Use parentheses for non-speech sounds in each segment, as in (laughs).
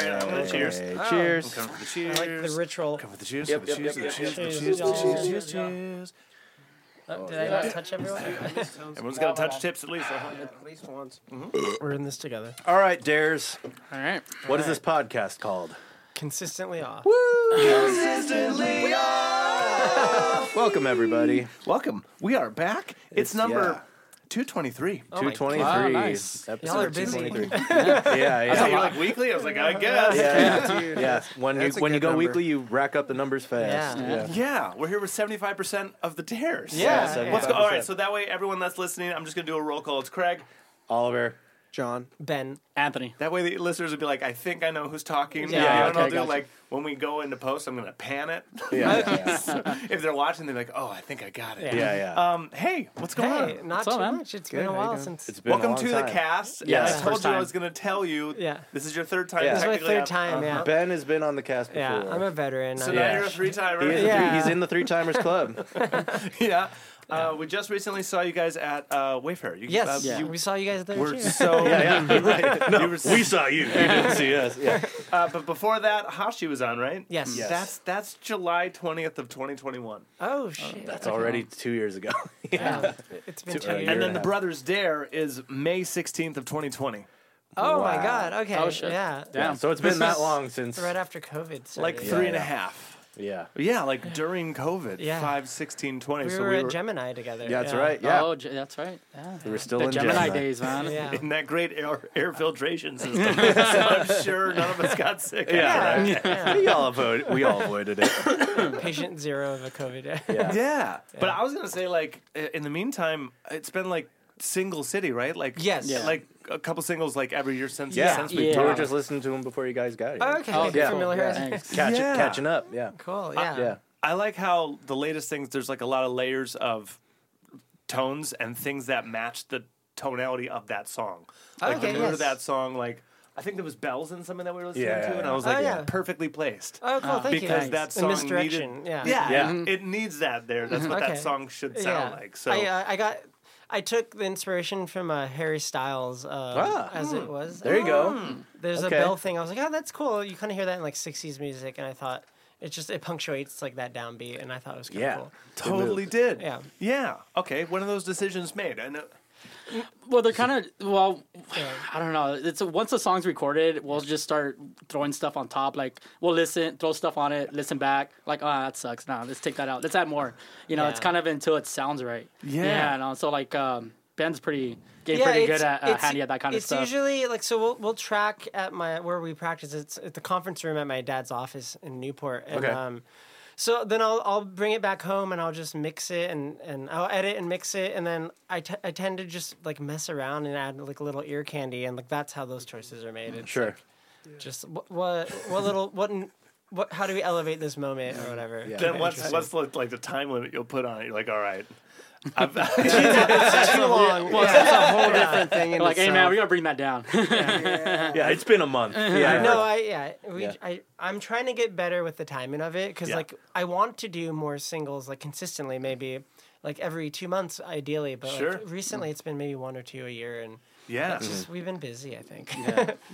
Cheers. Cheers. Come for the cheers. I like the ritual. Come for the cheers. Yep, the yep, cheers. yep, the yep, cheers. the yep. cheers. the Cheers. cheers. Cheers. Cheers. Cheers. Oh, did I not touch everyone? Everyone's got to touch tips at least. At least once. We're in this together. All right, Dares. All right. What is this podcast called? Consistently off. Welcome, everybody. Welcome. We are back. It's, It's- number yeah. two twenty three. Oh my 223. God. Wow, nice. Episode Y'all are busy. (laughs) 223. yeah, yeah. You're like weekly. I was like, I guess. Yeah. Yeah, yeah. When you That's a when you good go number. weekly, you rack up the numbers fast. Yeah. we're here with seventy five percent of the dares. Yeah, so yeah. Let's go. 75%. All right. So that way, everyone that's listening, I'm just gonna do a roll call. It's Craig. Oliver. John. Ben. Anthony. That way, the listeners would be like, I think I know who's talking. Yeah, You know what okay, I'll do gotcha. like when we go into post, I'm gonna pan it. (laughs) Yeah, yeah, if they're watching, they're like, oh, I think I got it. Yeah. yeah. yeah. Um, hey, what's going on? Hey, not up, too man? much. It's been a while since. It's been a Welcome long to time. the cast. Yeah. I It's told first you I time. was going to tell you. Yeah. This is your third time. Yeah. This It's my technically, third on- time, yeah. Ben has been on the cast before. Yeah, I'm a veteran. So I'm- now Yeah. you're a three He is timer. a Yeah. three- he's in the three timers club. (laughs) yeah. Uh, we just recently saw you guys at uh, Wayfair. You, Yes, uh, Yeah. you we saw you guys there were too. (laughs) so. (laughs) yeah, (laughs) no, we saw you. You didn't see us. Yeah. Uh, but before that, Hashi was on, right? Yes. Yes. That's that's July twentith of twenty twenty one. Oh shit! That's already two years ago. (laughs) yeah. Wow. It's been two a years. year. And then and the a half. Brothers Dare is May sixteenth of twenty twenty. Oh my Wow. god. Okay. Oh, shit. Yeah. Damn. So it's been that long since. Right after COVID. Started. Like Yeah, three and a yeah. half. Yeah. Yeah, like during COVID. Yeah. Five, 16, 20. we so were we at were Gemini together. Yeah, that's right. Yeah. Oh, J- that's right. Yeah. We're still the in Gemini, Gemini. days, man. Yeah. in that great air, air filtration (laughs) system. (laughs) so I'm sure none of us got sick. Yeah. Yeah. (laughs) we all avoided. We all avoided it. Patient zero of a COVID. Yeah. Yeah. But I was going to say, like, i- in the meantime, it's been like single city, right? Like, Yes. Yeah. Like a couple singles like every year since, Yeah. since We we've Yeah. were talked. just listening to him before you guys got here. Oh, okay. Oh, Yeah. Good familiar. Yeah, thanks. Catch, Yeah. Catching up. Yeah. Cool. Yeah. Yeah. I like how the latest things, there's like a lot of layers of tones and things that match the tonality of that song. Like Oh, Okay, the mood yes. of that song, like, I think there was bells in something that we were listening Yeah. to, and I was like, Oh, yeah. perfectly placed. Oh, cool. Thank you. because Thanks. that The song misdirection, needed, yeah. Mm-hmm. yeah, Yeah. it needs that there. That's what Okay. that song should sound like. So I, uh, I got. I took the inspiration from uh, Harry Styles, uh, Ah. as it was. Um, There you go. There's Okay. a bell thing. I was like, oh, that's cool. You kind of hear that in like '60s music, and I thought it just it punctuates like that downbeat, and I thought it was kind of Yeah. cool. totally did. Yeah. yeah. Okay, one of those decisions made. uh, I know. Well, they're kind of well. Yeah. I don't know. It's once the song's recorded, we'll just start throwing stuff on top. Like we'll listen, throw stuff on it, listen back. Like, oh, that sucks. Nah, let's take that out. Let's add more. You know, it's Yeah. kind of until it sounds right. Yeah. Yeah. And also, like um, Ben's pretty getting pretty good at uh, handy at that kind of it's stuff. usually like so we'll we'll track at my where we practice. It's at the conference room at my dad's office in Newport. And, Okay. Um, so then I'll I'll bring it back home and I'll just mix it and, and I'll edit and mix it and then I, t- I tend to just like mess around and add like little ear candy and like that's how those choices are made. It's Sure. just what what, what little what n- what how do we elevate this moment or whatever. Then what's what's the, like the time limit you'll put on it? You're like, all (laughs) right. I've- (laughs) It's too long. well, Yeah. it's a whole different. Different thing in Like, hey man, itself. we gotta bring that down. Yeah. It's been a month. Yeah. I No, I yeah, we, Yeah. I I'm trying to get better with the timing of it because Yeah. like I want to do more singles like consistently, maybe like every two months ideally. But like, Sure. recently it's been maybe one or two a year, and Mm-hmm. yeah, just we've been busy. I think.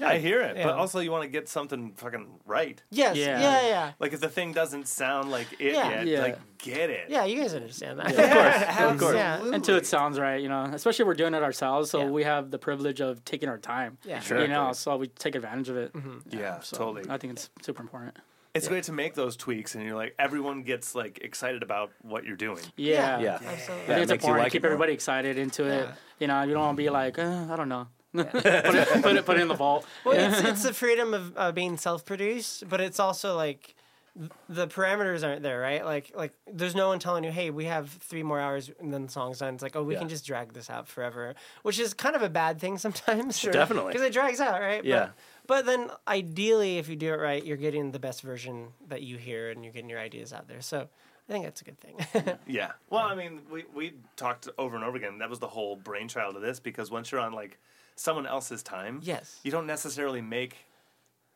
I hear it. Yeah. But also, you want to get something fucking right. (laughs) yes. Yeah. Yeah. Yeah. Yeah. Like if the thing doesn't sound like it Yeah. yet, Yeah. like get it. Yeah, you guys understand that. (laughs) Of course. Yeah. until it sounds right, you know. Especially we're doing it ourselves, so Yeah. we have the privilege of taking our time. Yeah. Mm-hmm. Sure. You know, so we take advantage of it. Yeah, So totally. I think it's super important. It's great to make those tweaks, and you're like everyone gets like excited about what you're doing. Yeah. Yeah. Absolutely. I think Yeah, it it's makes you important like to keep it more. everybody excited into it. You know, you don't want to be like, uh, I don't know. (laughs) put, it, put it put it in the vault. Well, it's, it's the freedom of uh, being self-produced, but it's also like th- the parameters aren't there, right? Like, like there's no one telling you, "Hey, we have three more hours," and then the song's done. It's like, "Oh, we Yeah. can just drag this out forever," which is kind of a bad thing sometimes. Definitely. because it drags out, right? Yeah. But, but then, ideally, if you do it right, you're getting the best version that you hear, and you're getting your ideas out there. So, I think that's a good thing. (laughs) Yeah. Well, I mean, we we talked over and over again. That was the whole brainchild of this because once you're on like someone else's time, Yes. you don't necessarily make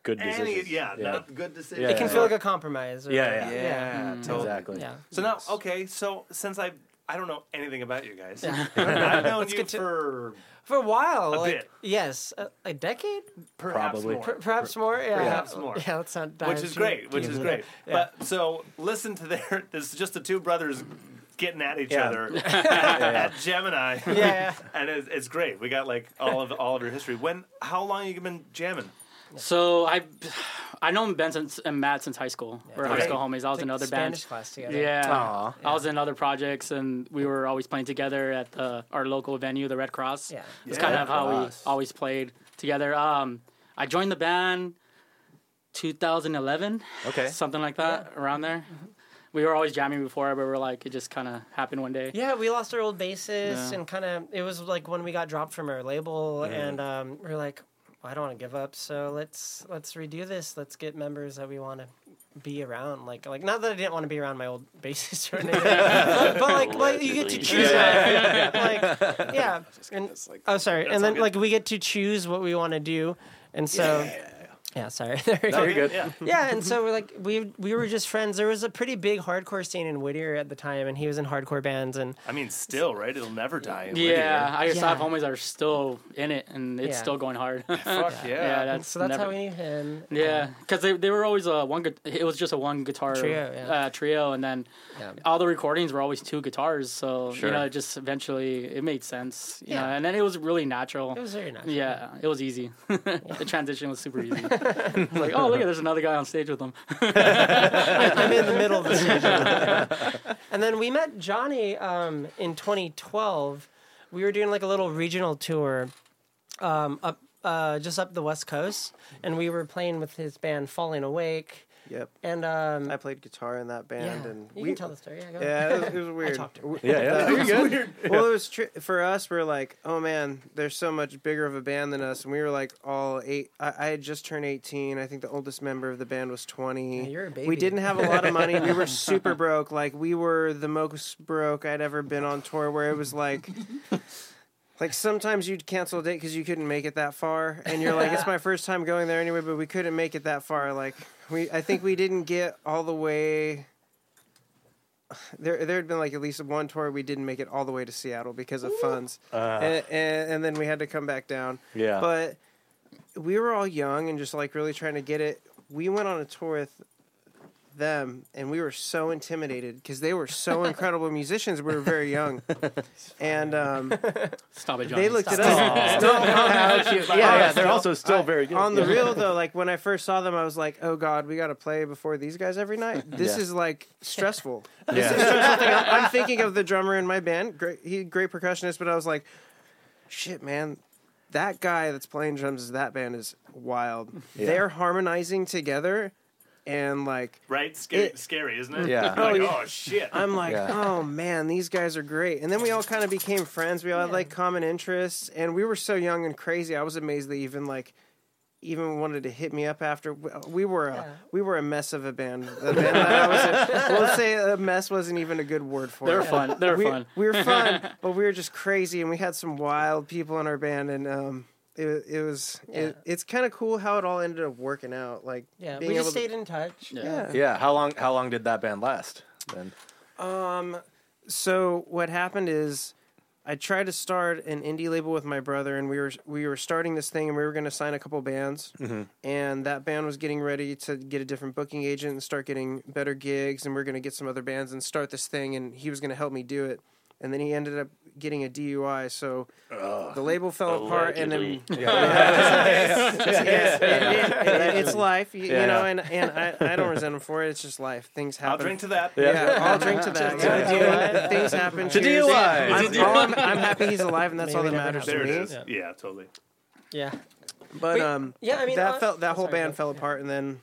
Good any. decisions. Yeah, not good decisions. It it can feel like a compromise. or- Yeah, yeah. yeah, totally. Exactly. yeah. So now, okay, so since I I don't know anything about you (laughs) guys. I've known you get to- for for a while. A like, bit. Yes, a, a decade, perhaps Probably. more. Per- perhaps more. Yeah, Perhaps more. (laughs) Yeah, that's not. which is great, which is great. But so listen to their (laughs) this is just the two brothers getting at each Yeah. other (laughs) at Gemini. yeah. (laughs) and it's, it's great. We got like all of all of your history. When how long you been jamming? So I, I know Ben since, and Matt since high school. We're high Okay. school homies. I was in Like another Spanish band. class together. Yeah. Aw. I was in other projects, and we were always playing together at the, our local venue, the Red Cross. Yeah. it's kind Yeah. of how we Cross. always played together. Um, I joined the band 2011, Okay. something like that, around there. We were always jamming before, but we are like it just kind of happened one day. Yeah, we lost our old bassist, Yeah. and kind of it was like when we got dropped from our label, and um, we are like, "Well, I don't want to give up, so let's let's redo this. Let's get members that we want to be around. Like like not that I didn't want to be around my old (laughs) bassist or anything, but, but, (laughs) like like you get to Allegedly. choose. Like yeah, and, oh sorry, and then all like we get to choose what we want to do, and so. Yeah. sorry. (laughs) There we go. Very good. Yeah. yeah, and so we're like we we were just friends. There was a pretty big hardcore scene in Whittier at the time, and he was in hardcore bands, and I mean, still right? It'll never die. In Yeah, I just Yeah. have homies that are still in it, and it's Yeah. still going hard. (laughs) yeah, Whittier. Fuck yeah. that's so that's never, how we knew him. Yeah, because they, they were always a one. gu- It was just a one guitar Trio, yeah. uh, trio, and then Yeah. all the recordings were always two guitars. So Sure. you know, it just eventually it made sense. You know, Yeah. and then it was really natural. It was very nice. yeah, it was easy. (laughs) the transition was super (laughs) easy. It's like, oh look, at there's another guy on stage with them. I'm in the middle of the stage. and then we met Johnny um, in 2012. We were doing like a little regional tour um, up uh, just up the West Coast, and we were playing with his band Falling Awake. Yep. And um, I played guitar in that band, yeah, and you we can tell the story. Yeah, go ahead. yeah, it was, it was weird. talked to We- (laughs) Yeah, (laughs) yeah. well, it was tr- for us. We're like, oh man, they're so much bigger of a band than us, and we were like all eight. I, I had just turned eighteen. I think the oldest member of the band was twenty. Yeah, you're a baby. We didn't have a lot of money. We (laughs) were super broke. Like we were the most broke I'd ever been on tour. Where it was like. Like sometimes you'd cancel a date because you couldn't make it that far, and you're like, "It's my first time going there anyway," but we couldn't make it that far. Like we, I think we didn't get all the way there there had been like at least one tour we didn't make it all the way to Seattle because of funds, and, and and then we had to come back down. Yeah. but we were all young and just like really trying to get it. We went on a tour with them, and we were so intimidated because they (laughs) were so incredible musicians. We were very young, and um, (laughs) Stop it, John. they looked Stop. at us. No, how cute. yeah, yeah, yeah, they're also still I- very good. (laughs) on the Yeah. real though like when i first saw them i was like oh god we gotta play before these guys (laughs) every night this Yeah. is like stressful Yeah. i'm thinking of the drummer in my band great he great percussionist but i was like shit man that guy that's playing drums is that band is wild they're harmonizing together and like Right? Scary, It- scary, isn't it? Yeah. (laughs) Like, oh, shit. I'm like, Yeah. oh man, these guys are great. And then we all kind of became friends. We all had like common interests, and we were so young and crazy. I was amazed they even like even wanted to hit me up after. We were a we were a mess of a band. The band that I was in. Let's say a mess wasn't even a good word for They're it. fun. They're we, fun. we were fun, but we were just crazy, and we had some wild people in our band, and um. It, it was it, it's kind of cool how it all ended up working out like Yeah, being we just able to- stayed in touch. yeah Yeah. How long? How long did that band last? Then. so what happened is I tried to start an indie label with my brother, and we were we were starting this thing, and we were going to sign a couple bands, Mm-hmm. and that band was getting ready to get a different booking agent and start getting better gigs, and we are going to get some other bands and start this thing, and he was going to help me do it, and then he ended up getting a DUI, so the label fell apart, and then Allegedly. (laughs) Yes, it- it- it- it's life, you, you Yeah. know, and and I, I don't resent him for it. It's just life. Things happen. I'll drink to that. Yeah, I'll drink to that. Yeah. (laughs) Yeah. Things happen. To Cheers. DUI. I'm, all I'm, I'm happy he's alive, and that's all that Maybe never matters There to it me. is. Yeah, totally. Yeah, But um, yeah. I mean, uh, that felt that oh, whole sorry, band go- fell apart, and then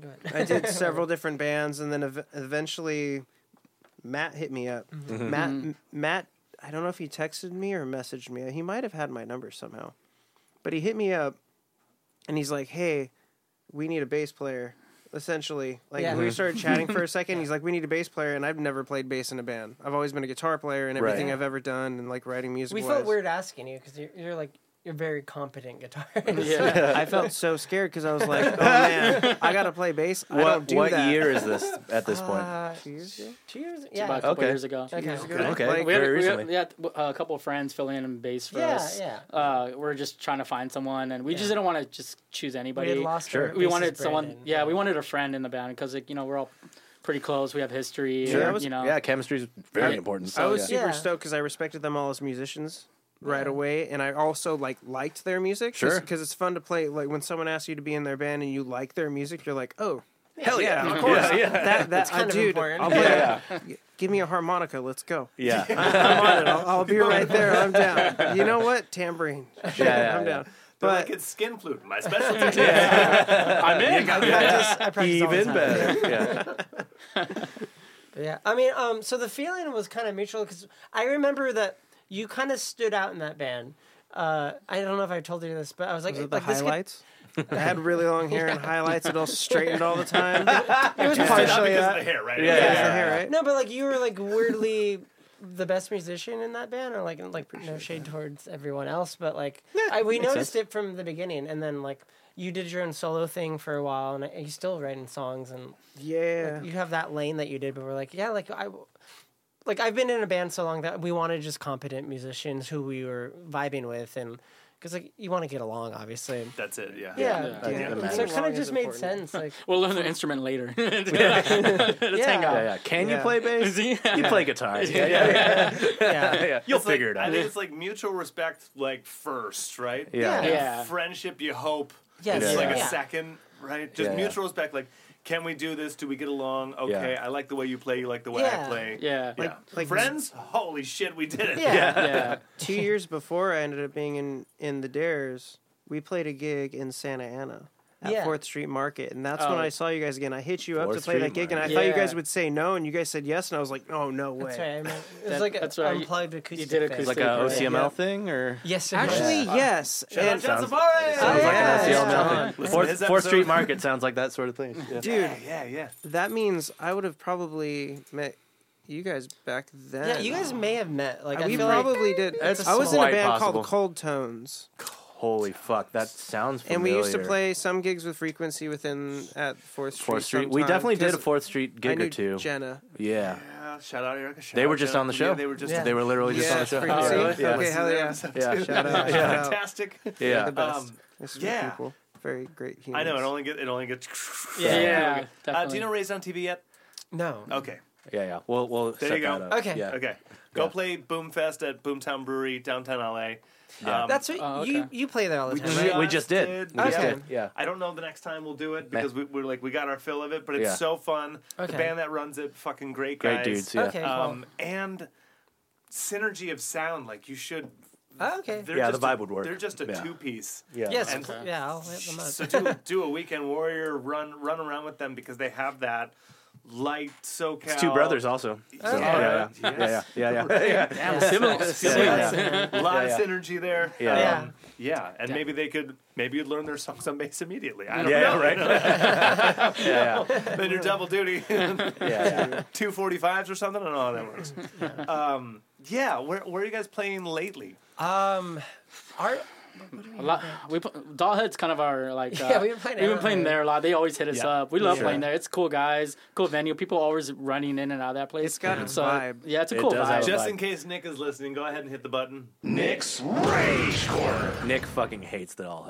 Go ahead. (laughs) I did several different bands, and then ev- eventually Matt hit me up. Mm-hmm. Matt, Matt, I don't know if he texted me or messaged me. He might have had my number somehow, but he hit me up, and he's like, "Hey, we need a bass player." Essentially, like Yeah. we started (laughs) chatting for a second. He's like, "We need a bass player," and I've never played bass in a band. I've always been a guitar player and everything Right. I've ever done, and like writing music. We wise. felt weird asking you because you're, you're like you're very competent guitar. Yeah. (laughs) I felt so scared because I was like, "Oh man, I gotta play bass." I don't What, do what that. year is this at (laughs) this point? Uh, two years ago. Two years? about a Yeah. couple Okay. years ago. Okay. years ago. Okay. Like, We had, Very we had, recently. we had uh, a couple of friends fill in and bass for Yeah, us. yeah. Uh, we're just trying to find someone, and we just didn't want to just choose We anybody. had lost Sure. our We bassist, wanted someone. Brandon. Yeah, we wanted a friend in the band because, like, you know, we're all pretty close. We have history. Sure. and, I was- you know, Yeah, chemistry is very I- important. I was yeah. super Yeah. stoked because I respected them all as musicians right away, and I also like liked their music. Sure. because it's fun to play. Like when someone asks you to be in their band and you like their music, you're like, "Oh, Hell yeah, of course." Yeah, yeah. That that's kind of dude, important. I'll play yeah. Give me a harmonica. Let's (laughs) go. Yeah. yeah. I'm on it. I'll, I'll be right there. I'm down. You know what? Tambourine. Shit, yeah, I'm yeah. down. But But like it's skin flute, my specialty. I'm in. practice- I practice all the Even time. better. Yeah. Yeah, I mean, um, so the feeling was kind of mutual because I remember that you kind of stood out in that band. Uh, I don't know if I told you this, but I was like, was it the like this could- highlights? I (laughs) had really long hair (laughs) and highlights. It all straightened all the (laughs) time. it was Not partially. because yeah. of the hair, right? Yeah. It was the hair, right? No, but like you were like weirdly the best musician in that band, or like like no shade towards everyone else, but like I, we noticed it from the beginning, and then like you did your own solo thing for a while, and you still writing songs, and Yeah. you have that lane that you did, but we're like, yeah, like I, like I've been in a band so long that we wanted just competent musicians who we were vibing with, and because like you want to get along, obviously. That's it. Yeah. Yeah, Yeah. Yeah. And so it kind of just made sense. (laughs) Like, We'll learn the instrument later. (laughs) yeah, Yeah, yeah. Can Yeah. you play (laughs) bass? You play guitar. (laughs) Yeah, yeah, yeah. (laughs) yeah. yeah. You'll It's like- figure I it out. think it's like mutual respect, like first, right? Yeah. Yeah. Yeah. Friendship, you hope. Yes. It's like a Yeah. second, right? Just Yeah. mutual respect. Like, can we do this? Do we get along? Okay, Yeah. I like the way you play. You like the way I Yeah. play. yeah. Yeah. like- friends. Holy shit, we did it. Yeah. Yeah. Two years before I ended up being in in the Dares, we played a gig in Santa Ana at Yeah. Fourth Street Market, and that's when Oh. I saw you guys again. I hit you up to Fourth play that Street gig, and I Market. thought you Yeah. guys would say no, and you guys said yes, and I was like, oh no way. That's right. I mean, it was That- like an that's right. You- unplugged acoustic. did thing. acoustic. Like a Yeah. OCML thing or? Yes, it Actually, was. yes. Shout out And John sounds- Safari. Sounds like yeah, an OCML yeah. thing. Listen to Fourth, his Fourth episode. Street Market sounds like that sort of thing. Yeah. dude, Yeah, yeah. that means I would have probably met you guys back then. yeah. You guys may have met. Like, I we feel like- probably did. That's I was in a quite band possible. called Cold Tones, Holy fuck, that sounds and familiar. we used to play some gigs with frequency within at Fourth Street. Fourth Street. We sometime, definitely did a 'cause Fourth Street I gig knew or two. Jenna. Yeah. Yeah, shout out Erica. Shout They out were just Jenna. on the show. Yeah, they were just. Yeah. They were literally just Yeah, on the show. frequency. Oh, really? Yeah. Okay, (laughs) hell (laughs) yeah. Yeah. Shout out. Yeah. Shout out. (laughs) Fantastic. Yeah. The best. Um, This is yeah. yeah. people. Very great humans. I know it only get it only gets. (laughs) Yeah. Uh, do you definitely. know Raised on TV yet? no. Okay. Yeah, yeah. We'll we'll There set you go. that up. Okay. Yeah. Okay. Go Yeah. play Boomfest at Boomtown Brewery, downtown LA. Yeah. Um, That's what Oh, okay. you you play there all the time. We- right? We just did. We just Okay. did. Yeah. I don't know the next time we'll do it because we, we're like we got our fill of it, but it's Yeah. so fun. The Okay. band that runs it, fucking great Great guys. dudes. Yeah. Okay. Um, and synergy of sound, like you should. Oh, okay. they're Yeah, the just vibe a, would work. They're just a Yeah. two piece. Yeah. Yes. And- pl- yeah, I'll hit them up. So do do a weekend warrior run run around with them because they have that light SoCal. It's two brothers also. So, Okay. yeah, yeah. Oh, Yes. yeah, yeah, yeah, yeah, yeah. Damn, siblings. siblings. A lot (laughs) Yeah, of yeah. synergy there. Yeah. Yeah. Um, yeah. And maybe they could maybe you'd learn their songs on bass immediately. I don't Yeah, know. right. yeah, yeah, (laughs) Then you're double duty. (laughs) yeah, yeah. Two forty fives or something. I don't know how that (laughs) works. Um, yeah, where, where are you guys playing lately? Um, our A lot, we put, Doll Head's kind of our like. Uh, (laughs) Yeah, we've been playing we've been Arrowhead. playing there a lot. They always hit us Yeah. up. We love Sure. playing there. It's cool, guys. Cool venue. People always running in and out of that place. It's got its so, vibe. Yeah, it's a It cool does vibe. have a Just vibe. in case Nick is listening, go ahead and hit the button. Nick's Rage Corner. Nick fucking hates that all.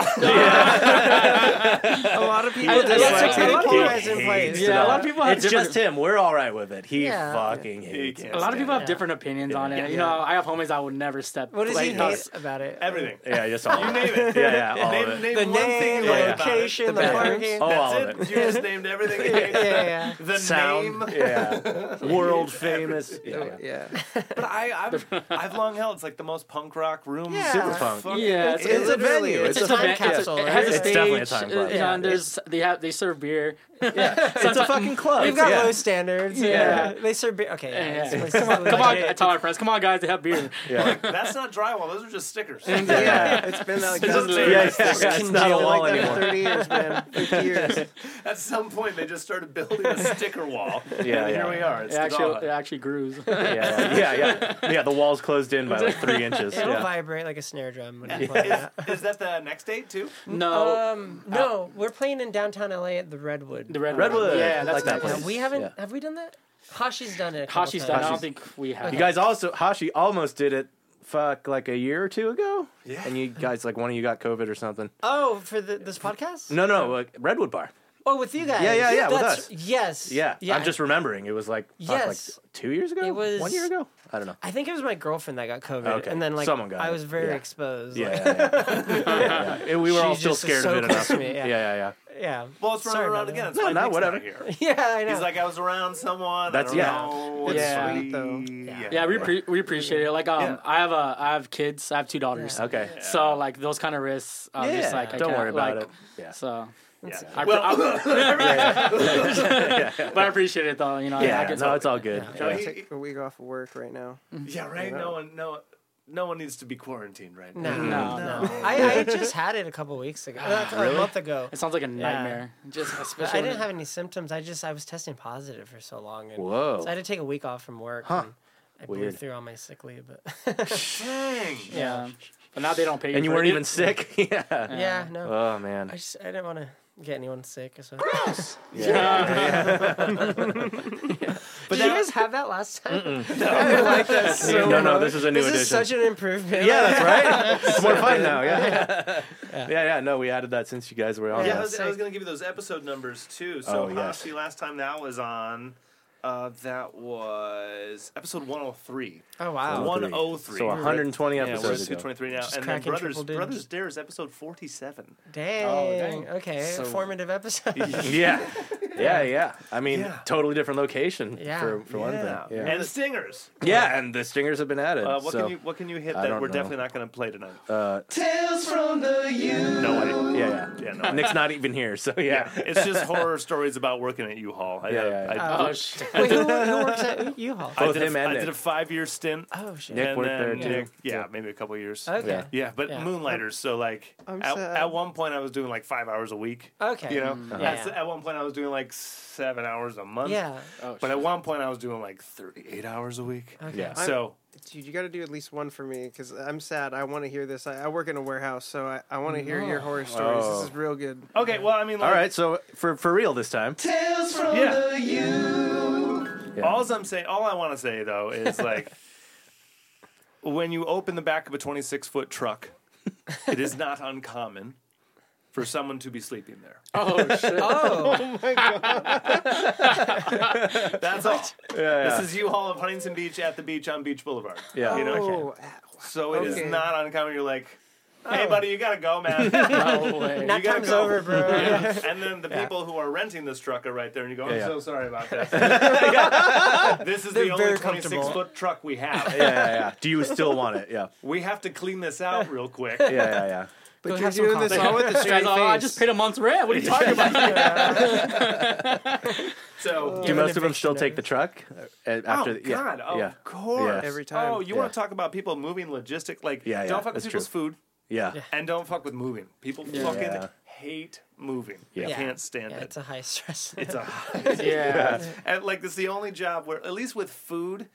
A lot of people I- I like dislike it. how It people- polarized in place. Yeah, a lot of people have it's different- just him. We're all right with it. He Yeah. fucking hates. He it. a lot of people have Yeah. different opinions on it. Yeah. You know, I have homies I would never step. what does like, he hate us. about it? Everything. (laughs) Yeah, just all. You Name it. Yeah, yeah, all name of it. name The one name, thing the you hate about it. location, the Yeah. parking. Oh, all That's of it. it. You just named everything. you (laughs) Yeah, hate. yeah, yeah. The Sound. name. Yeah. World famous. Yeah, yeah. Oh, (laughs) Yeah. But I, I've, I've long held it's like the most punk rock room. Yeah. Super funk. Fuck. Yeah, it's, It's a literally- (laughs) venue. It's, it's a time van- it's capsule. It right? has a It's stage. definitely a time uh, capsule. you know, and Yeah. there's they have they (laughs) serve beer. It's a fucking club. They've got yeah. low standards. Yeah. Yeah, they serve beer. Okay, yeah, Yeah. it's- it's (laughs) Come on, legit. (laughs) I tell my friends, come on, guys, they have beer. Yeah. That's not drywall. Those are just stickers. yeah. It's been like It's that just for- layers. Yeah, yeah, yeah, it's congealed not a wall (laughs) like that anymore. For Thirty years, man. (laughs) Fifty years. (laughs) At some point, they just started building a sticker wall. Yeah, and yeah. here we are. It's It Tagala. actually, it actually grooves. (laughs) Yeah, yeah, yeah, yeah. Yeah, the wall's closed in by like three inches. It'll Yeah. vibrate like a snare drum when you play that. Is that the next date too? no, Um, no, we're playing in downtown LA at the Redwood. the red Redwood. Yeah, that's Like that nice. place. Now, we haven't. Yeah. Have we done that? Hashi's done it. a couple Hashi's done. I times. don't think we have. You guys also Hashi almost did it. Fuck, like a year or two ago. Yeah. And you guys, like one of you got COVID or something. Oh, for the, this podcast? No, no, like Redwood Bar. Oh, with you guys. Yeah, yeah, yeah, with That's, us. Yes. Yeah, I'm just remembering. It was like fuck, Yes. like two years ago. It was- one year ago. I don't know. I think it was my girlfriend that got COVID, Okay. and then like Someone got I it. was very Yeah. exposed. Yeah, like- yeah, yeah. Yeah, yeah. we were She all still just scared of it enough. so me, yeah. yeah, yeah, yeah. yeah. (laughs) Well, it's running Sorry around about again. It's No, why no, Nick's whatever. here. Yeah, I know. He's like, I was around someone. That's- I don't yeah. Know. It's Yeah. sweet though. Yeah. Yeah, we, pre- we appreciate it. Like, um, Yeah. I have a, I have kids. I have two daughters. Okay. So like those kind of risks, I'm just like, I don't can't, worry about like, it. Yeah. So, Yeah. I, Well, (laughs) I- but I appreciate it though. You know, yeah, I can no, it's all good. no, Yeah. he- Take a week off of work right now. yeah, right. No one, no, no one needs to be quarantined right now. no, "Mm, No, no, I, I just had it a couple weeks ago, That's a month ago. It sounds like a nightmare. Just But especially. I didn't when- have any symptoms. I just I was testing positive for so long, and Whoa. so I had to take a week off from work. Huh. and I blew Weird. through all my sick leave, but (laughs) Dang. Yeah. But now they don't pay. you And you for weren't it. even sick. yeah. yeah, no, Oh I man. just I didn't want to get anyone sick. So. Did you guys have that last time? (laughs) I like that so no, no, much. this is a new This edition. is such an improvement. yeah, that's right. It's more fun now. Yeah. yeah. Yeah, No, we added that since you guys were on. Yeah, I that. was, I was gonna give you those episode numbers too. So Oh, yes. Hashi, last time that was on, uh, that was episode one hundred three. Oh wow. One oh three. So 120 Yeah, we're at episodes two ago. twenty three now, and then cracking brothers, triple digits. brothers dare is episode forty seven. Dang. dang. Okay. Formative episode. (laughs) Yeah. Yeah, yeah. I mean, Yeah. totally different location Yeah. for, for one thing. Yeah. and stingers. yeah, and the stingers have been added. Uh, what so. can you what can you hit I that don't we're know. Uh, definitely not gonna play tonight? Tales from the U. no way. Yeah, yeah. Yeah, no. Nick's not even here, so (laughs) yeah. it's just horror stories about working at U-Haul. I, Yeah, had- yeah, yeah. I, Oh shit. Wait, who, who works at U-Haul? I Both did, him a, and I Nick. did a five-year stint. Oh shit. Nick and worked then there too. Nick- yeah, maybe a couple years. Okay. Yeah. Yeah, but Yeah. Moonlighters. So like, I'm at, sad. at one point I was doing like five hours a week. Okay. Mm. You know, Yeah. At s- at one point I was doing like seven hours a month. Yeah. Oh, But shit. at one point I was doing like thirty-eight hours a week. Okay. Yeah. So Dude, you got to do at least one for me because I'm sad. I want to hear this. I, I work in a warehouse, so I, I want to hear your horror stories. Oh. This is real good. okay, well I mean, like, All right, so for for real this time. Tales from Yeah. the U. Yeah. All I'm saying, all I want to say though is like, (laughs) when you open the back of a 26 foot truck, it is not uncommon for someone to be sleeping there. Oh shit. Oh. That's all. Yeah, This is U-Haul of Huntington Beach at the beach on Beach Boulevard. yeah. You know, Oh, so it is Okay. not uncommon. You're like, hey buddy, you gotta go, man. No way. You gotta Time's go. over, (laughs) bro. And then the people who are renting this truck are right there, and you go, I'm Yeah, yeah. so sorry about that. This is the only very 26 comfortable. foot truck we have. (laughs) (laughs) yeah, yeah, yeah. Do you still want it? Yeah, We have to clean this out real (laughs) quick. yeah, yeah, yeah. But Go you're have some doing this coffee. all with the (laughs) This guy's straight face. all, I just paid a month's rent. (laughs) What are you talking about? So, Do an most of them eviction still take the truck uh, after? oh the, yeah, God, of yeah, course. Yeah. Every time. Oh, you Yeah. want to talk about people moving logistic? Like, Yeah, yeah, don't fuck with that's people's food yeah. (laughs) and don't fuck with moving. People fucking Yeah. hate moving. Yeah. Yeah. Yeah. Can't stand Yeah, it. it's a high stress. It's (laughs) a Yeah. and like it's the only job where at least with food,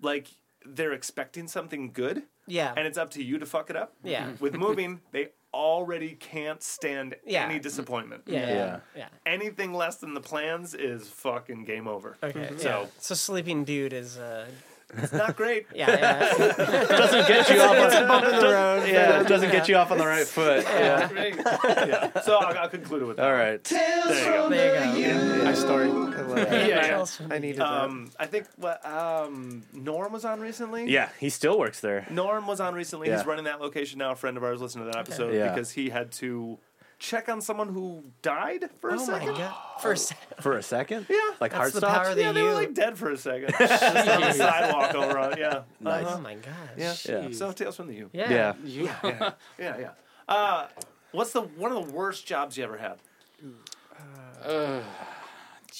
like they're expecting something good, yeah. and it's up to you to fuck it up. Yeah. (laughs) With moving, they already can't stand Yeah. any disappointment. yeah. Yeah. Yeah. Yeah. Anything less than the plans is fucking game over. Okay. So yeah. so sleeping dude is uh it's not great. (laughs) yeah, yeah. Doesn't get you off. It's a bump in the road. Yeah, it doesn't get you off on the right foot. Yeah. Not great. (laughs) yeah. So I'll, I'll conclude it with that. All right. Tales you from There you the go. U. Nice story. I love it. Yeah, Yeah. yeah. I needed Um, I think what um, Norm was on recently. Yeah, he still works there. Norm was on recently. Yeah. He's running that location now. A friend of ours listened to that episode Yeah. because he had to check on someone who died for a Oh my second. god. First For a second? Yeah. Like That's heart the stops? power Yeah, they were You- like dead for a (laughs) second. Just on the sidewalk over on, yeah. Nice. Oh my gosh. Yeah. Yeah. So Tales from the U. Yeah. Yeah. You, Yeah, yeah. Uh, what's the one of the worst jobs you ever had? the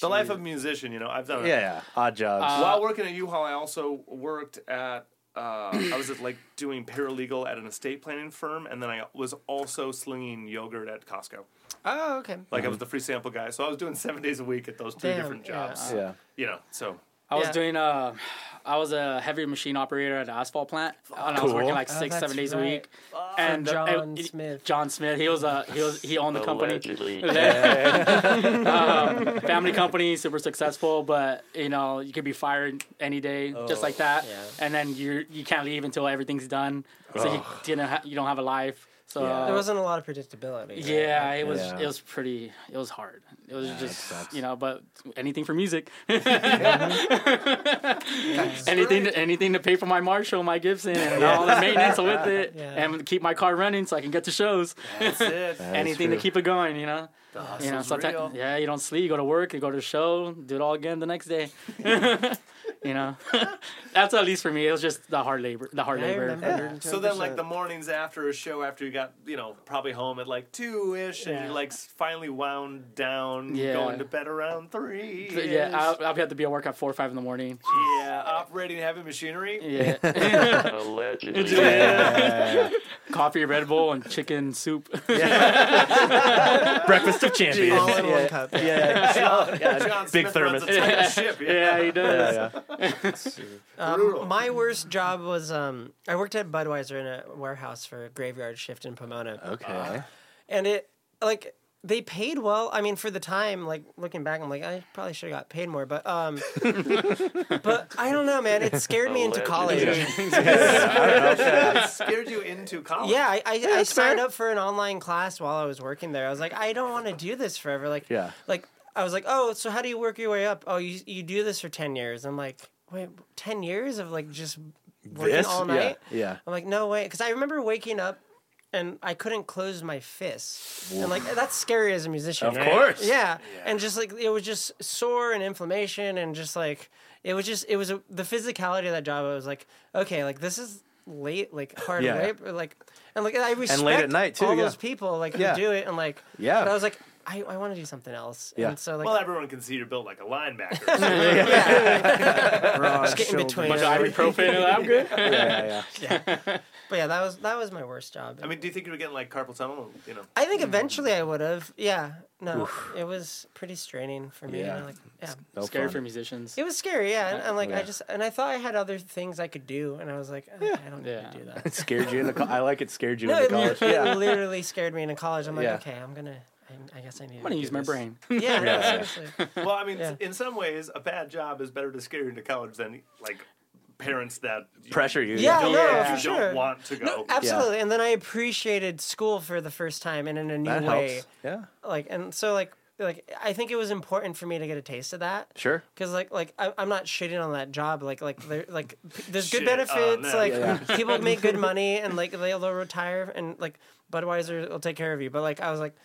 life of a musician, you know, I've done it. Uh, Yeah, yeah. Odd jobs. While working at U-Haul, I also worked at uh, I was like doing paralegal at an estate planning firm, and then I was also slinging yogurt at Costco. Oh, okay. Like I was the free sample guy, so I was doing seven days a week at those two Damn, different yeah. jobs. Yeah. You know, so I was Yeah. doing uh, I was a heavy machine operator at an asphalt plant, and I was working like Oh, six, seven that's days a week. And For uh, John it- it- Smith. John Smith. He was uh, he was he owned the company. Allegedly. (laughs) um, family company, super successful, but you know you could be fired any day, just like that. Yeah. And then you you can't leave until everything's done. So you didn't ha- you don't have a life. So There wasn't a lot of predictability. right? yeah, it was Yeah. it was pretty. It was hard. It was just you know, but anything for music, (laughs) anything to, anything to pay for my Marshall, my Gibson, and all the maintenance with it, Yeah. and keep my car running so I can get to shows. that's it. That is anything to true. keep it going, you know. You know, hustle's sometimes real. yeah, you don't sleep. You go to work, you go to a show, do it all again the next (laughs) day. you know, (laughs) that's at least for me. It was just the hard labor, the hard I labor. remember. So then, like the mornings after a show, after you got you know probably home at like two ish, and Yeah. you're like finally wound down, Yeah. going to bed around three. But yeah, I'll, I'll have to be at work at four or five in the morning. yeah, operating heavy machinery. (laughs) Yeah. Allegedly. coffee, Red Bull, and chicken (laughs) soup. Breakfast of (laughs) champions. all in one (laughs) cup. John Big Smith runs a (laughs) thermos. tight ship. Yeah. he does. Yeah, yeah. Brutal. (laughs) Um, my worst job was um, I worked at Budweiser in a warehouse for a graveyard shift in Pomona. Okay. and it like they paid well. I mean, for the time, like looking back, I'm like, I probably should have got paid more, but (laughs) um, but I don't know, man. It scared me into college. Allegedly. Yeah, It scared you into college. I, I, I signed up for an online class while I was working there. I was like, I don't want to do this forever. Like, Yeah. like I was like, oh, so how do you work your way up? Oh, you you do this for ten years. I'm like, wait, ten years of like just working This? all Yeah, night. yeah. I'm like, no way, because I remember waking up. And I couldn't close my fists, and like that's scary as a musician. Of right? course. Yeah. And just like it was just sore and inflammation and just like it was just it was a, the physicality of that job. I was like, okay, like this is late, like hard Yeah. labor, like and like I respect at night, too, all yeah. those people like Yeah. who do it and like Yeah. But I was like, I, I want to do something else. Yeah. And so like Well, everyone can see you're built like a linebacker. Broad get in shoulders. between. Bunch of ibuprofen. and I'm good. (laughs) Yeah, yeah, (laughs) yeah. But yeah, that was that was my worst job. I mean, mm. do you think you were getting like carpal tunnel? You know, I think eventually I would have. Yeah. No, it was pretty straining for me. Yeah. And I, like, yeah. No Scary fun. for musicians. It was scary, yeah. And, and like I Yeah. just and I thought I had other things I could do, and I was like, oh, I don't Yeah. need to do (laughs) that. Scared you into co- I like it scared you No, into it, college. it (laughs) Yeah. literally scared me into college. I'm like, Yeah. okay, I'm gonna. I, I guess I need. I'm gonna use my brain. Yeah, no, seriously. (laughs) well, I mean, Yeah. in some ways, a bad job is better to scare you into college than like parents that you Pressure you. Yeah, don't, no, you for don't sure. want to Oh, go. Absolutely. And then I appreciated school for the first time and in a new That way. helps. Yeah. Like, and so like like I think it was important for me to get a taste of that. Sure. Cause like like I, I'm not shitting on that job like like there like p- there's good Shit on benefits that. like people make good money and like they'll they'll retire and like Budweiser will take care of you but like I was like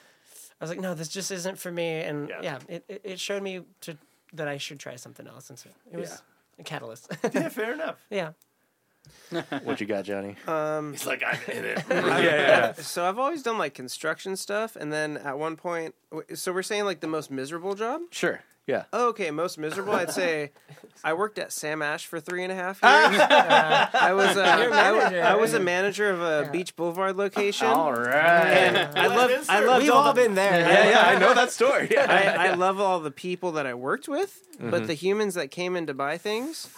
I was like no this just isn't for me and Yeah. yeah, it, it it showed me to that I should try something else and so it was a catalyst (laughs) (laughs) yeah, fair enough. yeah What you got, (laughs) Johnny? Um, He's like, I'm in it. So I've always done like construction stuff, and then at one point, w- so we're saying like the most miserable job. (laughs) Oh, Sure. Yeah. Okay, most miserable. (laughs) I'd say I worked at Sam Ash for three and a half years. Uh, I was uh, Ah! You're a I wa- manager. Oh, I was a manager of a Beach Boulevard location. All right. And I What love is I there? loved we've all all the, been there Yeah, yeah, I know that story. Yeah. (laughs) I, I love all the people that I worked with, but the humans that came in to buy things.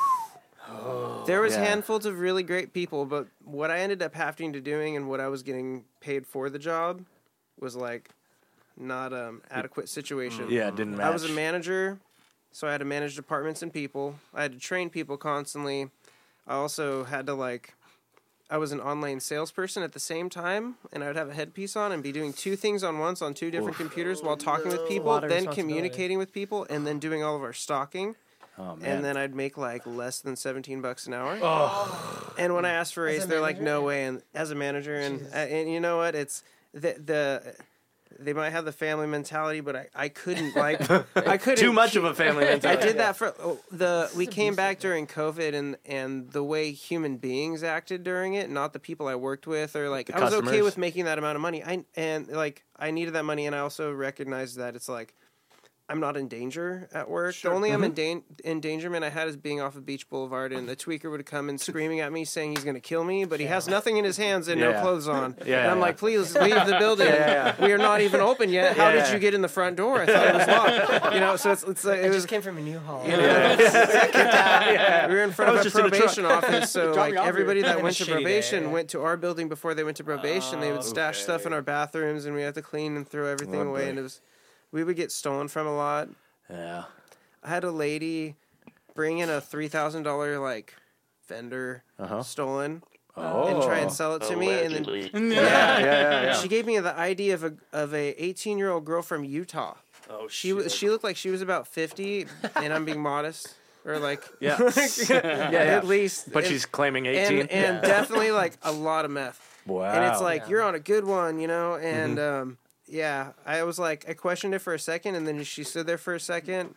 there was Yeah. handfuls of really great people, but what I ended up having to doing and what I was getting paid for the job was like not um adequate situation. (laughs) Yeah, it didn't matter. I was a manager, so I had to manage departments and people. I had to train people constantly. I also had to like I was an online salesperson at the same time, and I would have a headpiece on and be doing two things on once on two different computers while talking with people, lot of then responsibility. communicating with people, and then doing all of our stocking. Oh man. And then I'd make like less than seventeen bucks an hour. Oh. And when I asked for a raise, they're like, "No way!" And as a manager, and uh, and you know what? It's the the they might have the family mentality, but I, I (laughs) couldn't like I couldn't (laughs) too much of a family mentality. I did that for oh, the. We came back during COVID, and and the way human beings acted during it, not the people I worked with, or like I was okay customers. with making that amount of money. I and like I needed that money, and I also recognized that it's like I'm not in danger at work. The only I'm in Mm-hmm. dan- endangerment I had is being off of Beach Boulevard, and the tweaker would come and screaming at me saying he's going to kill me, but he has nothing in his hands and Yeah. no clothes on. (laughs) Yeah, and I'm yeah. like, please leave the building. Yeah, We are not even open yet. How Yeah. did you get in the front door? I thought it was locked. You know, so it's, it's like, It it was just came from a new hall. we were in front was of a just in a truck. probation office, so Drop like me off here. everybody that a went to shitty day, probation yeah. went to our building before they went to probation. they would stash stuff in our bathrooms, and we had to clean and throw everything Lovely. away. And it was, we would get stolen from a lot. Yeah. I had a lady bring in a three thousand dollar like vendor Uh-huh. stolen Oh. and try and sell it to me, and Allegedly. (laughs) yeah, yeah, then (laughs) yeah. she gave me the ID of a of a eighteen year old girl from Utah. Oh, She was she looked like she was about fifty, and I'm being modest. Or like, Yeah. (laughs) yeah, yeah. at least. But and- she's claiming 18. and (laughs) and definitely like a lot of meth. wow. Mm-hmm. And it's like you're on a good one, you know. And um, yeah, I was like, I questioned it for a second, and then she stood there for a second,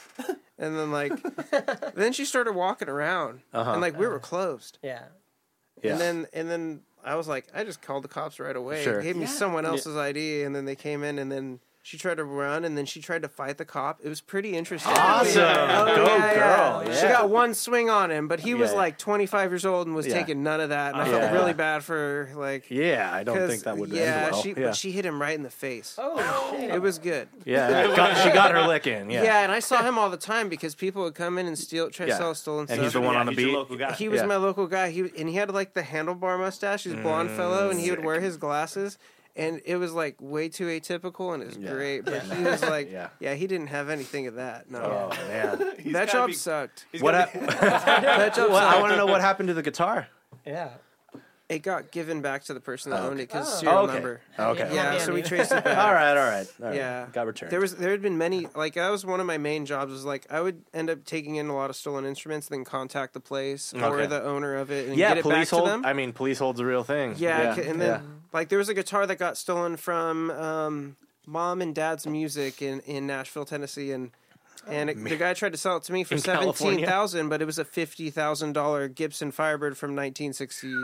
and then like, then she started walking around, Uh-huh. and like we were closed. Yeah. yeah. And then and then I was like, I just called the cops right away. Sure. Gave me someone else's ID, and then they came in, and then. She tried to run, and then she tried to fight the cop. It was pretty interesting. oh, awesome. Go Yeah, yeah. girl. She got one swing on him, but he was Yeah. like 25 years old and was Yeah. Uh, taking none of that. And I Yeah. felt really bad for like. Yeah, I don't think that would yeah, end well. She, yeah, But she hit him right in the face. Oh shit. It was good. yeah, yeah. Got- she got her lick (laughs) in. Yeah. Yeah, and I saw him all the time because people would come in and steal, try to Yeah. sell stolen And stuff. he's the one on the he's your beat. local guy. (laughs) He was Yeah. my local guy. He and he had like the handlebar mustache. He's a Mm. blonde fellow, and he would wear his glasses. And it was like way too atypical, and it was Yeah. great. But (laughs) he was like, Yeah. yeah. he didn't have anything of that. No, Oh man, He's that gotta job be- sucked. he's what? gotta hap- well, I (laughs) want to know what happened to the guitar. Yeah. It got given back to the person that owned it because Oh. serial Okay. number. Okay. Yeah, Yeah, so (laughs) we dude. traced it back. All right, all right, all right. Yeah. got returned. There was there had been many like that was one of my main jobs was like I would end up taking in a lot of stolen instruments, then contact the place Okay. or the owner of it and yeah, get it police back hold. to them. I mean, police hold's a real thing. yeah, ca- and then like there was a guitar that got stolen from um, mom and dad's music in, in Nashville, Tennessee, and and it, the guy tried to sell it to me for In California? seventeen thousand, but it was a fifty thousand dollar Gibson Firebird from nineteen sixty,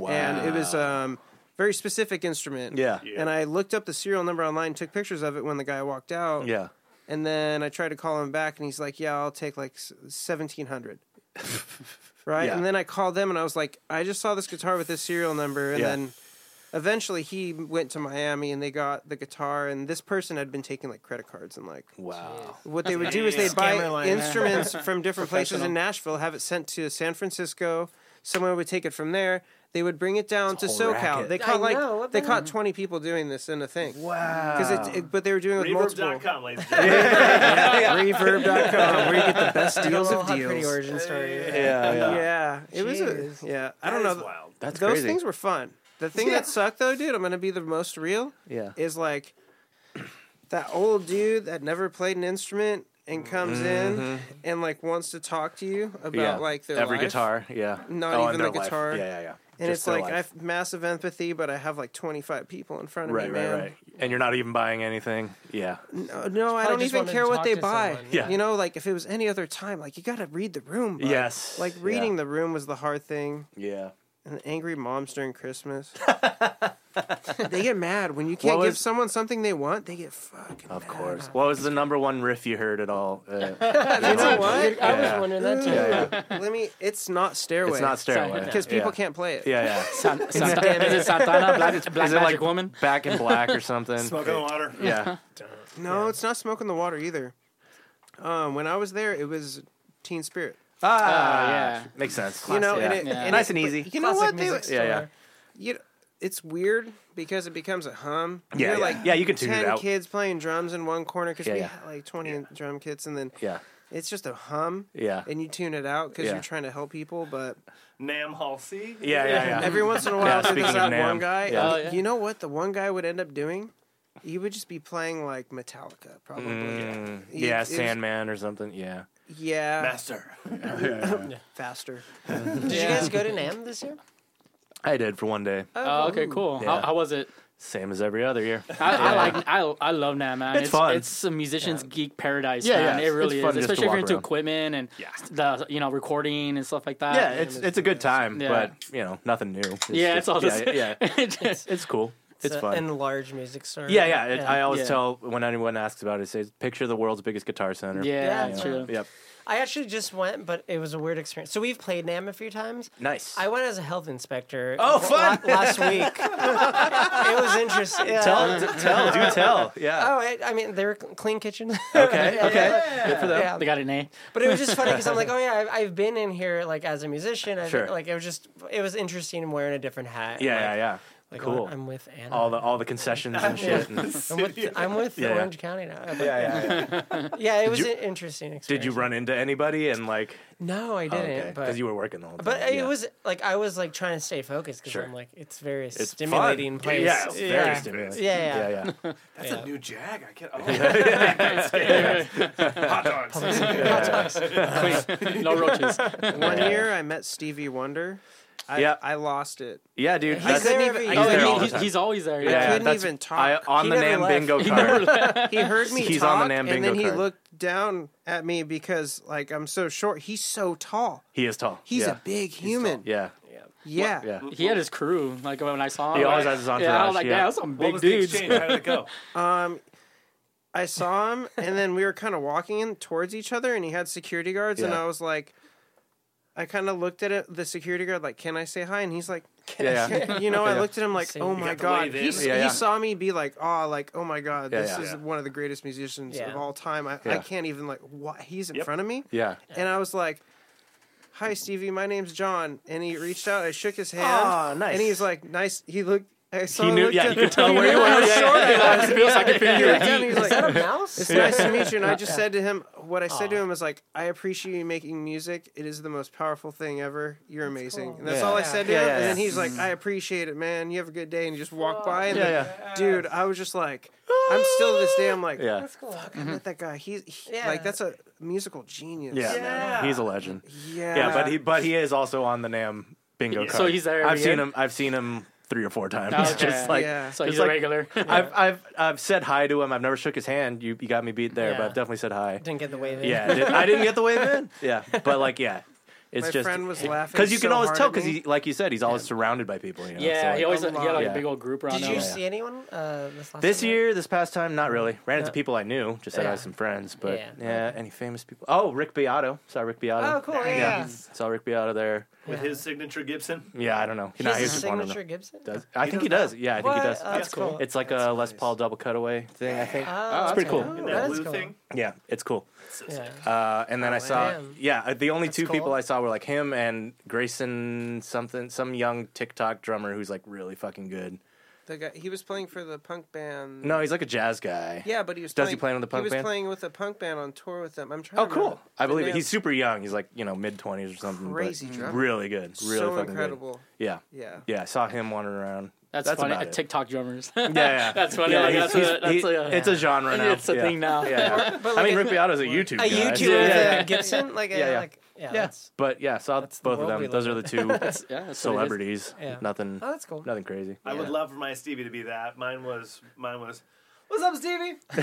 and it was um very specific instrument. yeah, yeah, Yeah. And I looked up the serial number online, took pictures of it when the guy walked out. yeah. And then I tried to call him back, and he's like, "Yeah, I'll take like (laughs) seventeen hundred. right? Yeah. And then I called them, and I was like, "I just saw this guitar with this serial number." And Yeah. then eventually he went to Miami, and they got the guitar. And this person had been taking like credit cards and like Wow. what they would do is they'd Scammer buy line. (laughs) instruments from different places in Nashville, have it sent to San Francisco. Someone would take it from there. They would bring it down to a whole SoCal. racket. They I caught like know, what they the caught twenty people doing this in a thing. Wow. Because it, it, but they were doing it with multiple. Reverb.com, ladies and gentlemen. Reverb.com, where you (laughs) get the best I don't deals know of how pretty deals. origin story. is. yeah, yeah. Yeah, it was. A, Jeez. yeah, I That don't is know. wild. That's Those crazy. things were fun. The thing that sucked though, dude, I'm gonna be the most real. Yeah. Is like that old dude that never played an instrument and comes in and like wants to talk to you about Mm-hmm. yeah. like their every life. guitar. Yeah, Not oh, even and the their life. guitar. Yeah, yeah, yeah. And Just it's their like I life. have massive empathy, but I have like 25 people in front of right, me, man. right, right. And you're not even buying anything. Yeah, No, no I don't just even wanted to care what talk they to buy. someone. Yeah. You know, like if it was any other time, like you gotta read the room. bud. Yes. Like Yeah. reading the room was the hard thing. yeah. And angry moms (laughs) during Christmas. they get mad when you can't What give was- someone something they want. They get fucking. Of course. What was the number one riff you heard at all? (laughs) Uh, You know what? I Yeah. was wondering that too. Let me. It's not stairway. it's not Stairway. because people Yeah. can't play it. Yeah, yeah. San- Santa- (laughs) is it Santana? Black, (laughs) Black Is it Magic like Woman? Back in Black or something? Smoke on the water. (laughs) Yeah. No, it's not smoke in the water either. Um, when I was there, it was Teen Spirit. Ah, yeah. Makes sense. You know, yeah. and, it, Yeah. and Nice it- and but easy. You know Classic what? They, music yeah, yeah. store. you, it's weird because it becomes a hum. Yeah, You're yeah. like Yeah, you can tune it ten out. kids playing drums in one corner because Yeah, we yeah. had like twenty drum kits, and then Yeah. it's just a hum. Yeah. and you tune it out because Yeah. you're trying to help people, (laughs) but. Nam Hall C. Yeah, yeah, yeah. Every once in a while, there speaking was of that Nam, one guy. yeah. Oh, yeah. You know what the one guy would end up doing? He would just be playing like Metallica, probably. Mm, He- yeah, it was- Sandman or something. Yeah. Yeah, Master. faster. Did you guys go to Nam this year? I did for one day. Oh, Ah, okay, cool. Yeah. How, how was it? Same as every other year. I, I like I, I love that man. It's fun. It's a musician's geek paradise. Yeah, man. yeah. it It's really fun is. just to Especially if walk you're into around. equipment and Yeah. the you know recording and stuff like that. (laughs) Yeah, it's it's a good time, Yeah. but you know nothing new. It's yeah, it's all just- the yeah, same. yeah. (laughs) It just- It's cool. It's fun. And large music store. yeah, yeah. It, I always Yeah. tell when anyone asks about it, I say, picture the world's biggest guitar center. Yeah, Yeah. true. Yep. I actually just went, but it was a weird experience. So we've played NAM a few times. Nice. I went as a health inspector. Oh, la- fun! last week. it was interesting. Yeah. (laughs) tell, t- tell, do tell. Uh, (laughs) Yeah. Oh, I, I mean, they were cl- clean kitchen. Okay. Okay. Good for them. yeah. They got an A. (laughs) But it was just funny because I'm (laughs) like, oh yeah, I've, I've been in here like as a musician. I've Sure. like it was just it was interesting wearing a different hat. Yeah. like, Yeah. Yeah. Like, cool. oh, I'm with Anna. all the all the concessions and shit. and- I'm with, I'm with (laughs) Yeah, yeah. Orange County now. But, yeah. yeah, yeah, yeah. it was you- an interesting experience. Did you run into anybody and like? No, I oh, didn't. okay, But you were working the whole time. But yeah. it was like I was like trying to stay focused because Sure. I'm like it's very It's fun. stimulating place. (laughs) Yeah, it's very Yeah. stimulating. Yeah, yeah. yeah, yeah. That's a new jag. I can't. Oh, (laughs) hot dogs. (laughs) Clean. No (laughs) roaches. One year I met Stevie Wonder. I, Yeah. I lost it. Yeah, dude. He's That's, there couldn't every even- year. Oh, there he- all the he- time. he's always there. I Yeah, Yeah. couldn't that's- even talk. I, on He the never Nam left. bingo He card. He heard me He's talk, on the Nam and bingo then he card. looked down at me because like I'm so short. He's so tall. He is tall. He's yeah. a big human. yeah. Yeah. Yeah. He had his crew. Like when I saw him, He always I- has his Yeah, I was entourage, like, yeah. yeah, that's some What big was the dudes. exchange? How did it go? I saw him, and then we were kind of walking in towards each other, and he had security guards, and Yeah. I was like, I kind of looked at it, the security guard, like, "Can I say hi?" And he's like, Yeah, yeah. you know, I Yeah. looked at him like, Same. "Oh You my got the god!" wave in. He's, Yeah, he yeah. saw me be like, "Oh, like, oh my god, Yeah, this yeah. is Yeah. one of the greatest musicians Yeah. of all time." I, I Yeah. can't even like, what? He's in Yep. front of me, Yeah. and I was like. Hi Stevie, my name's John, and he reached out. I shook his hand. Aw, nice. And he's like, "Nice." He looked. I (laughs) saw. He him knew. looked Yeah, at- you could (laughs) tell where you were. (laughs) Yeah, yeah, I could feel- I could feel he your looked at me, heat. he's like, Is that a mouse? (laughs) it's nice to meet you. And I just said to him, what I said to him is like, I appreciate you making music. It is the most powerful thing ever. You're amazing. And that's Yeah. all I said to Yeah, him. yeah, and then yeah. he's like, I appreciate it, man. You have a good day. And he just walked by. And Yeah, then, dude, I was just like, I'm still to this day. I'm like, yeah. That's cool. I met that guy. He's he, Yeah. like, that's a musical genius. Yeah, Yeah. man. He's a legend. Yeah. Yeah, but he but he is also on the Nam bingo Yeah. card. So he's there every I've seen year? him. I've seen him three or four times. (laughs) Okay. Just like Yeah. So It's he's a like- regular. I've I've I've said hi to him. I've never shook his hand. You you got me beat there, Yeah. but I've definitely said hi. Didn't get the wave. in. (laughs) Yeah, I didn't- I didn't get the wave in. Yeah, but like yeah, it's My just friend was laughing because you can so always hard tell at because me. he like you said he's always surrounded by people. You know? so, Yeah, like, he always a he had like lot. a Yeah. big old group around Did you him. see anyone uh, this last This summer? year, this past time, not really. Ran into No. people I knew. Just Mm. said I Yeah. had some friends, but Yeah. yeah. any famous people? Oh, Rick Beato. Saw Rick Beato. Oh, cool. Yeah. yeah. Saw Rick Beato there. With his signature Gibson. Yeah, I don't know. He Nah, has he a was just wandering signature Gibson. around. Does- I think he does. Yeah, I think What? he does. Oh, that's Yeah. cool. It's like a Les Paul double cutaway thing, I think. Oh, it's pretty cool. that's That, That is blue cool. thing. Yeah, it's cool. Yeah. Uh, and then I saw, man. yeah, uh, the only Oh, That's two people cool. I saw were like him and Grayson something, some young TikTok drummer who's like really fucking good. The guy, he was playing for the punk band. No, he's like a jazz guy. Yeah, but he was. Does playing, he play with the punk He was band? playing with a punk band on tour with them. I'm trying. Oh, to remember. cool. I believe it. They He's super young. He's like you know mid twenties or something. but Crazy drummer. Really good. have- Really so fucking incredible. Good. Yeah. Yeah. Yeah. I saw him wandering around. That's, That's funny. about it. TikTok drummers. (laughs) Yeah, yeah. That's funny. Yeah, like, he's- that's he's- a, that's he- a, it's (laughs) a genre now. it's a yeah. thing now. Yeah. (laughs) But I like mean, a- Rick Beato's a YouTube. a guy. YouTube Yeah. uh, Gibson, like Yeah, a, yeah. like yeah. Yeah. That's, But yeah, saw That's the both of world we them. Those are live the two Yeah, (laughs) that's what it is. (laughs) celebrities. Yeah. Nothing. oh, that's cool. Nothing crazy. I would Yeah. love for my Stevie to be that. Mine was. Mine was. What's up, Stevie? You (laughs)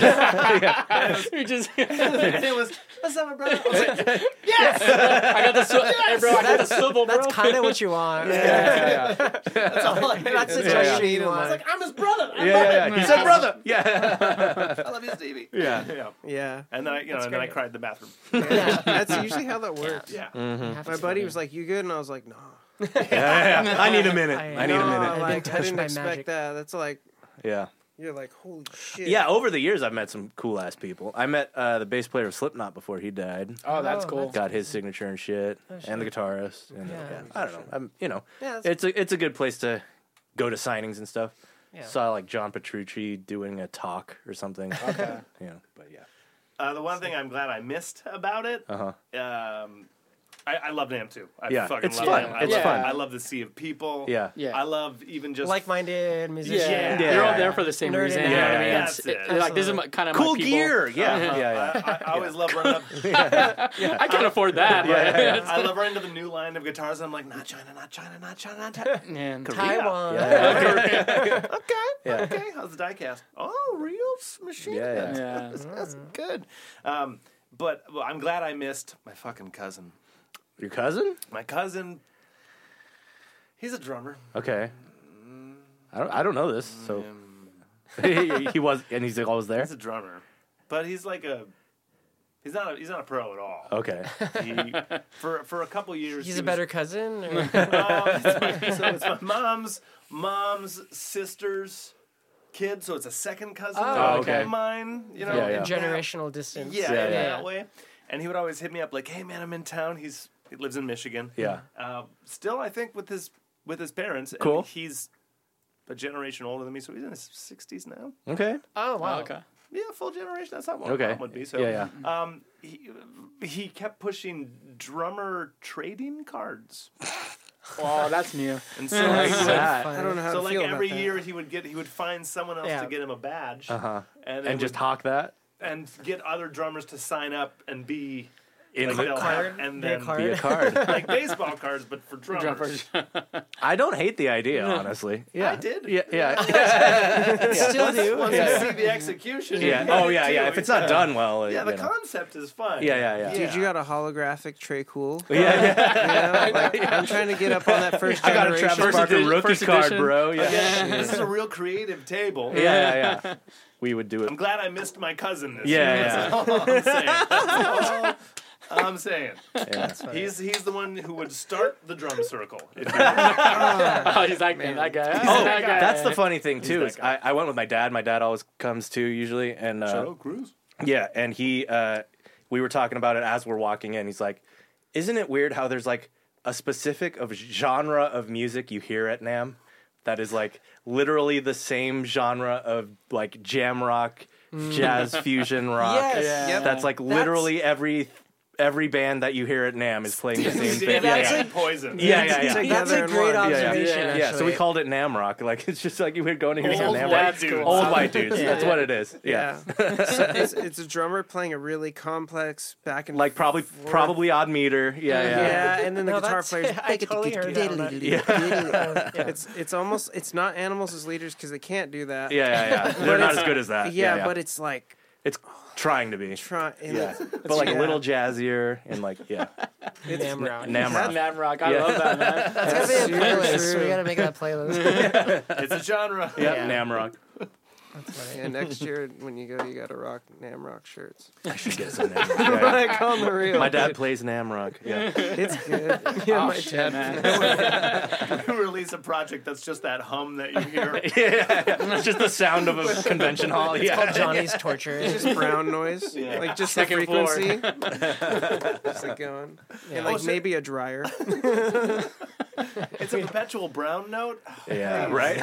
just- it was. What's up, my brother? I was like, I got the swivel. Hey, bro, I got the swivel, bro. That's kind of what you want. Yeah, yeah, (laughs) That's all. That's the Yeah, yeah. situation you I was want. like, I'm his brother. (laughs) yeah. yeah, yeah. He's a brother. (laughs) Yeah, I love you, Stevie. yeah. (laughs) Yeah. Yeah. And then I, you know, and then I great. cried in the bathroom. Yeah. That's usually how that works. Yeah. Hmm. My buddy was like, "You good?" And I was like, "No." Yeah, yeah. I need a minute. I- I need a no, minute. Like, I didn't, touch my expect magic. that. That's like Yeah. you're like, "Holy shit!" Yeah, over the years, I've met some cool ass people. I met uh, the bass player of Slipknot before he died. Oh, that's Oh, cool. Got his signature and shit, and the guitarist. And Yeah. yeah, I don't know. I'm, you know, Yeah, that's- it's a it's a good place to go to signings and stuff. Yeah. Saw like John Petrucci doing a talk or something. Okay. (laughs) yeah, but yeah. Uh, the one thing I'm glad I missed about it. Uh huh. Um, I, I love Nam too. I Yeah, fucking it's love fun. Nam. I It's love, fun. I love the sea of people. Yeah. Yeah. I love even just like-minded yeah. musician. Yeah. You're all there for the same Nerding reason. out. you know what I Yeah, mean? yeah, It's- that's it. it- like, this is my, kind of Cool my people. gear. Yeah. yeah. Yeah. Uh-huh. I, I always love running (laughs) up. (laughs) I can't afford that. Yeah, yeah, but- I love running to the new line of guitars. And I'm like, not China, not China, not China, not China. (laughs) Man. Taiwan. Yeah. okay, Yeah. okay. How's the diecast? Oh, real s- machine. Yeah, guns. yeah. That's, that's good. Um, but well, I'm glad I missed my fucking cousin. Your cousin? My cousin. He's a drummer. Okay. I don't, I don't know this, so (laughs) he, was, and he's always there. He's a drummer, but he's like a he's not a, he's not a pro at all. Okay, He, for for a couple years, He's he a was- better cousin. (laughs) Or... Um, it's my- so it's my mom's mom's sister's kid, so it's a second cousin Oh, of okay. mine. You know, Yeah, in yeah. that- generational distance. Yeah, Yeah, in yeah. that way. And he would always hit me up like, "Hey, man, I'm in town. He's he lives in Michigan. Yeah. uh, still, I think with his with his parents. and Cool. he's a generation older than me, so he's in his 60s now. okay, Oh wow. okay. Yeah, full generation. That's not what okay. mom would be. So Yeah, yeah. Um, he, he kept pushing drummer trading cards, Well, that's new. and (laughs) so (laughs) like, I don't know how so to like feel about every that. year he would get he would find someone else Yeah. to get him a badge Uh-huh. and, and just hop hawk that and get other drummers to sign up and be in like, the they'll have- card, and be a then be a card. (laughs) card. like baseball cards but for drummers. Jumpers. (laughs) I don't hate the idea, honestly. Yeah, I did. (laughs) Yeah, (laughs) yeah, Still do. Once you see the execution, you (laughs) yeah. get Oh, it yeah, too. yeah. If it's not done well, yeah, the you know. concept is fun. Yeah, yeah, yeah. Dude, you got a holographic Trey Cool. (laughs) yeah, yeah. You know? Like, I'm trying to get up on that (laughs) first I got generation. a Travis First Barker edition- rookie first card, edition. bro. Yeah. yeah, (laughs) Yeah, this is a real creative table. yeah, yeah. We would do it. I'm glad I missed my cousin this year. Yeah, yeah, I'm (laughs) saying. That's all I'm saying. yeah. He's he's the one who would start the drum circle. If you Oh, he's like that guy. Oh, that guy. that's the funny thing too. that Is I, I went with my dad. My dad always comes too, usually, and uh, Cruz. yeah, and he, uh, we were talking about it as we're walking in. He's like, "Isn't it weird how there's like a specific of genre of music you hear at Nam that is like literally the same genre of like jam rock, jazz fusion rock? Yes. Yeah. Yep. that's like literally every every band that you hear at Nam is playing the same Steve, thing. yeah, yeah. yeah. poison. Yeah, yeah, yeah. That's a Together in great one. Yeah, yeah. observation. Yeah. Actually. Yeah, so we called it Namrock. Like it's just like you would go in here and hear Old Namrock. white That's dudes. cool. Old white dudes. That's Yeah. what it is. Yeah. (laughs) Yeah. So it's, it's a drummer playing a really complex back and Like probably probably odd meter. Yeah, yeah, yeah. and then the No, guitar that's- player's (laughs) I totally heard that. one. (laughs) it's it's almost it's not animals as leaders because they can't do that. Yeah, yeah, yeah. They're not as good as that. yeah, but it's like it's trying to be. trying. Yeah. But like a yeah. little jazzier and like yeah. Namrock. Namrock. I love that man. That's gotta be a Super playlist. true. We gotta make that playlist. It's a genre. (laughs) Yeah, Namrock. And next year when you go, you got to rock Namrock shirts. I should get some Namrock. Yeah, yeah. (laughs) like on the real, My Oh, dad plays Namrock. Yeah. (laughs) it's (laughs) good. Yeah, oh, my dad. Release a project that's just that hum that you hear. yeah. It's just the sound of a convention hall. Yeah. Called Johnny's torture. It's just brown noise, Yeah. like just Second the floor. frequency, (laughs) just like going, and Oh, like so- maybe a dryer. It's a perpetual brown note. Yeah. Right?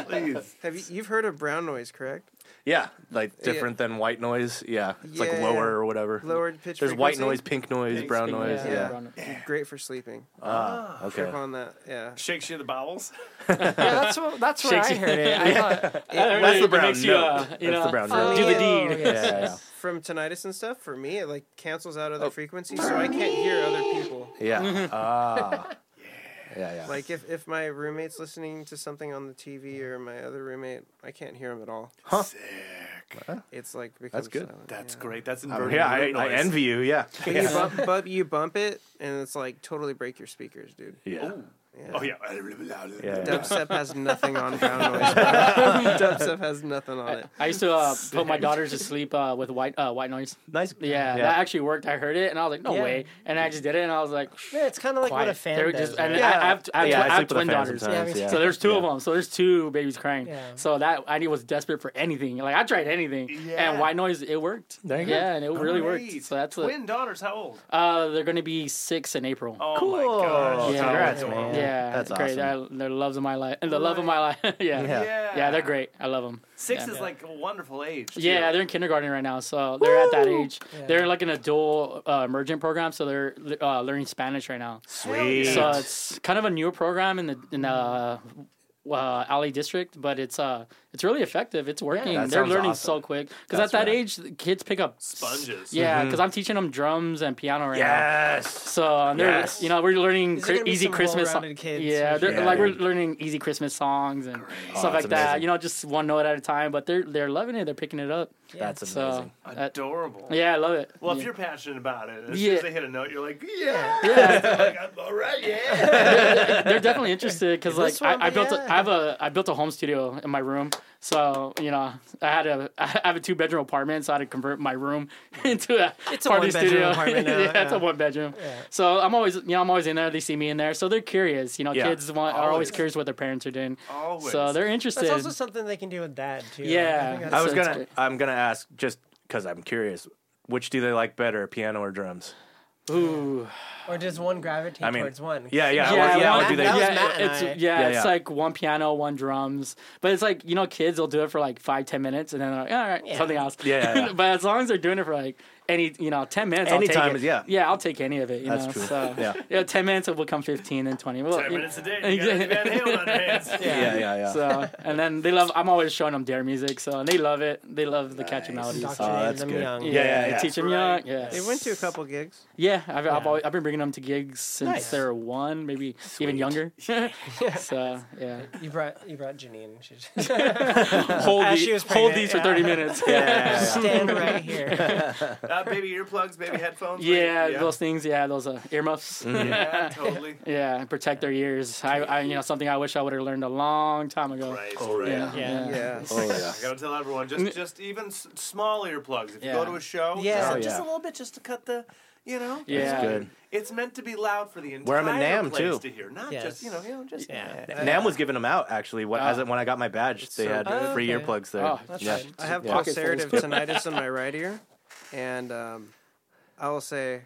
Oh, please. Have you you've heard of brown noise? Correct, Yeah. Like different than white noise. Yeah. It's like Yeah. lower or whatever. lowered pitch. There's white noise, frequency? pink noise, brown (laughs) noise. Yeah. Great for sleeping. Ah, okay. Trip on that, yeah. Shakes you in the bowels. Yeah, that's what, that's where I heard it. I thought, That's That's the brown makes you, uh, note. you That's the know, brown oh, note. Do the yeah. deed. Yeah, yeah, From tinnitus and stuff, for me, it like cancels out Oh. other frequencies, so I can't hear other people. yeah. Yeah. Ah. Yeah, yeah. Like if, if my roommate's listening to something on the TV or my other roommate, I can't hear him at all. It's like becomes good. silent, That's yeah. great. That's Oh, inverted yeah, I, note I noise. envy you. Yeah. But you bump, but you bump it, and it's like totally break your speakers, dude. Yeah. Oh (laughs) yeah. Yeah. Dubstep has nothing on brown noise. Dubstep has nothing on it. I used to (laughs) uh, put my daughters to sleep uh, with white uh, white noise. Nice. Yeah, that actually worked. I heard it and I was like, no Yeah. way. And I just did it and I was like, yeah, it's kind of like quiet. what a fan They were does. just- right? and I, Yeah. I have, I have, tw- Yeah, I I have sleep with twin a fan daughters. sometimes. Yeah, Yeah. So there's two of them. So there's two babies crying. Yeah. So that I was desperate for anything. Like I tried anything, Yeah. and white noise it worked. There you go. yeah, and it really Great. worked. So that's Twin a, daughters. How old? uh, they're gonna be six in April. Oh cool. my gosh. Yeah. Congrats, Yeah. man. yeah, That's great. awesome. I, they're loves of my life and the love of my life. (laughs) yeah. Yeah. yeah, Yeah. they're great. I love them. Six Yeah. is like a wonderful age. too. Yeah, they're in kindergarten right now, so they're at that age. Yeah. They're like in a dual uh, emergent program, so they're uh, learning Spanish right now. Sweet. So it's kind of a newer program in the in the uh, uh, Alley District, but it's uh it's really effective. It's working. That They're sounds learning awesome. so quick because at That's Mm-hmm. that rad. age, the kids pick up s- Sponges. Yeah, because I'm teaching them drums and piano right now. Yes. So and they're Yes. you know we're learning These are cri- gonna be easy some Christmas songs. well-rounded kids, Yeah, for they're, sure. like we're Yeah. learning easy Christmas songs and Oh, stuff that's like that. amazing. You know, just one note at a time. But they're they're loving it. They're picking it up. That's amazing. So uh, Adorable. yeah, I love it. Well, yeah. if you're passionate about it, as soon Yeah. as they hit a note, you're like, yeah. Yeah. (laughs) like, I'm all right, (laughs) yeah. they're definitely (laughs) interested because like this one, I, I built a, yeah. I have a I built a home studio in my room, so you know I had a (laughs) I have a two bedroom apartment, so I had to convert my room (laughs) into a It's a party one-bedroom studio. (laughs) apartment now, yeah, it's a yeah. one bedroom. So I'm always you know I'm always in there. They see me in there, so they're curious. You know, Yeah. kids want, are Always. always curious what their parents are doing. Always. So they're interested. That's also something they can do with dad too. Yeah. I think I that's- was So it's gonna. good. I'm gonna ask just because I'm curious. Which do they like better, piano or drums? Ooh. or does one gravitate I mean, towards one? Yeah, yeah, Yeah, or- yeah. one- Or do they? that was yeah, Matt and it's, I. yeah, Yeah, it's yeah. like one piano, one drums. But it's like, you know, kids will do it for like five, ten minutes and then they're like, all right, something else. Yeah, yeah, yeah. (laughs) but as long as they're doing it for like any, you know, 10 minutes, Any I'll take time it. is- yeah. Yeah, I'll take any of it. You That's know, true. So, (laughs) Yeah. 10 minutes will become 15 and 20. Well, 10 you- minutes a day. You (laughs) got Van Halen on your hands. yeah, yeah, yeah. So, and then they love, I'm always showing them dare music. So, and they love it. They love the catchy melodies. Indoctrinated So, Oh, that's them good. young. yeah, yeah, yeah. teach them Right. young. Yeah. They went to a couple gigs. Yeah, I've, I've, always, I've been bringing them to gigs since they were one, maybe even younger. so yeah, You brought you brought Janine. She's hold, As the- she was hold pregnant, these for yeah. thirty minutes. yeah, yeah. stand right (laughs) here. Uh, baby earplugs, baby headphones. (laughs) Yeah, baby- those things. Yeah, those uh, earmuffs. (laughs) yeah, totally. yeah, and protect their ears. I, I, you know, something I wish I would have learned a long time ago. Right. Oh, right. Yeah, yeah. Yeah. Oh yeah. I gotta tell everyone, just just even s- small earplugs. If you Yeah. go to a show, Yeah. just, Oh, just yeah. a little bit, just to cut the, you know, Yeah. it's- Good. It's meant to be loud for the entire Wear 'em in Nam, place too. to hear, not Yes. just you know, you know, just Yeah. Nam was giving them out actually. When, as Oh. when I got my badge, they so had good. free Okay. earplugs there. Oh, that's yeah. right. I have Yeah. Pocket full. ulcerative tinnitus in my right ear, and um, I will say,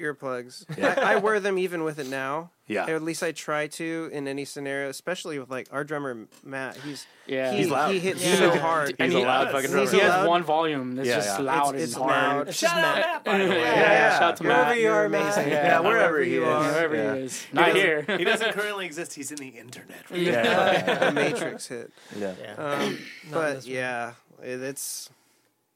earplugs. I, I wear them even with it now. Yeah. Or at least I try to in any scenario, especially with like our drummer Matt. He's Yeah. he, He's loud. He hits Yeah. so hard. And He's a he- loud Yes. fucking He's drummer. He a has loud- one volume. It's Yeah, just yeah. loud it's, and it's hard. loud. It's just Shout out, Matt. Matt, by the way. Yeah, shout out to Wherever Matt. you are, You're Matt. amazing. Yeah, Yeah, wherever wherever he you is. are. Wherever yeah. he is, not (laughs) here. He doesn't currently exist. He's in the internet. Right? Yeah, yeah, The Matrix hit. yeah. (coughs) Um, but this yeah, it, it's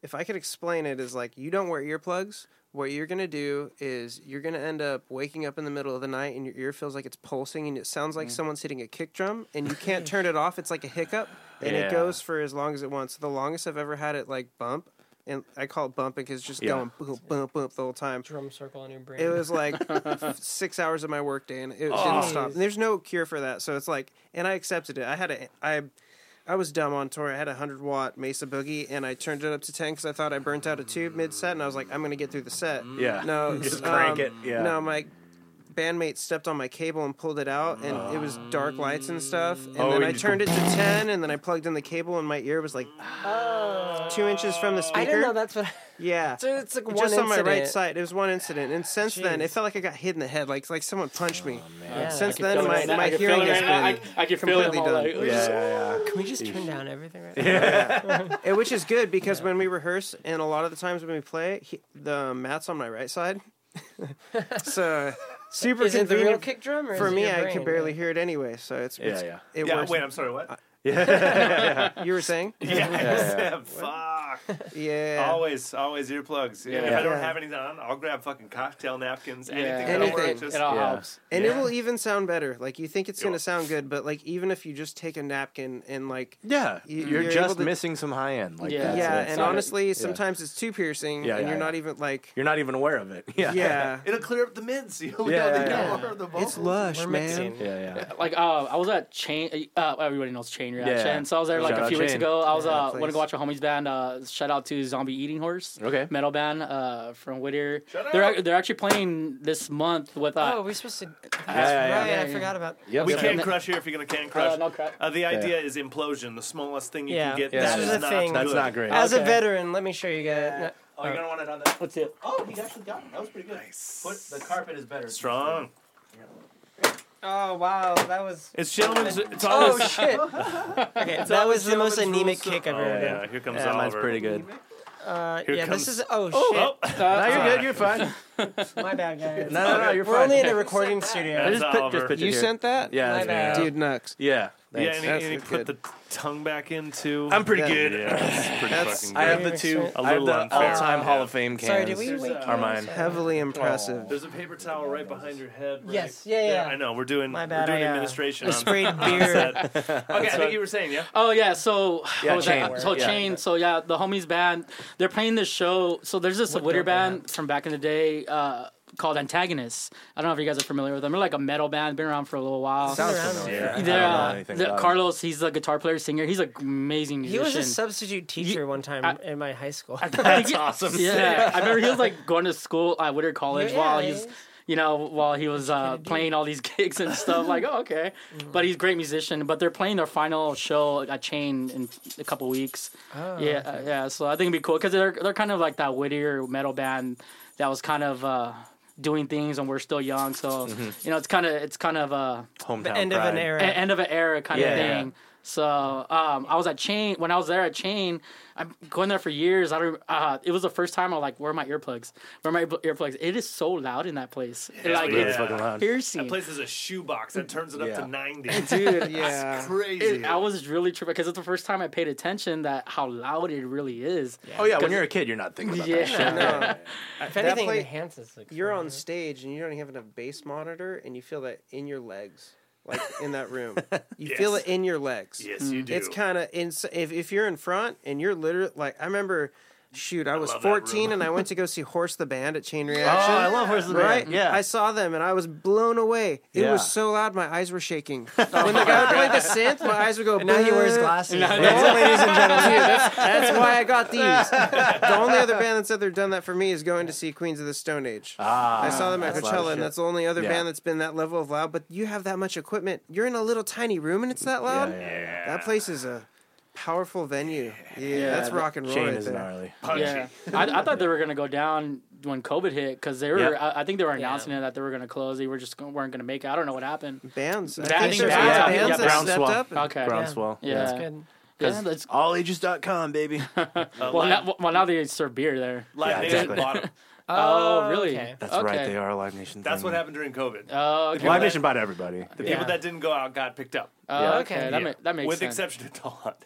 if I could explain it is like you don't wear earplugs. What you're gonna do is you're gonna end up waking up in the middle of the night and your ear feels like it's pulsing and it sounds like someone's hitting a kick drum and you can't turn it off. It's like a hiccup and Yeah. it goes for as long as it wants. The longest I've ever had it like bump and I call it bumping because it's just Yeah. going boom, boom, boom the whole time. Drum circle on your brain. It (laughs) was like six hours of my workday, and it Oh. didn't stop. And there's no cure for that, so it's like, and I accepted it. I had a, I, I was dumb on tour. I had a hundred watt Mesa Boogie, and I turned it up to ten because I thought I burnt out a tube mid set, and I was like, I'm gonna get through the set. Mm. Yeah. No, (laughs) Just um, crank it, yeah. No, my bandmate stepped on my cable and pulled it out, and it was dark lights and stuff. And Oh, then you I just turned (laughs) it to ten, and then I plugged in the cable, and my ear was like two inches from the speaker. I didn't know that's (laughs) what. Yeah. So it's like Just one on my right incident. side. It was one incident. And since then, it Jeez. felt like I got hit in the head, like like someone punched me. Yeah. Since I then, can my, feel it. my I can hearing feel it has right now. been. I, I can feel it. I'm completely all done. like, Yeah, yeah, yeah. Can we just turn down everything right now? and Which is good because when we rehearse, and a lot of the times when we play, he, the mat's on my right side. so super Is it the real convenient. kick drum? Or is for it me, your I brain? can barely hear it anyway, so it's, it's yeah. it Yeah, works. wait, I'm sorry, what? You (laughs) were saying? yeah, yeah. fuck. Yeah. Always, always earplugs. And if I don't Yeah. have any on, I'll grab fucking cocktail napkins, yeah, anything that'll anything. work. Anything. Just, It all Yeah. helps. And it Yeah. will even sound better. Like you think it's It will. going to sound good, but like even if you just take a napkin and like Yeah, You- you're, you're just able to- missing some high end. Like Yeah. that's, yeah, that's and not it. honestly, sometimes it's too piercing, Yeah, and yeah, you're yeah. not even like, you're not even aware of it. Yeah, yeah, (laughs) It'll clear up the mids. (laughs) You know, Yeah, yeah, yeah, yeah. the vocals. it's lush, We're man. mixing. yeah, yeah. Like, uh, I was at Chain. Uh, everybody knows Chain Reaction. Yeah. So I was there like Shout a out few weeks Chain. ago. I was Yeah, uh, please. went to go watch a homies band. Uh, shout out to Zombie Eating Horse. Okay. Metal band uh, from Whittier. Shout they're out. ac- they're actually playing this month with uh, Oh, we're supposed to. That's yeah, yeah. right. Yeah, I yeah. forgot about. Yep. We Yeah. can't crush here if you're gonna can't crush. Uh, no crap. Uh, the idea is implosion, the smallest thing you Yeah. can get. Yeah. That This is is a not thing. That's good. not great. As a Okay. veteran, let me show you guys. Oh, you're gonna want it on that. what's it? Oh, he actually got it. That was pretty good. Put the carpet is better. Strong. Oh wow, that was. It's gentlemen's. It's Oh always. shit. okay, that was the most anemic kick I've Oh, ever done. yeah, here comes Yeah, mine's Oliver. pretty good. Uh, Here yeah, comes- this is. Oh, Oh, (laughs) No, Uh, you're good. You're fine. shit. (laughs) My bad, guys. No, no, no. You're We're fine. (laughs) only in a recording studio. I That's just, put, Oliver. just put You here. sent that? Yeah, My that's me. bad. dude, Nux. Yeah, Yeah, Thanks. and he, That's and he put good. the tongue back in too. I'm pretty Yeah. good. Yeah, it's pretty That's- fucking I good. have the two. A I have little the unfair. all-time Uh, Hall of Fame cans. Sorry, did we wake you? are mine. (laughs) Heavily (laughs) impressive. There's a paper towel right behind your head. Right? Yes, yeah, yeah. I know. We're doing. My bad, we're doing I, uh, administration. I on- (laughs) sprayed on beer. (laughs) set. okay, I think you were saying yeah. Oh yeah, so Yeah, what was that? Chain. So Yeah. chain. So yeah, the homies band. They're playing this show. So there's this Witter band from back in the day uh, called Antagonists. I don't know if you guys are familiar with them. They're like a metal band. Been around for a little while. Sounds Around familiar. Yeah, I don't know yeah, anything uh, the- about it. Carlos. He's a guitar player, singer. He's an amazing He musician. was a substitute teacher one time I- in my high school. (laughs) (laughs) That's awesome. Yeah, I remember he was like going to school at Witter College Yeah, while yeah. he's, you know, while he was uh, do. Mm. playing all these (laughs) gigs and stuff. Like, oh, okay, but he's a great musician. But they're playing their final show at Chain in a couple weeks. Oh, yeah, uh, yeah. So I think it'd be cool because they're they're kind of like that Whittier metal band that was kind of. Uh, doing things when we're still young so Mm-hmm. you know it's kind of it's kind of uh Hometown the end of an pride. era. a- e, end of an era kind Yeah. of thing. So um, I was at Chain when I was there at Chain. I'm going there for years. I don't. Uh, it was the first time I like where are my earplugs. Where are my ear- earplugs? It is so loud in that place. It, like Really Yeah. it's fucking loud. That piercing. place is a shoebox that turns it up Yeah. Mm. to ninety. Dude, Yeah. Crazy. it- I was really tripped because it's the first time I paid attention that how loud it really is. Oh yeah, when you're a kid, you're not thinking about Yeah. that (laughs) shit. No, if anything, play- it enhances. the you're on experience. stage and you don't even have enough bass monitor, and you feel that in your legs, like in that room. You feel Yes. it in your legs. yes, you do. It's kind of in. If if you're in front and you're literally like, I remember, shoot, I was love that room. 14 and I went to go see Horse the Band at Chain Oh, Reaction. I Uh, love Horses Right? Man. Yeah. I saw them and I was blown away. It Yeah. was so loud, my eyes were shaking. when the guy played the synth, my eyes would go. And now he wears "Bleh." glasses. That's, ladies and gentlemen, Dude, that's, (laughs) that's why I got these. the only other band that's ever done that for me is going to see Queens of the Stone Age. ah, I saw them at that's loud as Coachella, shit. and that's the only other Yeah. band that's been that level of loud. But you have that much equipment. You're in a little tiny room, and it's that loud. Yeah, yeah, yeah. That place is a powerful venue. Yeah, that's that rock and roll Shane right is there. gnarly. Punchy. Yeah, I, I thought they were gonna go down when COVID hit because they were. Yeah. I, I think they were announcing it that they were gonna close. They were just gonna- weren't gonna make it. I don't know what happened. Bands. I Bands, think there's bands, bands, yeah, bands that Brown stepped (laughs) Swamp. up. and- Okay. Groundswell. Yeah. That's good. Yeah, that's- (laughs) Allages.com, baby. Uh, well, Live- now, well, now they serve beer there. Live Yeah, Nation exactly. bottom. Oh, really? okay. That's Okay. right. They are a Live Nation. That's thing. what happened during COVID. Oh, okay. Live Nation (laughs) bought everybody. the people yeah. that didn't go out got picked up. Oh, Yeah. okay. That, ma- that makes With sense. exception of Tall Hut.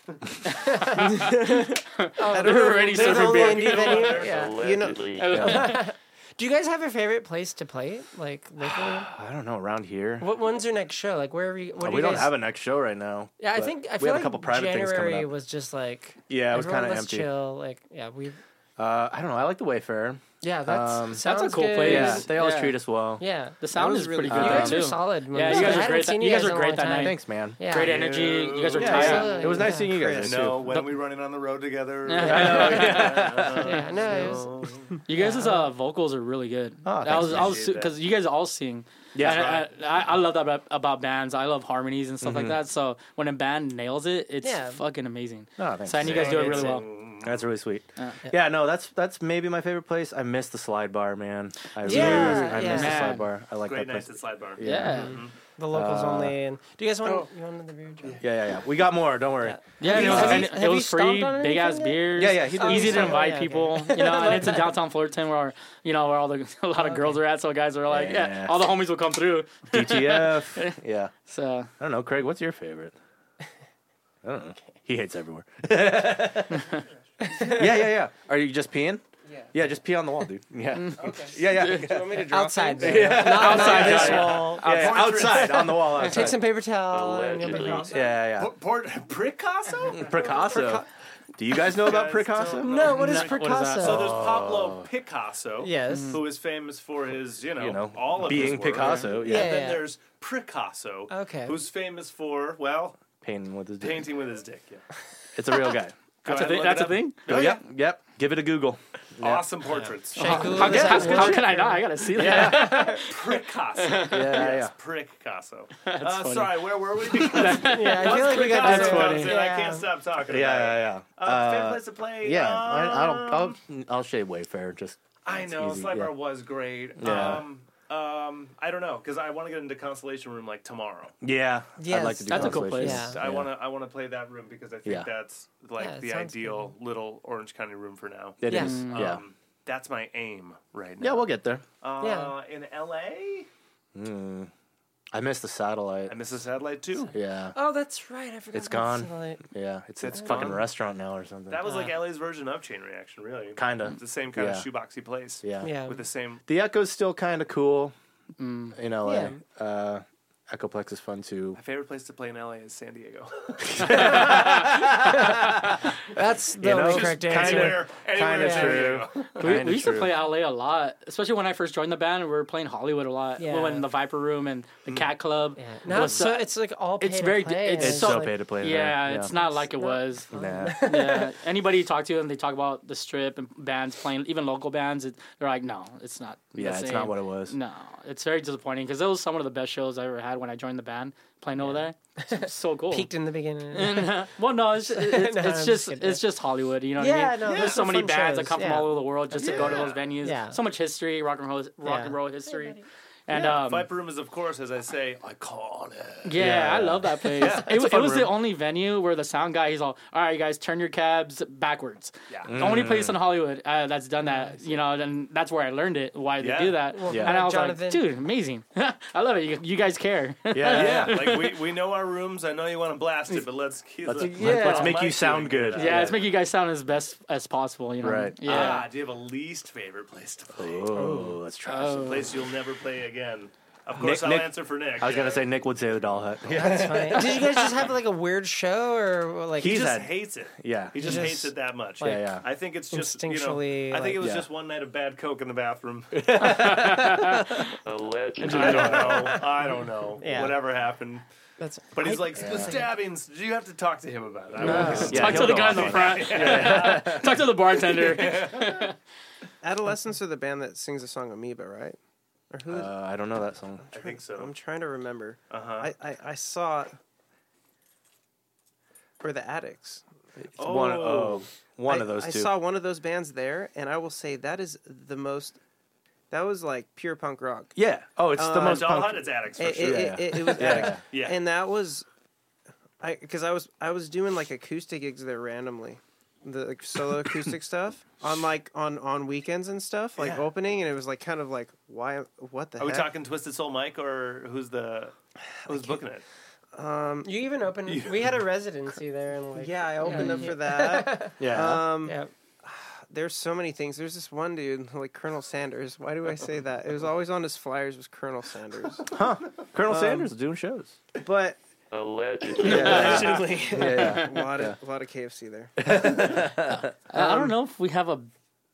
I They're don't know if already they're the serving only beer. indie venue. Oh, Yeah. You know- (laughs) Allegedly. (laughs) Do you guys have a favorite place to play it? Like locally? I don't know. Around here, what when's your next show? Like where are we? What do Oh, we you don't guys- have a next show right now. Yeah, I but think I we feel have like a couple private January things coming up. was just like Yeah, it was everyone, kinda let's empty. Chill, like yeah, we Uh, I don't know. I like the Wayfair. yeah, that's Um, That's a sounds cool good. place. Yeah, Yeah. they always Yeah. treat us well. Yeah, The sound was is really pretty good. good. You you Um, guys too. were solid. Yeah, you I guys were haven't great. That, seen you guys in were a great long that time. night. Thanks, man. Yeah. Great energy. You guys were Yeah, tight. absolutely. It was nice Yeah. seeing you guys. Chris. too. No, when The- we running on the road (laughs) together. Yeah, no, it was, You guys' uh, vocals are really good. Oh, I was, I was, Appreciate that. because you guys all sing. Yeah. And I, I, I love that about, about bands. I love harmonies and stuff like Mm-hmm. that. So when a band nails it, it's Yeah. fucking amazing. Oh, thanks. So and you guys do it really well. That's really sweet. yeah. no, that's that's maybe my favorite place. I miss the slide bar, man. I Yeah, really, I yeah. miss the Man. slide bar. I like Great that nights place. at Slide Bar. Yeah. the locals Uh, only. And do you guys Oh. want you want another beer? Joe? Yeah, yeah, yeah. We got more. Don't worry. Yeah, and it you- was, have and you- it have you was stomped free, on big ass anything yet? beers. Yeah, yeah. He did. Oh, easy you to stomped- invite oh, yeah, people, (laughs) you know, and it's in downtown Fullerton where you know where all the (laughs) a Oh, lot of girls are at. So guys are like, yeah. Yeah. all the homies will come through. (laughs) DTF. yeah. So I don't know, Craig. What's your (laughs) favorite? I don't know. He hates (laughs) everywhere. yeah, yeah, yeah. Are you just peeing? Yeah. Yeah, just pee on the wall, dude. (laughs) Yeah. okay. Yeah, yeah. You want me to drop Outside, things? though. Not- not Outside, this yeah, yeah. wall. Yeah, yeah, outside on the (laughs) wall. Outside. Take some paper towel. and you'll be Allegedly. fine. Yeah, yeah. yeah. Por- Port- Picasso? Picasso. Do you guys know about Guys, Picasso? don't- No, what is Not- what is that? Picasso? (laughs) So there's Pablo Picasso. Yes. Who is famous for his, you know, Oh. You know, all of his being work. Picasso. Yeah. Yeah. And then there's Picasso. Okay. Who's famous for, well, Painting with his dick. painting with his dick. Yeah. It's a real (laughs) guy. Go that's ahead, a thing. look That's it a up. thing. Go, yep, yep. Give it a (laughs) Google. Awesome portraits. (laughs) Shankulu How, is can- at how, work. how can I not? I gotta see that. Picasso. (laughs) Yeah, yeah, yeah. Yes, Picasso. Uh, sorry, where were we? Because Yeah, I feel like we got Picasso this comes one. in, I can't stop talking. Yeah, about it. yeah, yeah. Uh, favorite Uh, place to play? yeah, Um, I, I don't. I'll, I'll shade Wayfair. Just I know easy, Slimer yeah. was great. Yeah. Um, um, I don't know because I want to get into Constellation Room like tomorrow. yeah. I'd like Yes, to do that's a cool place. Constellations. Yeah. I want to I want to play that room because I think Yeah. that's like Yeah, it the sounds ideal little Orange County room for now. It Yeah. is. Mm. Yeah. Um, that's my aim right now. yeah, we'll get there. uh, Yeah. in LA. I missed the satellite. I miss a satellite too. Yeah. Oh, that's right. I forgot. It's about gone. Satellite. Yeah. It's a That's fucking gone. restaurant now or something. That was like LA's version of Chain Reaction, really. Kinda. It's the same kind Yeah. of shoeboxy place. yeah. Yeah. With the same. The Echo's still kind of cool in LA. Yeah. Uh, Echoplex is fun too. My favorite place to play in LA is San Diego. That's (laughs) the You know, only just correct kinda- answer. anywhere, anywhere Kinda in San true. Diego. We, (laughs) Kinda we used to true. play LA a lot, especially when I first joined the band. We were playing Hollywood a lot. Yeah. We went in the Viper Room and the Hmm. Cat Club. Yeah. Now it's Was, so uh, it's like all. Pay it's to very- Play, and it's It's so- so like- pay to play. there. yeah, it's not like it not was. (laughs) Nah. yeah, anybody you talk to and they talk about the strip and bands playing, even local bands, it, they're like, no, it's not. the Yeah, it's same." not what it was. (laughs) No, it's very disappointing because it was some of the best shows I ever had when I joined the band playing over there. (laughs) It's so cool. peaked in the beginning. (laughs) well, (laughs) no, it's, it's, No, it's I'm just just kidding. it's just Hollywood. You know Yeah, what I mean? no, those There's so are many fun bands shows, that come from yeah. all over the world just to go to Yeah. those venues. Yeah. So much history, rock and roll, rock and Yeah. roll history, and um, Viper Room is, of course, as I say, Mm. iconic. yeah, Yeah. I love that place. it it's a it fun was the room. only venue where the sound guy, he's all, all right, you guys, turn your cabs backwards. Yeah. The only place Mm. in Hollywood uh, that's done that, you know, and that's where I learned it, why Yeah. they do that. Yeah. And I was Jonathan- like, dude, amazing. (laughs) I love it. You, you guys care. (laughs) (laughs) Yeah. Yeah, (laughs) like we, we know our rooms. I know you want to blast it, but let's keep Let's, let's- let's- let's Oh, make you Mike's sound doing good. that. yeah, let's make you guys sound as best as possible, you know? Right. Yeah. Ah, do you have a least favorite place to play? Oh, let's try. Oh. Place you'll never play again. Of course, Nick- I'll Nick- answer for Nick. I was gonna say Nick would say the doll hut. Yeah, That's funny. Did you guys just have (laughs) like a weird show or like? he He's just had- hates it. (laughs) yeah. He just, Just, hates it that much. Yeah, yeah. I think it's just you know, Instinctually, I think like- it was Yeah. just one night of bad coke in the bathroom. (laughs) Allegedly. I don't know. I don't know. Yeah. Whatever happened. that's But he's like the stabbings. You have to talk to him about it. I won't be- Yeah, Talk to he'll the go guy in off the on (laughs) front. Yeah. (laughs) Talk to the bartender. Adolescents are the band that sings the song Amoeba, right? Or who? that. Uh, I don't know that song. I think so. I'm trying to remember. Uh huh. I, I I saw. it. Or the Addicts. Oh. One, oh, one I- of those I two. saw one of those bands there, and I will say that is the most. That was like pure punk rock. yeah. Oh, it's the Uh, most. Doll Punk- Hunt, it's addicts for It, sure. it, it, it- it was Addicts. Yeah. and that was, I because I was I was doing like acoustic gigs there randomly, the like, (coughs) solo acoustic stuff on like on on weekends and stuff like Yeah. opening, and it was like kind of like why what the Are we heck? talking Twisted Soul Mike or who's the who's booking it? you even opened. We had a residency there and like. yeah, I opened um, Yeah. up (laughs) for that. Uh-huh. yeah. Um, Yeah. there's so many things. There's this one dude, (laughs) like Colonel Sanders. Why do I say (laughs) that? It was always on his flyers was Colonel Sanders. (laughs) Colonel Sanders is doing shows. But Allegedly. allegedly, Yeah. a lot of a lot of KFC there. Uh, I don't know if we have a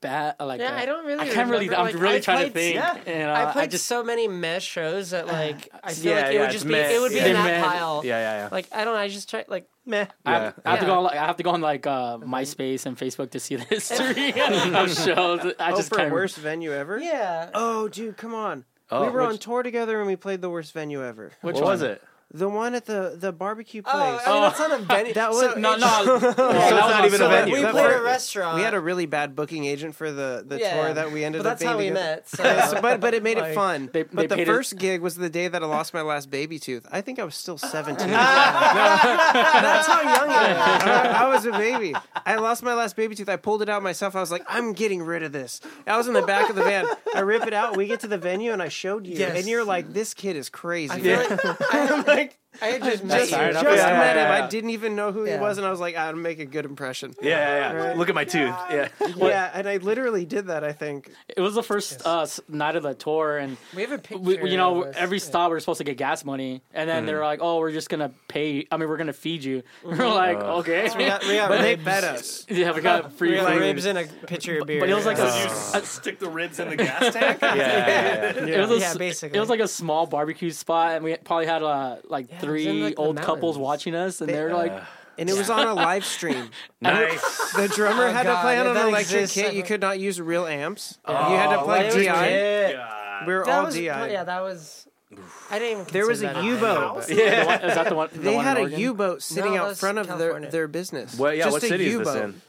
bat like. uh, Yeah, I I don't really. I can't really. remember, I'm like, really I trying to played- think. Yeah. you know, I played just so many mess shows that like I feel Yeah, like it yeah, would it's just be meh. it would be Yeah. in that Meh. pile. Yeah, yeah, yeah. Like I don't. know, I just try like Meh. I have, Yeah. I have to Yeah. go on. Like, I have to go on like uh, MySpace and Facebook to see (laughs) the history (laughs) of shows. I Oh, just for can't. worst venue ever. yeah. Oh, dude, come on. Oh, we were which- on tour together and we played the worst venue ever. Which What one? was it? The one at the the barbecue place. Oh, I mean, that's not a venue. That So was- (laughs) No, no. (laughs) yeah, that not was even a solo. venue. we That played a part- restaurant. we had a really bad booking agent for the the Yeah. tour that we ended But up. that's being how we together. met. So. (laughs) So, but but it made it fun. They- they but the paid first gig was the day that I lost my last baby tooth. I think I was still (laughs) seventeen. Ah. that's how young I was. I, I was a baby. I lost my last baby tooth. I pulled it out myself. I was like, I'm getting rid of this. I was in the back of the van. I rip it out. We get to the venue, and I showed you, Yes. and you're like, this kid is crazy. (laughs) I feel like I, had- I had just met just you. Fired up. just Yeah, met yeah, him. yeah. I didn't even know who Yeah. he was, and I was like, I'll make a good impression. Yeah, yeah, yeah. Look at my tooth. Yeah. Yeah, and I literally did that. I think. It was the first uh, s- night of the tour, and We have a picture. we, you know, of us. every stop we're supposed to get gas money, and then Mm. they're like, "Oh, we're just gonna pay. I mean, we're gonna feed you." (laughs) Mm-hmm. We're like, Uh. (laughs) "Okay." We got, we got But but they- they bet us. (laughs) yeah, we got free Yeah, food. ribs and a pitcher of beer. But it was like Uh, Did you a, a- s- uh, stick the ribs in the (laughs) gas tank? Yeah, yeah, (laughs) yeah. it was a Yeah, s- basically. It was like a small barbecue spot, and we probably had uh, like it was in, three like, the old mountains. couples uh, watching us, and they're (laughs) like, And it was on a live stream. Uh, Nice. The drummer Oh, had God, to play if on an that electric exists, Oh, I kit. You would- could not use real amps. you had to play that was DI. Eh. God. We were that all was, DI. Yeah, that was. I didn't even. There was consider a that U-boat. the (laughs) one, "Is that the one?" the They one had in a Oregon? U boat sitting No, out that's front of their, California. their business. Well, yeah. Just what a city is this U-boat. in?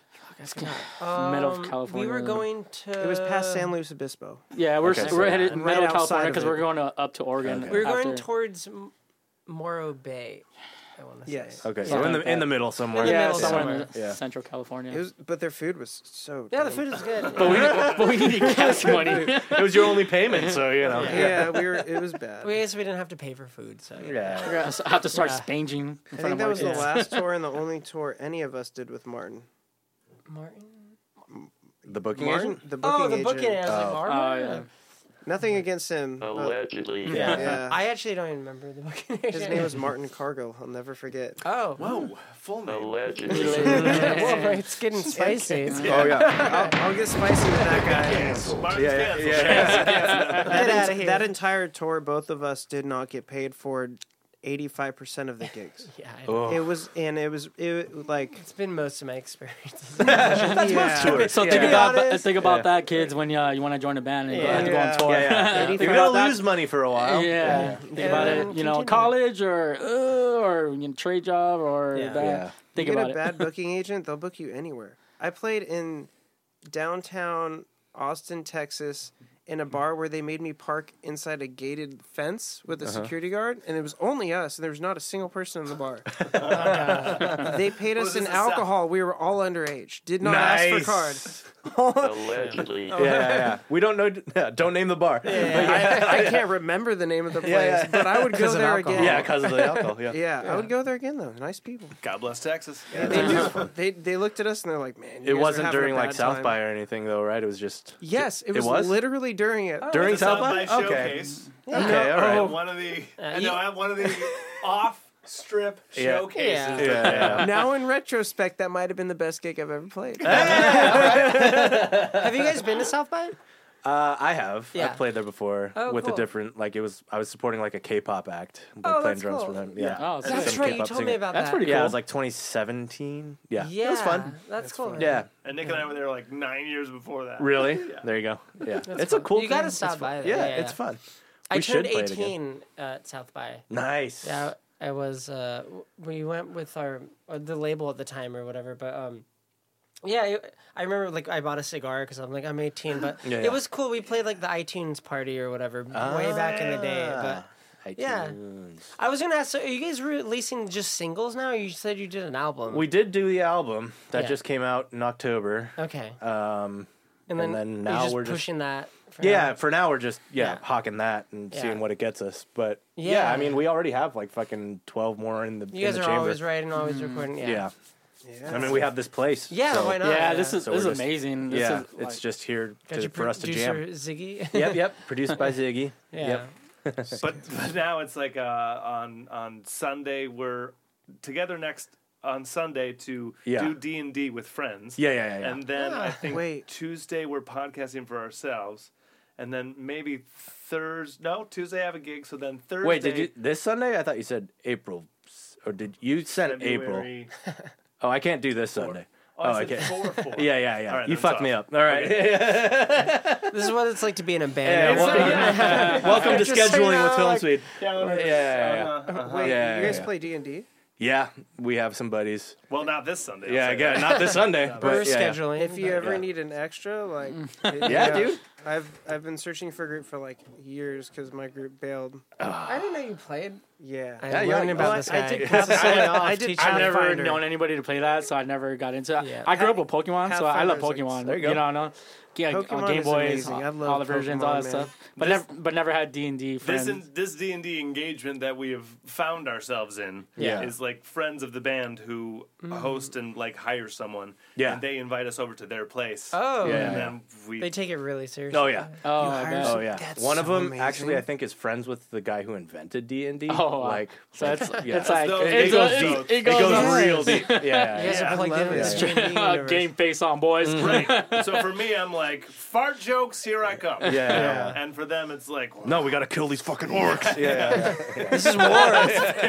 middle of Um, California. We were going to. It was Uh, past San Luis Obispo. Yeah, we're Okay, s so- we're headed Right middle outside California of because it. we're going to, up to Oregon. Okay. We were going after. towards M- Morro Bay. I want to Yes. say. Okay, so Something in the like that. in the middle In somewhere. the yeah, middle somewhere, somewhere. in the Yeah. Central California. It was, but their food was so. Yeah, the damn- food is good. (laughs) but, we, but we needed gas money. it was your only payment, so you know. Yeah, we were. (laughs) It was bad. we guess we didn't have to pay for food, so yeah. Yeah. (laughs) So I have to start Yeah. spanging. In I front think of that was the Marcus. (laughs) last tour and the only tour any of us did with Martin. Martin. The booking Martin, agent. the booking Oh, the agent. booking. I was like, Martin? Oh, yeah. Nothing against him. Oh, but- Allegedly. Yeah. yeah. (laughs) I actually don't even remember the booking. His name was Martin Cargo. I'll never forget. (laughs) Oh. (laughs) Whoa, full name. (laughs) Allegedly. Whoa, it's getting spicy. (laughs) Oh (laughs) yeah. I'll, I'll get spicy with that guy. Martin's Yeah, yeah, canceled. yeah. Get That, en- outta here. that entire tour, both of us did not get paid for eighty-five percent of the gigs. Yeah, I- Oh. It was, and it was, it like it's been most of my experiences. that's yeah. tour. So Yeah. think To be about honest- think about that, kids, when uh, you want to join a band and you Yeah. have to go Yeah. on tour. Yeah, yeah. Yeah. You're Think about gonna that. lose money for a while. Think about And it. You know, continue. college or uh, or you know, trade job or Yeah. that. Yeah. Think you get about a it. bad booking agent, they'll book you anywhere. I played in downtown Austin, Texas, in a bar where they made me park inside a gated fence with a security guard, and it was only us, and there was not a single person in the bar. they paid us Was in this a South- alcohol. We were all underage. Did not ask for Nice. (laughs) card. Allegedly. Yeah, yeah, yeah. We don't know. (laughs) Yeah, don't name the bar. (laughs) Yeah, I, I can't remember the name of the place, (laughs) yeah. but I would go Because of there alcohol. again. Yeah, because of the alcohol. Yeah. Yeah, I would go there again though. Nice people. (laughs) God bless Texas. They, just- they they looked at us and they're like, "Man, you It guys are wasn't having a during like bad South time." by or anything though, right? It was just Yes, it It was, was? literally during it. during The South by. South by Okay. Showcase. Okay. All right. And one of the and you- no, and one of (laughs) the off strip Yeah. showcases. (laughs) Yeah. Yeah, yeah. now in retrospect, that might have been the best gig I've ever played. (laughs) Have you guys been to South by? Uh, I have. Yeah. I've played there before Oh, with cool. a different like it was. I was supporting like a K-pop act, like Oh, playing that's drums cool. for them. Yeah. Oh, sick. That's Some right. You K-pop told me singer. about That's that. pretty cool. Yeah, it was like 2017. Yeah. Yeah, It was fun. That's, cool. man. Yeah. And Nick and I were there like nine years before that. Really? There you go. Yeah. it's a fun. cool. You gotta thing. stop It's fun. by there. Yeah, Yeah, yeah. it's fun. I We should turned play it again. 18 uh, at South by. Nice. Yeah, I was. Uh, w- we went with our or the label at the time or whatever, but um, yeah, I, I remember like I bought a cigar because I'm like I'm 18, but (laughs) Yeah, Ah. yeah. it was cool. We played like the iTunes party or whatever way back in the day. But yeah. iTunes. I was gonna ask, so are you guys releasing just singles now? You said you did an album. We did do the album that Yeah. just came out in October. okay, Um, and and then, then you're now just we're just- pushing that. For yeah, now? for now we're just yeah, Yeah. hawking that and Yeah. seeing what it gets us. But yeah. Yeah. I mean we already have like fucking twelve more in the you guys in are the chamber. always writing, always recording. Yeah, Yeah. I mean we have this place. Yeah, so- why not? yeah, this is So this is we're just- amazing. This Yeah, is, it's just here Got to, your for us to jam. producer, Ziggy. (laughs) (laughs) yep, yep. Produced by Ziggy. yeah. Yep. But, but now it's like uh, on on Sunday we're together next on Sunday to Yeah. do D and D with friends. Yeah, yeah, yeah. yeah. And then I think Wait. Tuesday we're podcasting for ourselves, and then maybe Thursday. No, Tuesday I have a gig. So then Thursday. Wait, did you this Sunday? I thought you said April, s- or did you sent April? February- Oh, I can't do this Sunday. Oh, I Oh, said okay. four, four. (laughs) Yeah, yeah, yeah. All right, you then fucked it's me off. up. All right. (laughs) This is what it's like to be in a (laughs) Yeah, band. welcome, (laughs) welcome to Just so you scheduling know, with Film like- Suite. Calendar. Yeah, yeah, yeah. Uh-huh, uh-huh. (laughs) Wait, Yeah, you yeah, guys yeah. play D and D? Yeah, we have some buddies. Well, not this Sunday. I'll Yeah, say again, that. not this Sunday, but We're yeah, yeah. scheduling. If you ever Yeah. need an extra, like (laughs) Yeah, dude. I've I've been searching for a group for like years because my group bailed. I didn't know you played. Yeah, I'm yeah, learning like- about oh, I- this guy. (laughs) I did Pass pass this guy I- off, I did teach pass- him. I've never Pathfinder. known anybody to play that, so I never got into it. Yeah. I grew up with Pokemon, so I love Pathfinder's Pokemon. like- There you go. You know, I know. Yeah, on Pokemon Game is Boys, amazing. all, I love all the versions, all that Pokemon, man. stuff. But never, but never had D and (laughs) D This friends. in, this D and D engagement that we have found ourselves in Yeah. is like friends of the band who host and like hire someone. Yeah. and they invite us over to their place. Oh, Yeah. and then we they take it really seriously. Oh yeah. oh, I hired bet. Oh yeah. That's One of so them amazing. actually, I think, is friends with the guy who invented D and D. Oh, wow. like So that's yeah. it's like though- it's it a- goes it- deep. It it goes, goes Yes. (laughs) real deep. Yeah, yeah, You guys yeah. are plugged love in it. with the (laughs) stream meeting Uh, universe. Mm-hmm. game face on, boys. right. So for me, I'm like fart jokes. Here I come. Yeah, yeah. And for them, it's like No, we gotta kill these fucking orcs. yeah, yeah, yeah. This is war.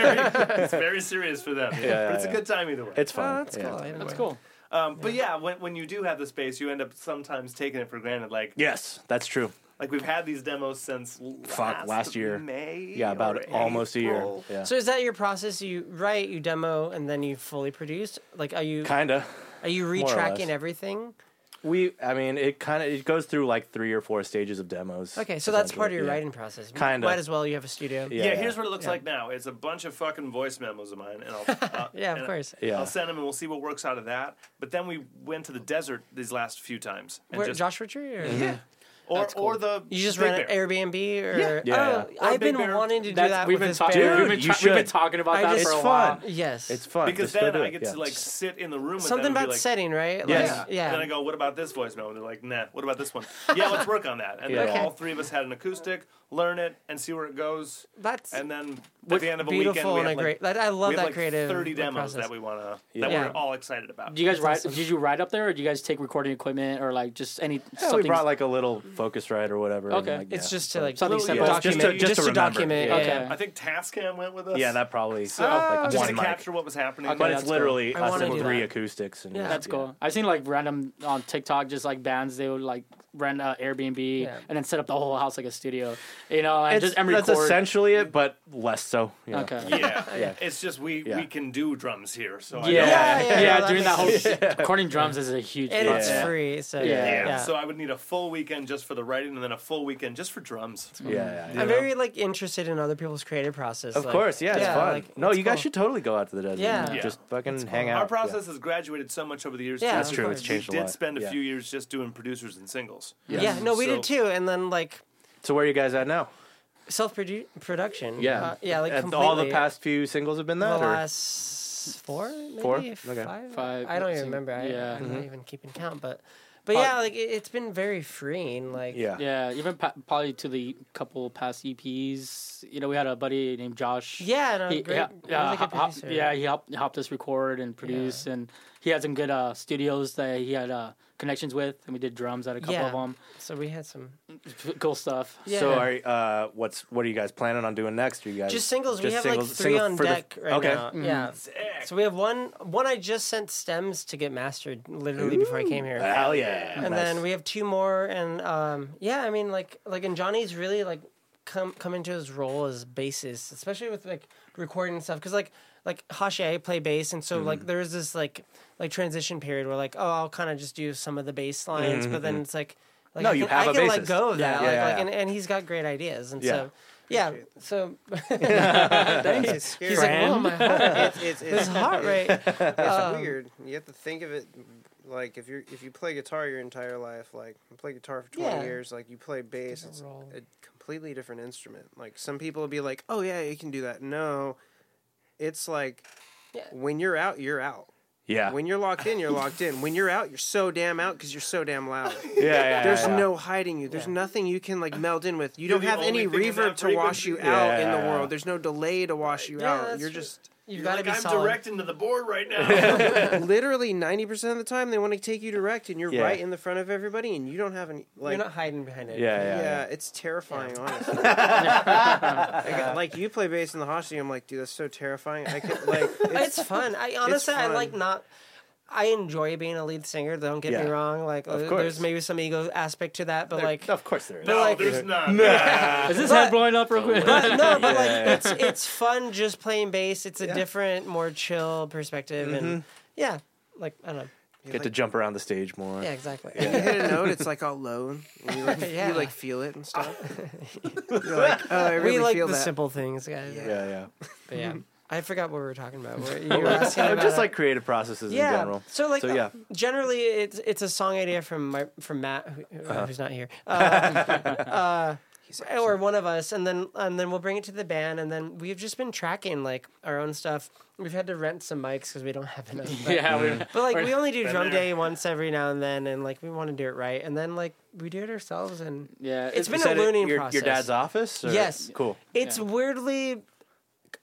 it's very serious for them. yeah, but it's a yeah. good time either way. (laughs) it's Oh, fun. that's yeah. cool. That's cool. Um, But yeah, when when you do have the space, you end up sometimes taking it for granted. Like Yes, that's true. like we've had these demos since Fuck, last, last year. May. Yeah, about or almost a year. April. Yeah, So is that your process? You write, you demo, and then you fully produce. Like, are you kinda. are you or retracking less. everything? we I mean it kind of it goes through like three or four stages of demos. Okay, so that's part of your essentially. writing process. Kinda. Might as well you have a studio. Yeah, Yeah, yeah. here's what it looks Yeah. like now. It's a bunch of fucking voice memos of mine, (laughs) and I'll uh, Yeah, of and course. Yeah. I'll send them, and we'll see what works out of that. But then we went to the desert these last few times, and Where, just Joshua Tree? Or? yeah, or or the You just Big rent Bear. an Airbnb? Or, Yeah. Oh, I've Big been Bear. wanting to do That's, that we've, with been this talk- bear. Dude, we've, been you tra- we've been should. talking about I that just- for a It's while. fun. Yes. It's fun because Just go then do I it, get yeah. to like sit in the room with Something them and about be like, setting, right? Yes. Like, And then I yeah. go, what about this voicemail? And they're like, nah, what about (laughs) this one? yeah, let's work on that. And then Yeah. all three of us had an acoustic, learn it, and see where it goes. That's And then at the end of a weekend, beautiful we and a had like, great. That, I love we had that like creative 30 demos process. that we want to, Yeah. that Yeah. we're all excited about. Do you guys That's ride? awesome. Did you ride up there, or do you guys take recording equipment, or like just any? Yeah, we brought like a little focus ride or whatever. and, Okay. like, It's yeah. just to like Something little simple. Just to- document, just to remember. document. Yeah. Yeah. Okay. I think Tascam went with us. yeah, that probably so, So, like just to one mic. capture what was happening. but Yeah, it's (laughs) that's literally cool. I us wanna and do three that. acoustics and Yeah. That's cool. I've seen like random on TikTok, just like bands they would like rent a Airbnb Yeah. and then set up the whole house like a studio, you know, and It's, just and record. that's essentially it, but less so. you know. Okay. yeah. Yeah. Mm-hmm. It's just we, Yeah. we can do drums here. (laughs) So I Yeah, don't- yeah, Yeah, yeah, yeah, doing that that whole recording drums is a huge. And part. it's Yeah. free, so Yeah. Yeah. yeah. So I would need a full weekend just for the writing and then a full weekend just for drums. Yeah, yeah, yeah. I'm very like interested in other people's creative process. Of like- course, yeah, it's fun. like, no, it's you guys cool. should totally go out to the desert. Yeah. and Yeah. Just fucking hang out. Our yeah. process has graduated so much over the years. Yeah, too. That's of true. course. It's changed a we lot. did spend a Yeah. few years just doing producers and singles. Yeah. no, we did So- too. And then like So where are you guys at now? self production. Yeah, Uh, yeah, like And completely. all the past few singles have been the that. or? last four, maybe Four? Okay. Mm-hmm. five? Five, I don't six, even remember. I, yeah. I'm not even keeping count, but but yeah, like it, it's been very freeing. Like Uh, yeah. Yeah, even pa- probably to the couple past EPs. You know, we had a buddy named Josh. yeah, no, He, great, yeah, yeah, really good hop- hop- producer. yeah, he helped, helped us record and produce, and he had some good uh, studios that he had uh, connections with, and we did drums at a couple Yeah. of them. So we had some Cool stuff. yeah. So are uh, what's what are you guys planning on doing next? Are you guys just singles. we just have singles- like three single on for the- deck right okay. Mm-hmm. now. Yeah. So we have one. One I just sent stems to get mastered literally before I came here. Hell yeah! and then we have two more and um yeah i mean like like and johnny's really like come come into his role as bassist especially with like recording and stuff because like like Hashi, I play bass, and so Mm-hmm. like there's this like like transition period where like oh I'll kind of just do some of the bass lines, but then it's like like Mm-hmm. No, I can, you have I a can let bassist. go of that, Yeah, like, yeah, like yeah. and, and he's got great ideas, and Yeah. so yeah, so It's (laughs) (laughs) scary. he's like whoa my heart, it's, it's, his it's, heart rate, it's weird. You have to think of it like if you if you play guitar your entire life, like I play guitar for twenty Yeah. years, like you play bass, it's role. a completely different instrument. Like some people would be like, "Oh yeah, you can do that." No, it's like Yeah. when you're out, you're out. yeah, When you're locked in, you're locked in. When you're out, you're so damn out because you're so damn loud. yeah, yeah, (laughs) yeah, There's yeah. no hiding you. There's nothing you can like meld in with. You don't the have any only thing with reverb that to wash you frequency. out in the Yeah. world. There's no delay to wash you Yeah, out. that's You're true. just you've You're got to like, be I'm solid. directing to the board right (laughs) now. literally 90% of the time they want to take you to wrecked and you're Yeah. right in the front of everybody and you don't have any like You're not hiding behind it. (laughs) Yeah, yeah, yeah, yeah. it's (laughs) terrifying, honestly. like, uh, like, you play bass in the hostel, I'm like, dude, that's so terrifying. I could like, it's, it's fun. (laughs) I honestly, I fun. like not. I enjoy being a lead singer. Don't get Yeah. me wrong. Like, uh, course. there's maybe some ego aspect to that, but like, of course there is. no, like- there's not. Is this But- head blowing up real (laughs) quick? but no, but like, Yeah. it's it's fun just playing bass. It's a different, more chill perspective, Mm-hmm. and yeah, like I don't know. Get to jump around the stage more. Yeah, exactly. you hit a note, it's like all low and you (laughs) like, Yeah. you like feel it (laughs) and stuff. you're like, oh, I we really like the feel that. simple things, guys. Yeah. yeah. (laughs) yeah. But yeah, I forgot what we were talking (laughs) about. Were- You were asking about just a- like creative processes in general. So like, uh, So, yeah. generally it's it's a song idea from my from Matt who, who- Uh-huh. who's not (laughs) here, uh, uh, or one of us, and then and then we'll bring it to the band, and then we've just been tracking like our own stuff. We've had to rent some mics because we don't have enough. But, (laughs) yeah, we, but like we only do Been drum there. day once every now and then, and like we want to do it right, and then like we do it ourselves, and yeah. It's been You a said it- learning your, Your process. dad's office? or- Yes. Cool. it's weirdly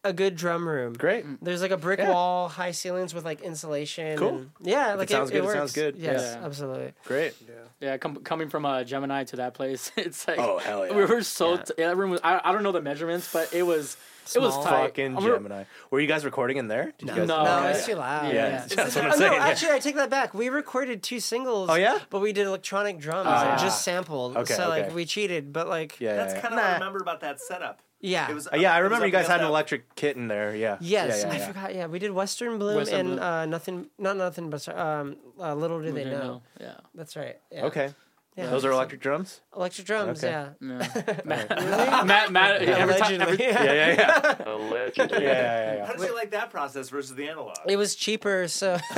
a good drum room. Great. There's like a brick Yeah. wall, high ceilings with like insulation. Cool. and- yeah, like sounds good, it works. sounds good. Yes, Yeah. absolutely. Great. Yeah, com- coming from uh, Gemini to that place, (laughs) it's like Oh, hell yeah. we were so t- yeah, that room was, I, I don't know the measurements, but it was it Small. was tight. Fucking I remember- Gemini. Were you guys recording in there? Did you guys- No. No, Okay. it's too loud. Yeah. Yeah. (laughs) That's what I'm Oh, saying. no, yeah. actually, I take that back. We recorded two singles. Oh, yeah? but we did electronic drums and just sampled. Okay, so like okay. we cheated, but like Yeah, yeah, That's yeah. kind of what I Nah. remember about that setup. Yeah. It was, Uh, yeah, I it was remember up you guys had an against that- electric kitten there. Yeah. Yes, Yeah, yeah, I yeah. forgot. Yeah, we did Western Bloom Western and Bloom. Uh, nothing, not nothing but um, uh, little do they Okay, know. no. Yeah. That's right. Yeah. Okay. Yeah. Those are (laughs) electric drums. electric drums. Okay. Yeah. No. Matt, (laughs) Matt, Matt every time, Allegedly. (laughs) every, (laughs) Yeah, yeah, yeah. Allegedly. yeah, yeah, yeah. How did you like that process versus the analog? It was cheaper, (laughs) so (laughs)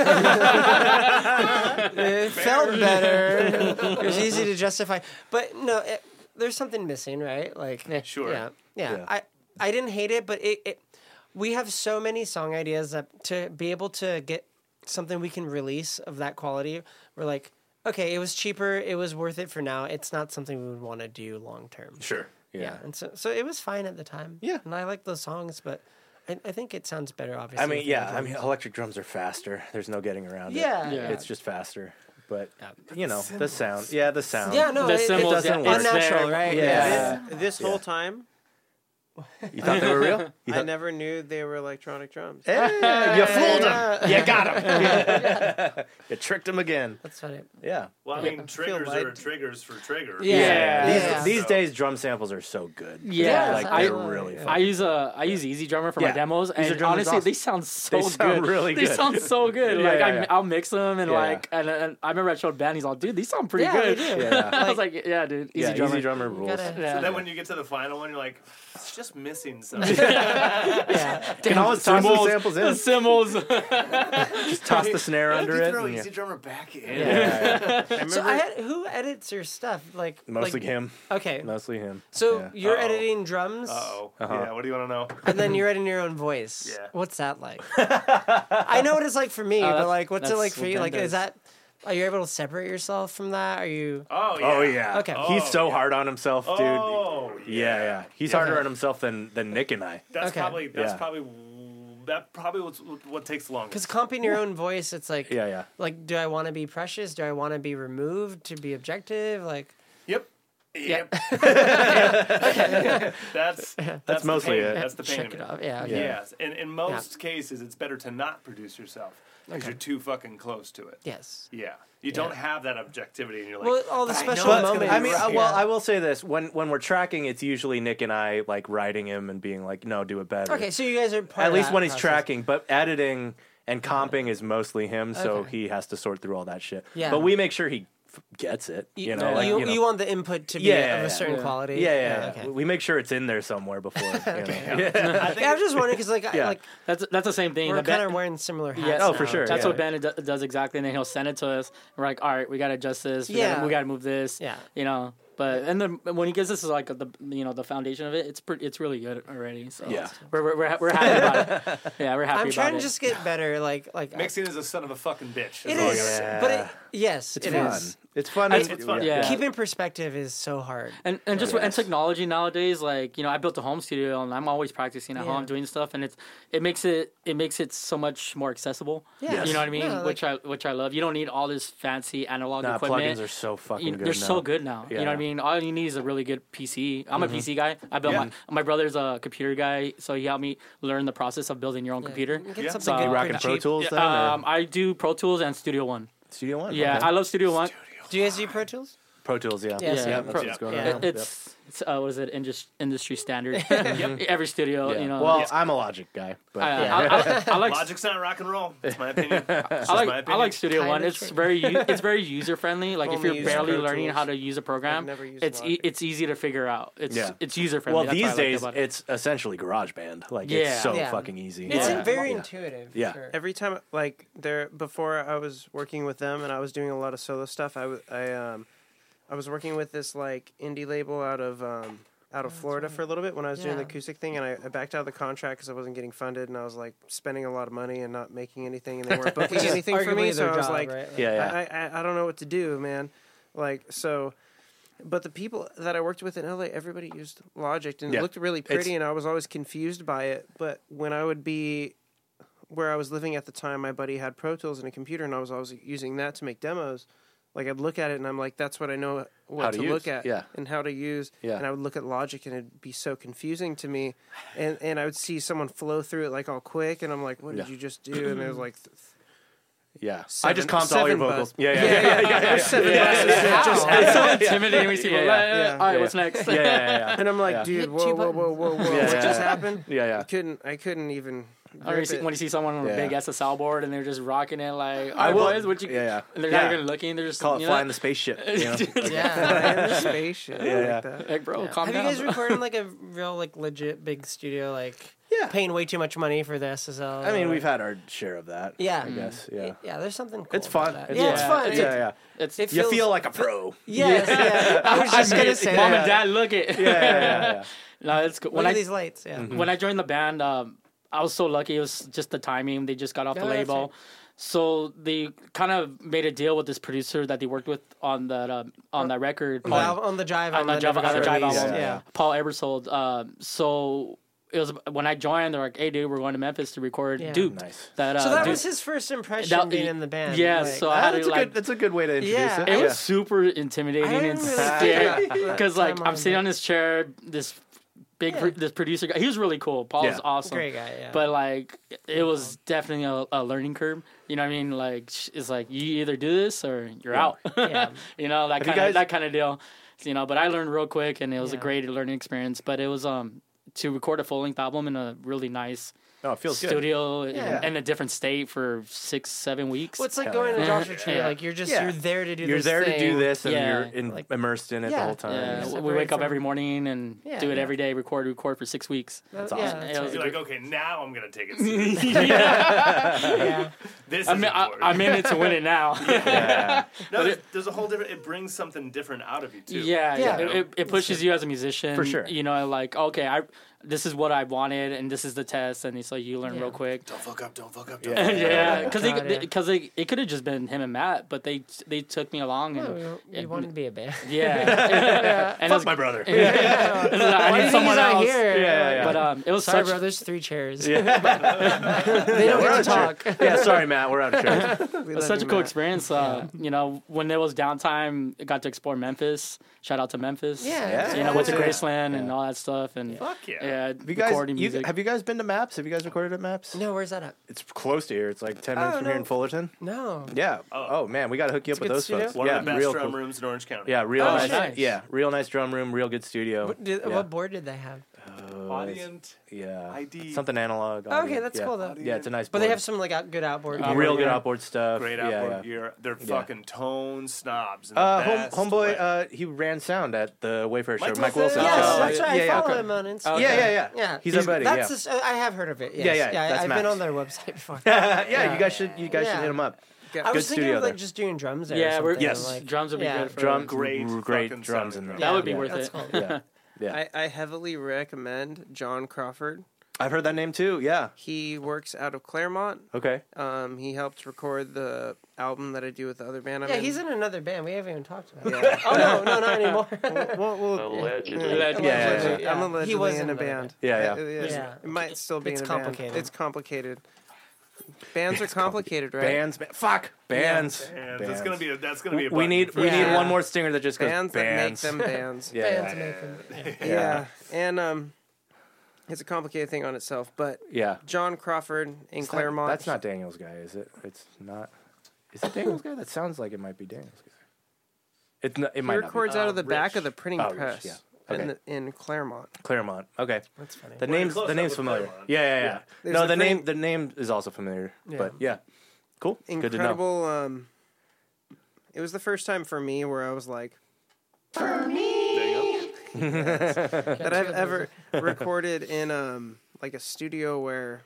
it felt better. It was easy to justify, but no, it, there's something missing, right? Like, Sure. yeah, yeah. Yeah. I I didn't hate it, but it, it we have so many song ideas that to be able to get something we can release of that quality, we're like, okay, it was cheaper, it was worth it for now. It's not something we would want to do long term. Sure. Yeah. Yeah, and so so it was fine at the time. Yeah. and I like those songs, but I, I think it sounds better. Obviously, I mean, with the yeah. I drums. mean, electric drums are faster. There's no getting around Yeah. it. Yeah. It's just faster. But you know, the sound. Yeah, the sound. Yeah, no, The it, it symbols, doesn't yeah, work. it's unnatural, there. right? Yeah. This, this whole time, You thought they were real? You I thought, never knew they were electronic drums. Yeah, you fooled him. Yeah. (laughs) You got him. You tricked him again. That's funny. Yeah. Well, I mean, triggers are lied. triggers for triggers. Yeah. Yeah. These, Yeah. these So- days, drum samples are so good. Yeah. Like, I- they're really fun. I use a I use Easy Drummer for Yeah. my demos, Easy and Drummer's honestly, awesome. they sound so They sound good. really They good. sound (laughs) so good. Yeah, like yeah, I, yeah. I'll mix them, and Yeah. like, and, and I remember I showed Ben. He's all, dude, these sound pretty Yeah, good. they do. Yeah. (laughs) I was like, yeah, dude, Easy yeah, Drummer. (laughs) Easy Drummer rules. gotta- Yeah. And (laughs) then when you get to the final one, you're like, it's just (laughs) missing something. Yeah. You can always toss the samples in. The (laughs) symbols. Just toss the (laughs) snare You under it. throw and Easy yeah. Drummer back in. Yeah, (laughs) yeah, yeah. So I had, who edits your stuff? Like Mostly like, him. Okay. Mostly him. So yeah. you're Uh-oh. editing drums, Oh, Uh-huh. yeah. What do you want to know? and then (laughs) you're editing your own voice. Yeah. Uh, What's (laughs) that like? I know what it's like for me, but that's- like, what's it that's like for what you? Ben Like, is does. that are you able to separate yourself from that? Are you? Oh yeah. Oh yeah. Okay. He's Oh, so yeah. hard on himself, dude. Oh yeah. yeah, yeah. He's harder on himself than than Nick and I. That's Okay. probably that's Yeah. probably that probably what's, what takes the longest. Because comping your own voice, it's like, Yeah, yeah. like, do I want to be precious? Do I want to be removed to be objective? Like, Yep. Yep. (laughs) that's, that's the mostly pain. it. That's the pain. of check it it. off. Yeah. okay. Yes, and in most cases, it's better to not produce yourself because you're too fucking close to it. Yes. Yeah, you don't have that objectivity, and you're like, Well, all the "But I special know it's gonna be moments. I mean, right." uh, well, I will say this: when when we're tracking, it's usually Nick and I like writing him and being like, "No, do it better." Okay, so you guys are part At of least that when he's process. tracking, but editing and comping is mostly him, so Okay. he has to sort through all that shit. Yeah. But we make sure he f- gets it. You know, like you, you know. you want the input to be Yeah, of yeah, a certain yeah. quality. yeah, yeah, yeah. okay. We make sure it's in there somewhere before. You know. Yeah, I'm just wondering because like I- Yeah. like That's that's the same thing. we're The Ben- kind of wearing similar hats. Yeah, Oh, for now. sure. That's yeah. what Ben d- does exactly, and then he'll send it to us. We're like, all right, we gotta adjust this. We Yeah. gotta, we gotta move this. Yeah. you know. But and then when he gives this is like the you know the foundation of it. It's pretty. It's really good already. So Yeah. we're we're, we're, ha- we're happy about (laughs) it. Yeah, we're happy. I'm about trying it. to just get better. Like like mixing is a son of a fucking bitch. uh, it all I is, gotta say. but (laughs) it, yes, it's fun. It's fun. It's- it's fun. Yeah. Keeping perspective is so hard. And and Oh, just and technology nowadays, like you know, I built a home studio and I'm always practicing at Yeah. home doing stuff, and it's it makes it it makes it so much more accessible. Yes. you know what I mean. Yeah, like- which I which I love. You don't need all this fancy analog Nah, equipment. plugins are so fucking You- good. they're now. so good now. You know what I Yeah. Mm-hmm. mean? All you need is a really good PC. I'm a PC guy. I built Yeah. my my brother's a computer guy, so he helped me learn the process of building your own Yeah, computer. you can Get Yeah. something So- good You pretty Rocking Pro cheap. Tools, then, or Um, I do Pro Tools and Studio One. Studio One. Yeah, okay. I love Studio One. Do you guys do Pro Tools? Pro Tools. Yeah, Yeah, so Yeah, that's Pro- what's going yeah. It- on. it's it's uh, what is it industry industry (laughs) standard? Every studio, Yeah. Oh, you know. well, I'm a Logic guy, but I, uh, I, I, I like Logic's not rock and roll. That's my opinion. It's I my like I opinion. like Studio Kinda One. It's true. very u- it's very user friendly. Like if Only you're used barely Pro learning Tools. how to use a program, never used it's e- Logic. it's easy to figure out. It's Yeah. it's user friendly. well, these days it's essentially GarageBand. Like Yeah. it's so Yeah. fucking easy. It's Yeah. very Yeah. intuitive. Yeah. Sure. Every time, like there before, I was working with them, and I was doing a lot of solo stuff. I was, I um, I was working with this like indie label out of um, out of Florida for a little bit when I was doing the Oh, Yeah. acoustic thing, and I, I backed out of the contract because I wasn't getting funded, and I was like spending a lot of money and not making anything, and they (laughs) weren't booking Which is anything for me. arguably So their I was job, like, right? Like, Yeah, yeah. I, I, I don't know what to do, man. Like so, but the people that I worked with in LA, everybody used Logic, and Yeah. it looked really It's- pretty, and I was always confused by it. But when I would be where I was living at the time, my buddy had Pro Tools and a computer, and I was always using that to make demos. Like I'd look at it, and I'm like, "That's what I know what How to to, use, look at, yeah. and how to use." Yeah. And I would look at Logic, and it'd be so confusing to me. And and I would see someone flow through it like all quick, and I'm like, "What did Yeah. (laughs) you just do?" And it was like, th- th- Yeah, I Seven- just comped all your seven vocals. buzz. Yeah, yeah, yeah, yeah, yeah, yeah, yeah. Seven buses (laughs) that just It's so intimidating when you see (laughs) Yeah, people, yeah, "Uh, uh, yeah, All right, yeah. what's next? yeah, yeah, (laughs) yeah. And I'm like, Yeah. dude, Hit whoa, two whoa, whoa, whoa, whoa, Yeah, what yeah, just yeah. happened? (laughs) Yeah, yeah. I couldn't, I couldn't even. Or Oh, you grip see, it. (laughs) when you see someone on a Yeah. big ass SL board and they're just rocking it like, I I will- boys, what you? yeah, yeah. And they're Yeah. not even looking. They're just Call it you flying know, the spaceship. (laughs) You know? (laughs) Yeah. Fly in the spaceship. I yeah. like that. like, bro, calm Have you down. (laughs) guys bro. recorded in, like a real like legit big studio like Yeah. paying way too much money for the SSL? I mean, we've had our share of that. Yeah. I guess. yeah. Yeah, there's something. Cool it's fun. About that. yeah, it's fun. Yeah, It's, yeah. yeah. (laughs) It's it You feels- feel like a (laughs) pro. Yes, yeah. I was just gonna say mom that. and dad look it. Yeah, yeah, yeah, yeah. (laughs) no, it's good. Look When at I these lights. Yeah. Mm-hmm. when Mm. I joined the band, um, I was so lucky. It was just the timing. They just got off Oh, the that's label. right. So they kind of made a deal with this producer that they worked with on that um, on that record. On the al- on the Jive on album. the that Jive, never on the got Jive released, album. Yeah. Paul Ebersold. Um, so it was when I joined. They're like, "Hey, dude, we're going to Memphis to record Yeah. Duke." Nice. That, uh, So that Duke- was his first impression That- being in the band. Yeah, like- so I Ah, had that's to a like good. That's a good way to introduce Yeah, it. it yeah. was super intimidating I didn't and really think (laughs) scary about (laughs) that because like timeline, I'm sitting but- on this chair. This big, Yeah. pro- this producer guy. He was really cool. Paul Yeah. was awesome. Great guy, yeah. But like, it was definitely a, a learning curve. You know what I mean? Like, sh- it's like you either do this or you're out. (laughs) Yeah. you know that Have you kind of guys- that kind of deal. You know, but I learned real quick, and it was Yeah. a great learning experience. But it was um to record a full length album in a really nice No, it feels good. studio in, Yeah. in a different state for six seven weeks. Well, it's like Hell going to yeah. Joshua Tree. Yeah. Like you're just Yeah. you're there to do. You're this there to do thing. this, and Yeah. you're in, Like- immersed in it the Yeah. whole time. Yeah, Yeah. we wake up Separate every morning and Yeah. do it every day. Record, record for six weeks. That's awesome. Yeah, that's It right. was You're a like, okay, now I'm gonna take it. Serious. yeah. This is I'm, I, important. I'm in it to win it now. yeah, Yeah. no, there's, there's a whole different. It brings something different out of you too. yeah, Yeah. It, it- it pushes you as a musician For sure. You know, like okay, I this is what I wanted, and this is the test, and so you learn Yeah. real quick. Don't fuck up. Don't fuck up. Don't Yeah. fuck up. (laughs) Yeah, because God, yeah. because it could have just been him and Matt, but they they took me along and No, we, we it- wanted to be a band. yeah, (laughs) and it was, Fuck my brother. I Why do need you think he's someone not else. here? yeah, yeah. But (laughs) um, it was Sorry, such bro. There's three chairs. (laughs) they don't get we're out to of talk. church. (laughs) yeah, sorry, Matt. We're out of church. We It was love such you, a cool Matt. experience. Uh, You know, when there was downtime, I got to explore Memphis. Shout out to Memphis. Yeah. You know, went to (laughs) Yeah. Graceland and all that stuff. And Fuck yeah. yeah, Have you guys, recording you- music. have you guys been to Maps? Have you guys recorded at Maps? (laughs) No, where's that at? It's close to here. It's like ten minutes Oh, from here no. in Fullerton. No. Yeah. Oh. Oh, man, we got to hook you up a with good those studio? folks. One yeah, of the best real drum cool. rooms in Orange County. Yeah, real Oh, nice. nice. Yeah, real nice drum room. Real good studio. What, did, yeah. what board did they have? Uh, it's- Audient yeah. ID. Something analog. Oh, okay, audio. that's yeah. cool though. Yeah, it's a nice. But they board. have some like out, good outboard. Uh, real outboard good gear. outboard stuff. Great yeah, outboard yeah. gear. They're Yeah. fucking tone snobs. in the Uh, best home, homeboy, way. uh, he ran sound at the Wayfair show. Mike Mike Wilson? Wilson. yes, Oh, that's yeah, right. yeah, I follow yeah. him on Instagram. Okay. Yeah, yeah, yeah. Yeah, He's our buddy. That's yeah. the s- I have heard of it. Yes. Yeah, yeah, I- that's I've been Max. on their website (laughs) before. (laughs) yeah, you guys should you guys Yeah. should hit him up. I was Good thinking studio of like there. just doing drums there. yeah, or we're, something, Yes. like- drums would be yeah. good for Drum, Great r- great fucking drums in sound there. That would be Yeah, worth that's it. cool. Yeah, yeah. I, I heavily recommend John Crawford. I've heard that name too. Yeah. He works out of Claremont. Okay. Um, he helped record the album that I do with the other band. I'm Yeah, in. he's in another band. We haven't even talked about (laughs) it. (laughs) Yeah. Oh no, no, not (laughs) anymore. well, well, Allegedly. Allegedly. Yeah, yeah, allegedly- yeah. I'm He allegedly was in in a another band. band. Yeah, It, yeah. it is. Yeah. It might still be It's in a complicated. Band. It's complicated. Bands are complicated, right? Bands, ba- fuck bands. And Bands. that's gonna be a, that's gonna be a We button. need we Yeah. need one more stinger that just goes Bands that make bands. them bands. (laughs) Yeah, Bands yeah, make them- yeah. yeah. and um, it's a complicated thing on itself. But yeah. John Crawford in It's not- Claremont. That's not Daniel's guy, is it? It's not. Is it Daniel's guy? That sounds like it might be Daniel's guy. It's not, it He might not be records out of the back of the printing Oh, Rich, press yeah. in, Okay. the, in Claremont. Claremont. Okay. That's funny. The name's close the up name's with familiar. Claremont. Yeah, yeah, yeah. There's No, a the name great- the name is also familiar. But yeah, cool. Good to know. Incredible. Um, it was the first time for me where I was like There you go. that I've ever (laughs) recorded in um like a studio where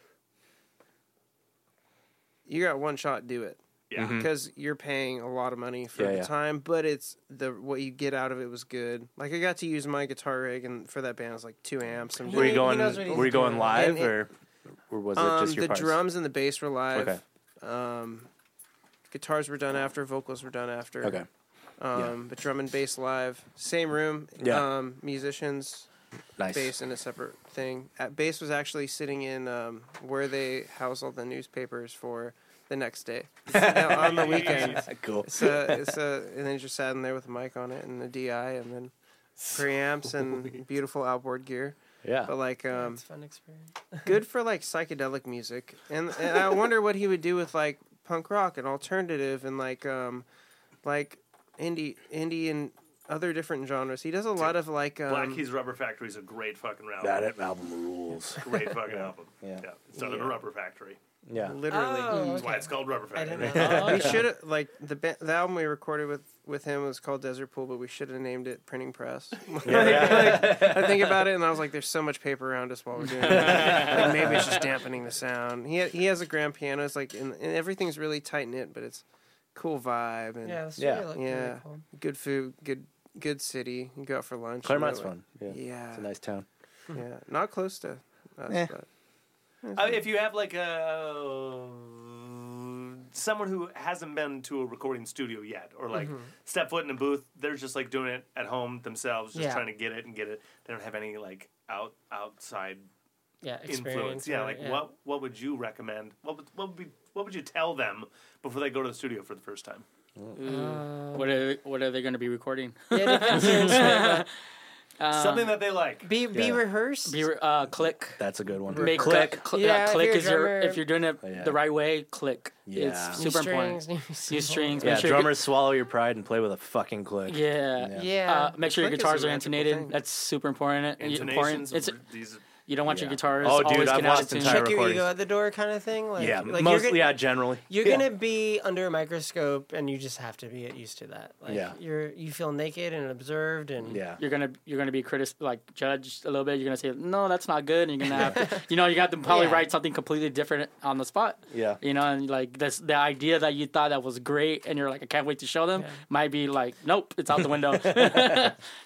you got one shot, do it. Yeah. because you're paying a lot of money for Mm-hmm. Yeah, the yeah. time, but it's the what you get out of it was good. Like I got to use my guitar rig, and for that band, it was like two amps. And, Were you He going? knows what he's Were you going doing. live And it- or, or was it um, just your the parts? drums and the bass were live. Okay. Um, guitars were done after, vocals were done after. Okay. Um, but drum and bass live, same room. Yeah. Um, musicians, Nice. bass in a separate thing. At, bass was actually sitting in um, where they house all the newspapers for the (laughs) next day on the weekend. (laughs) cool. It's a, it's a, and then just sat in there with a mic on it and a DI and then (laughs) preamps and beautiful outboard gear. Yeah. But like, um, It's a fun experience. good for like psychedelic music. And, and I wonder what he would do with like punk rock and alternative and like um like indie indie and other different genres. He does a lot of like um, Black Keys Rubber Factory is a great fucking album. That album rules. (laughs) Great fucking album. Yeah. It's not a Yeah. rubber factory. Yeah. literally. That's why it's called Rubber Factory. (laughs) Oh, we should have like the ba- the album we recorded with with him was called Desert Pool, but we should have named it Printing Press. (laughs) Like, like, I think about it and I was like, "There's so much paper around us while we're doing it. Like, maybe it's just dampening the sound." He he has a grand piano. It's like and, and everything's really tight knit, but it's cool vibe and Yeah, that's Yeah. really looked yeah, really cool. good food, good good city. You go out for lunch. Claremont's you know, fun. Yeah. like- Yeah, It's a nice town. yeah, not close to us, Eh. but Uh, if you have like a someone who hasn't been to a recording studio yet, or like Mm-hmm. step foot in a booth, they're just like doing it at home themselves, just Yeah. trying to get it and get it. They don't have any like out outside Yeah, influence. experience. Yeah, or- like what what would you recommend? What would what would be what would you tell them before they go to the studio for the first time? Uh, what are what are they going to be (laughs) recording? Yeah, it depends. Um, Something that they like. be be Yeah. rehearsed. Be, re- uh, click. That's a good one. Make Click. Oh, click. Cl- Yeah, yeah, if click you're a is your drummer- if you're doing it Yeah. the right way. Click. Yeah. It's New super strings, (laughs) important. New strings. Yeah, Make sure your drummers swallow your pride and play with a fucking gu- click. Yeah. Yeah. Yeah. Uh, make sure your Click is a guitars are magical intonated. thing. That's super important. important. Intonations. It's, of (laughs) these you don't want your Yeah. guitars Oh, dude, always I've connected lost to entire- Check your recordings. ego at the door, kind of thing. Like, yeah, like mostly. You're gonna, yeah, generally. you're Yeah. gonna be under a microscope, and you just have to be used to that. Like, Yeah. You're you feel naked and observed, and Yeah. You're gonna you're gonna be critic like judged a little bit. You're gonna say no, that's not good. And you're gonna have (laughs) to, you know you got to probably Yeah. write something completely different on the spot. Yeah. You know, and like this the idea that you thought that was great, and you're like I can't wait to show them. Yeah. Might be like nope, it's out the window. (laughs)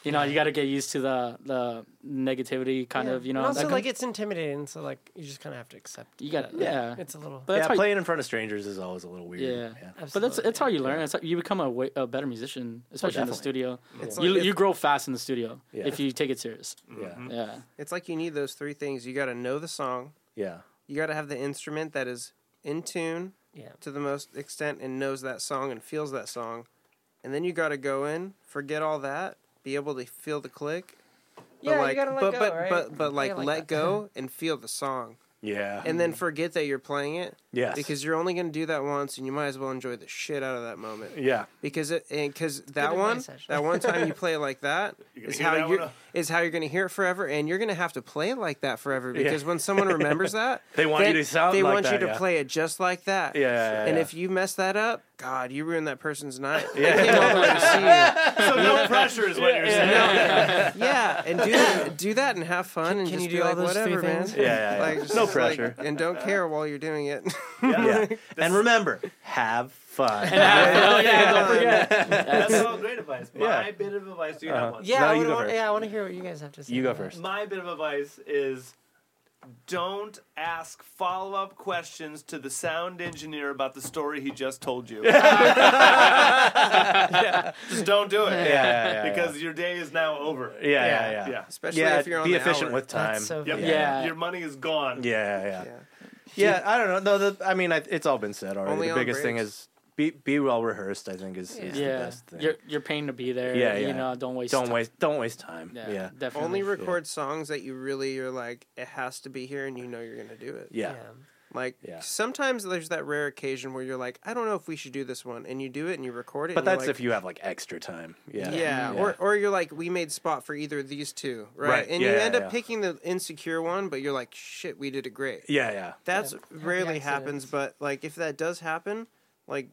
you know, you got to get used to the the negativity kind Yeah. of you know. And also that like com- it's intimidating, so like you just kind of have to accept. you got to yeah. It's a little. But that's yeah, how you- playing in front of strangers is always a little weird. Yeah. But absolutely. that's it's how you learn. It's how, you become a, way, a better musician, especially in the studio. It's you like- you grow fast in the studio Yeah. if you take it serious. Yeah. Yeah. it's like you need those three things. You got to know the song. Yeah. You got to have the instrument that is in tune Yeah. to the most extent and knows that song and feels that song. And then you got to go in, forget all that, be able to feel the click. But Yeah, like, you gotta let but, go, but, right? but, but, like, Yeah, like let that. (laughs) go and feel the song. Yeah. And then forget that you're playing it. Mm-hmm. Yes. Because you're only going to do that once and you might as well enjoy the shit out of that moment. yeah. Because it, and cause that advice, one, actually. that (laughs) one time you play it like that gonna is hear how that you one, uh? is how you're going to hear it forever, and you're going to have to play it like that forever. Because when someone remembers that, (laughs) They want you then to sound They like want you that, to yeah. play it just like that. Yeah, yeah, and yeah. if you mess that up, God, you ruined that person's night. (laughs) Yeah. yeah. so no pressure is what you're saying. (laughs) yeah, and do that, do that and have fun, and can just you be do all like, those three whatever, man. things? Yeah, yeah, yeah. Like, just no like- pressure. and don't care while you're doing it. yeah. (laughs) And remember, have fun. Oh, yeah, don't forget. That's all great advice. My Yeah. bit of advice, do you Uh-huh. have one? Yeah, No, I you would go want, first. yeah, I want to hear what you guys have to say. you go about it. first. My bit of advice is don't ask follow up questions to the sound engineer about the story he just told you. (laughs) Yeah, Just don't do it. Yeah, yeah, yeah, yeah. Because your day is now over. yeah, yeah, yeah. Yeah. (laughs) Especially Yeah, if you're on be the efficient hour. with time. That's so Yep. funny. Yeah. Your money is gone. yeah, yeah, yeah. Yeah. Yeah, I don't know. No, the, I mean, I, it's all been said already. Only the on biggest thing breaks. is be be well rehearsed. I think is, is the Yeah. best thing. You're you're paying to be there. Yeah, Yeah, yeah. You know, don't waste. don't time. waste don't waste time. Yeah, Yeah, yeah. definitely. Only record songs that you really are like it has to be here, and you know you're going to do it. Yeah. Like Yeah. sometimes there's that rare occasion where you're like, I don't know if we should do this one, and you do it and you record it. But and you're that's like, if you have like extra time. Yeah, Yeah. Or or you're like, we made spot for either of these two, right? Right. And Yeah, you yeah, end up yeah. picking the insecure one, but you're like, shit, we did it great. yeah, yeah. That's rarely accidents. happens, but like if that does happen, like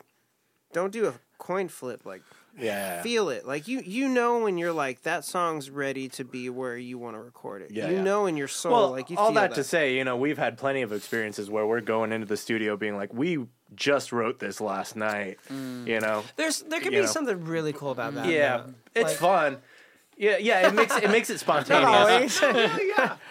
don't do a coin flip. Like Yeah. Yeah. feel it. Like you you know when you're like that song's ready to be where you want to record it. Yeah, you yeah. know in your soul, Well, like you all feel that, to say, you know, we've had plenty of experiences where we're going into the studio being like, we just wrote this last night, you know. There's there could You be know. something really cool about that. Yeah, it's Like- fun. Yeah, yeah, it makes it makes it spontaneous. Always.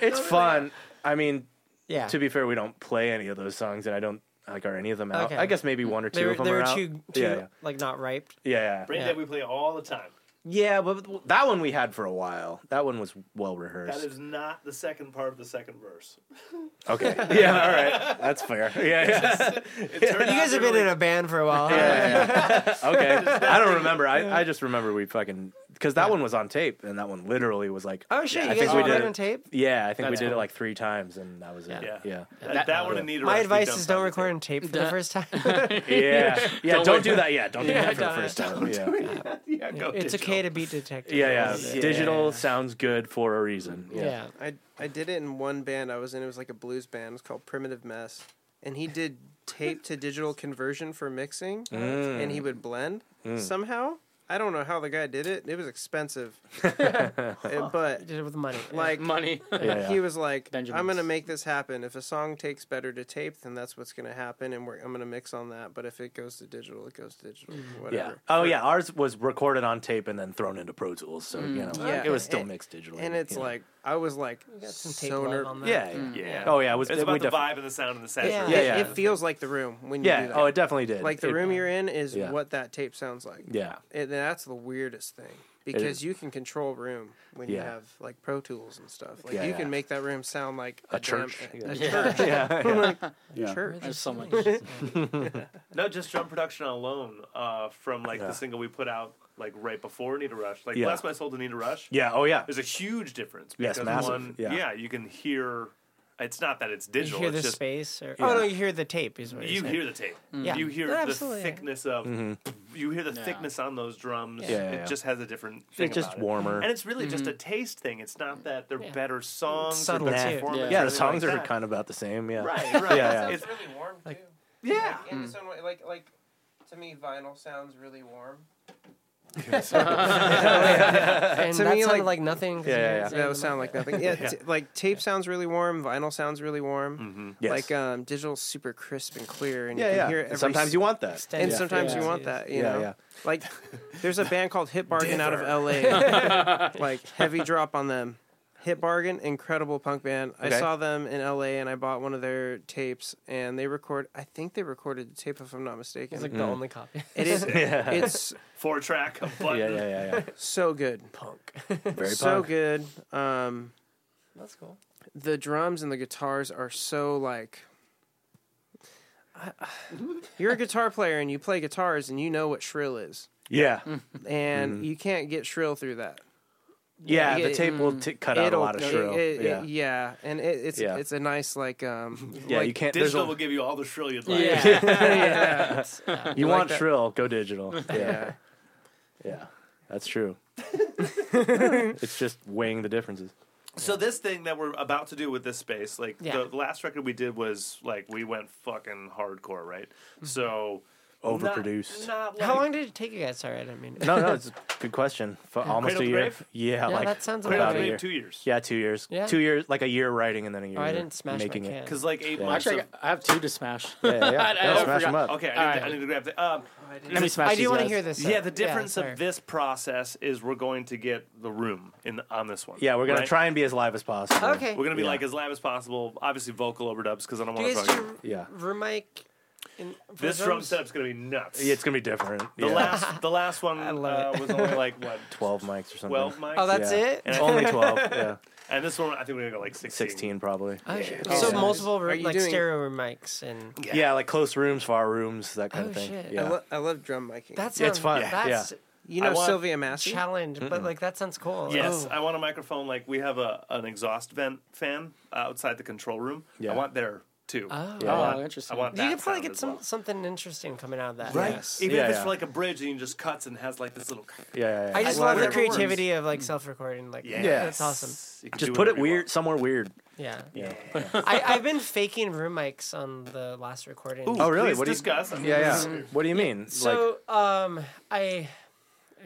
it's fun. I mean, (laughs) yeah. to be fair, we don't play any of those songs, and I don't like are any of them out. Okay. I guess maybe one or two they were, of them they are were out. too, too yeah, like not ripe. yeah, yeah. Brain Yeah. dead we play all the time. Yeah, but that one we had for a while. That one was well rehearsed. That is not the second part of the second verse. (laughs) okay. yeah. All right. That's fair. (laughs) Yeah. yeah. (laughs) You guys have been in a band for a while. Huh? okay. I don't remember. I, I just remember we fucking because that one was on tape and that one literally was like Oh shit! I you think guys we all did did it. on tape. yeah I think we That's did it cool. like three times and that was it. Yeah. Yeah. That, that one and Need a My Rest be advice done is don't by record on tape for the Yeah. first time. Yeah. Yeah. Don't, wait. do that. Yeah. Don't do Yeah, that for the don't- first time. Yeah. the- Yeah, go it's digital. okay to be detected. Yeah, yeah. Digital Yeah. sounds good for a reason. Yeah. yeah. I I did it in one band I was in. It was like a blues band. It was called Primitive Mess, and he did tape to digital conversion for mixing, and Mm. he would blend somehow. I don't know how the guy did it. It was (laughs) expensive, Uh, but Did it with money. like money. (laughs) Yeah, yeah. he was like, "I'm gonna Benjamins. make this happen. If a song takes better to tape, then that's what's gonna happen, and we're, I'm gonna mix on that. But if it goes to digital, it goes to digital. Yeah. (laughs) Whatever." Oh yeah, ours was recorded on tape and then thrown into Pro Tools, so you know Yeah. it was still And- mixed digitally. And it's you know. like I was like, some so tape love ner- on that. yeah, yeah. Yeah. Oh yeah, it was. It's it- we about the defi- vibe and the sound and the It, saturation. Yeah, it- yeah. it feels like the room when you do Yeah. that. Oh, it definitely did. like the It- room you're in is Yeah. what that tape sounds like. Yeah. And that's the weirdest thing because is. you can control room when you Yeah. have like Pro Tools and stuff. Like Yeah, you yeah. can make that room sound like A damn- church. a- Yeah. a Yeah. Yeah. church. There's so much. No, just drum production alone uh, from like Yeah. the single we put out like right before Need a Rush. Like Yeah. Bless My Soul to Need a Rush. Yeah. Oh yeah. There's a huge difference. Yes, because massive, One, yeah. you can hear. It's not that it's you digital. hear it's the just space, or Yeah. oh no, you hear the tape is what you you're hear the tape. Yeah. You hear No, the absolutely. thickness of. You hear the thickness on those drums. Mm-hmm. Yeah, yeah, it yeah. just has a different. Thing It's just about it. warmer. And it's really just a taste thing. It's not that they're Mm-hmm. Yeah. better songs. It's or subtle, better too. performance Yeah. or Yeah, yeah, the anything songs like are that. kind of about the same. Yeah. Right, right. Yeah, yeah. It's, really warm too. yeah. in its own way, like like to me, vinyl sounds really warm. And To that me, sounded like- like nothing. 'cause Yeah, you yeah, didn't yeah. say That the would sound like nothing. Yeah, t- like tape sounds really warm. Vinyl sounds really warm. Yes. Like um, digital's super crisp and clear, and you yeah, can yeah. hear it. And every sometimes s- you want that. extended And sometimes Yeah. you want that, you Yeah, know. yeah. Like, there's a band called Hit Bargain out of L.A. (laughs) (laughs) like heavy drop on them. Hit Bargain, incredible punk band. Okay. I saw them in L.A. and I bought one of their tapes, and they record. I think they recorded the tape, if I'm not mistaken. It's like the only copy. (laughs) it is. It's Four track, a button. Yeah, yeah, yeah, so good, Punk. yeah. Very so punk. good. Um, That's cool. the drums and the guitars are so like (sighs) you're a guitar player and you play guitars and you know what shrill is Yeah, and Mm-hmm. you can't get shrill through that yeah. Yeah, The tape will t- cut out a lot of it- shrill. it- it- Yeah, yeah and it, it's Yeah. it's a nice like um (laughs) yeah. You like, can't. There's Digital a, will give you all the shrill you'd like. Yeah. you like want that. shrill? Go digital. Yeah, yeah yeah. That's true. it's just weighing the differences. So this thing that we're about to do with this space, like Yeah. the, the last record we did was like we went fucking hardcore, right? Mm-hmm. So not- Overproduced. Not, like, How long did it take you guys? Sorry, I didn't mean. No, no, it's a good question. For almost Cradle a to year. Grave? Yeah, Yeah, like that sounds Cradle about to about a right. year. Grave, two years. Yeah, two years. Yeah. Two years, like a year writing and then a year. Oh, I didn't smash my making can. it. because like eight months. Actually, I, Of, got- I have two to smash. Yeah, yeah. (laughs) yeah. I- I No, smash forgot. them up. okay, I need, to, All I right. need to grab the. Um, Let me smash I do want to hear this. yeah, though. the difference sorry. of this process is we're going to get the room in the, on this one. Yeah, we're gonna right? try and be as live as possible. Okay. We're gonna be Yeah. like as loud as possible. Obviously, vocal overdubs because I don't Do want you to. guys fucking do Yeah, room mic? In, for This the drum drums? setup's gonna be nuts. Yeah, it's gonna be different. the yeah. last, the last (laughs) one uh, love was only like what (laughs) twelve mics or something. twelve mics. Oh, that's Yeah. it. And I think- (laughs) (laughs) Only twelve. Yeah, and this one I think we're gonna go like sixteen. sixteen probably. Oh, shit. Oh, So yeah. multiple Are room, you like doing- stereo room mics and Yeah. like close rooms, far rooms, that kind Oh, of thing. shit. Yeah, I, lo- I love drum miking that's It's fun. Yeah. That's you I know want- sylvia massey challenge, but like that sounds cool. Yes, Oh. I want a microphone. Like we have a an exhaust vent fan outside the control room. Yeah. I want there too. Oh. Yeah. Oh, interesting. I want. That you could sound probably get as some well. something interesting coming out of that. right. Yes. Even Yeah, if it's yeah. for like a bridge and it just cuts and has like this little. yeah, yeah. yeah. I just I love love the whatever works. creativity of like self-recording. Like, Yeah, that's awesome. You can just do put it whatever you weird somewhere weird. Yeah, Yeah, I, I've been faking room mics on the last recording. want. Oh, really? Please What do you- discuss? yeah, yeah. What do you mean? So, um, I,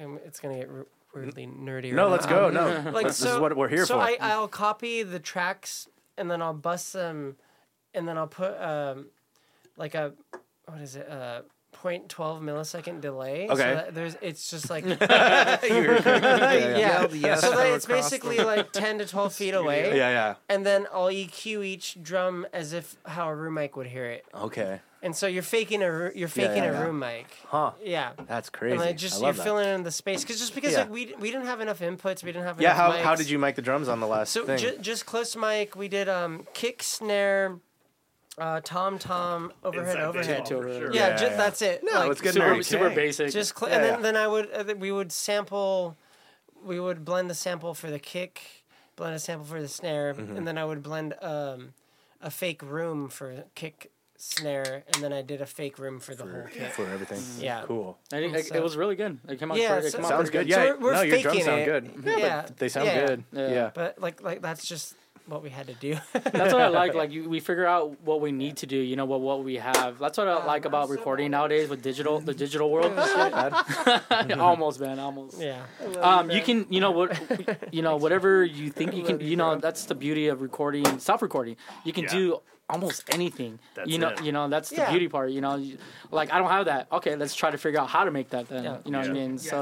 um, it's gonna get r- weirdly nerdy. no, right let's now. go. (laughs) No, Like, this so, is what we're here so for. I, I'll copy the tracks and then I'll bust them, and then I'll put um, like a, what is it? Uh, 0.12 millisecond delay. Okay. So that there's it's just (laughs) like (laughs) were correct. Yeah, yeah. Yelled yes so from that it's across the- basically like 10 to 12 feet away. Oh, yeah. And then I'll EQ each drum as if how a room mic would hear it. Okay. And so you're faking a ru- you're faking yeah, a yeah. room mic. Huh. Yeah. That's crazy. And I like just you're love that. filling in the space because just because Yeah. like we we didn't have enough inputs, we didn't have Yeah. How, Enough how mics. did you make the drums on the last So thing? ju- just close mic. We did um kick snare, uh tom tom overhead Inside overhead. baseball, for Yeah, sure. Yeah, Yeah, ju- yeah. that's it. No, like, it's good super enough. super Okay. basic. Just cl- Yeah, and then, yeah. then I would uh, th- we would sample, we would blend the sample for the kick, blend a sample for the snare, Mm-hmm. and then I would blend um, a fake room for kick snare, and then I did a fake room for the whole kick. for everything. Yeah. Cool. I think it, it was really good. It came out. Yeah, pretty, it so- came out Sounds pretty good. So Yeah. we're- we're no, your drums faking sound it. good. Yeah, but they sound yeah. good. Yeah. yeah. But like like that's just what we had to do. (laughs) That's (laughs) what I like. Like you, we figure out what we need to do. You know what what we have. That's what I like about recording nowadays with digital the digital world. (laughs) almost, man, almost. yeah. Um, you can, you know what, you know whatever you think you can. You know that's the beauty of recording, self recording. You can Yeah. do almost anything. That's you know, it. you know that's the Yeah. beauty part. You know, You- like I don't have that. Okay, let's try to figure out how to make that. Then Yeah. you know what I Yeah. mean. so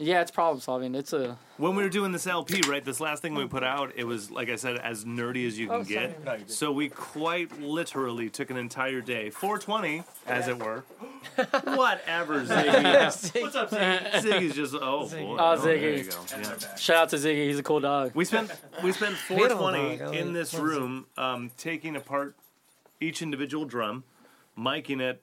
yeah, it's problem solving. It's a When we were doing this LP, right, this last thing we put out, it was like I said, as nerdy as you can Oh, sorry. get. so we quite literally took an entire day, 420, as it (laughs) were. Whatever, Ziggy. What's up, Ziggy? Ziggy's just oh, boy. Oh, there you Ziggy. go. Yeah. shout out to Ziggy. He's a cool dog. We spent we spent dog, 420 I in like- this room, um, taking apart each individual drum, miking it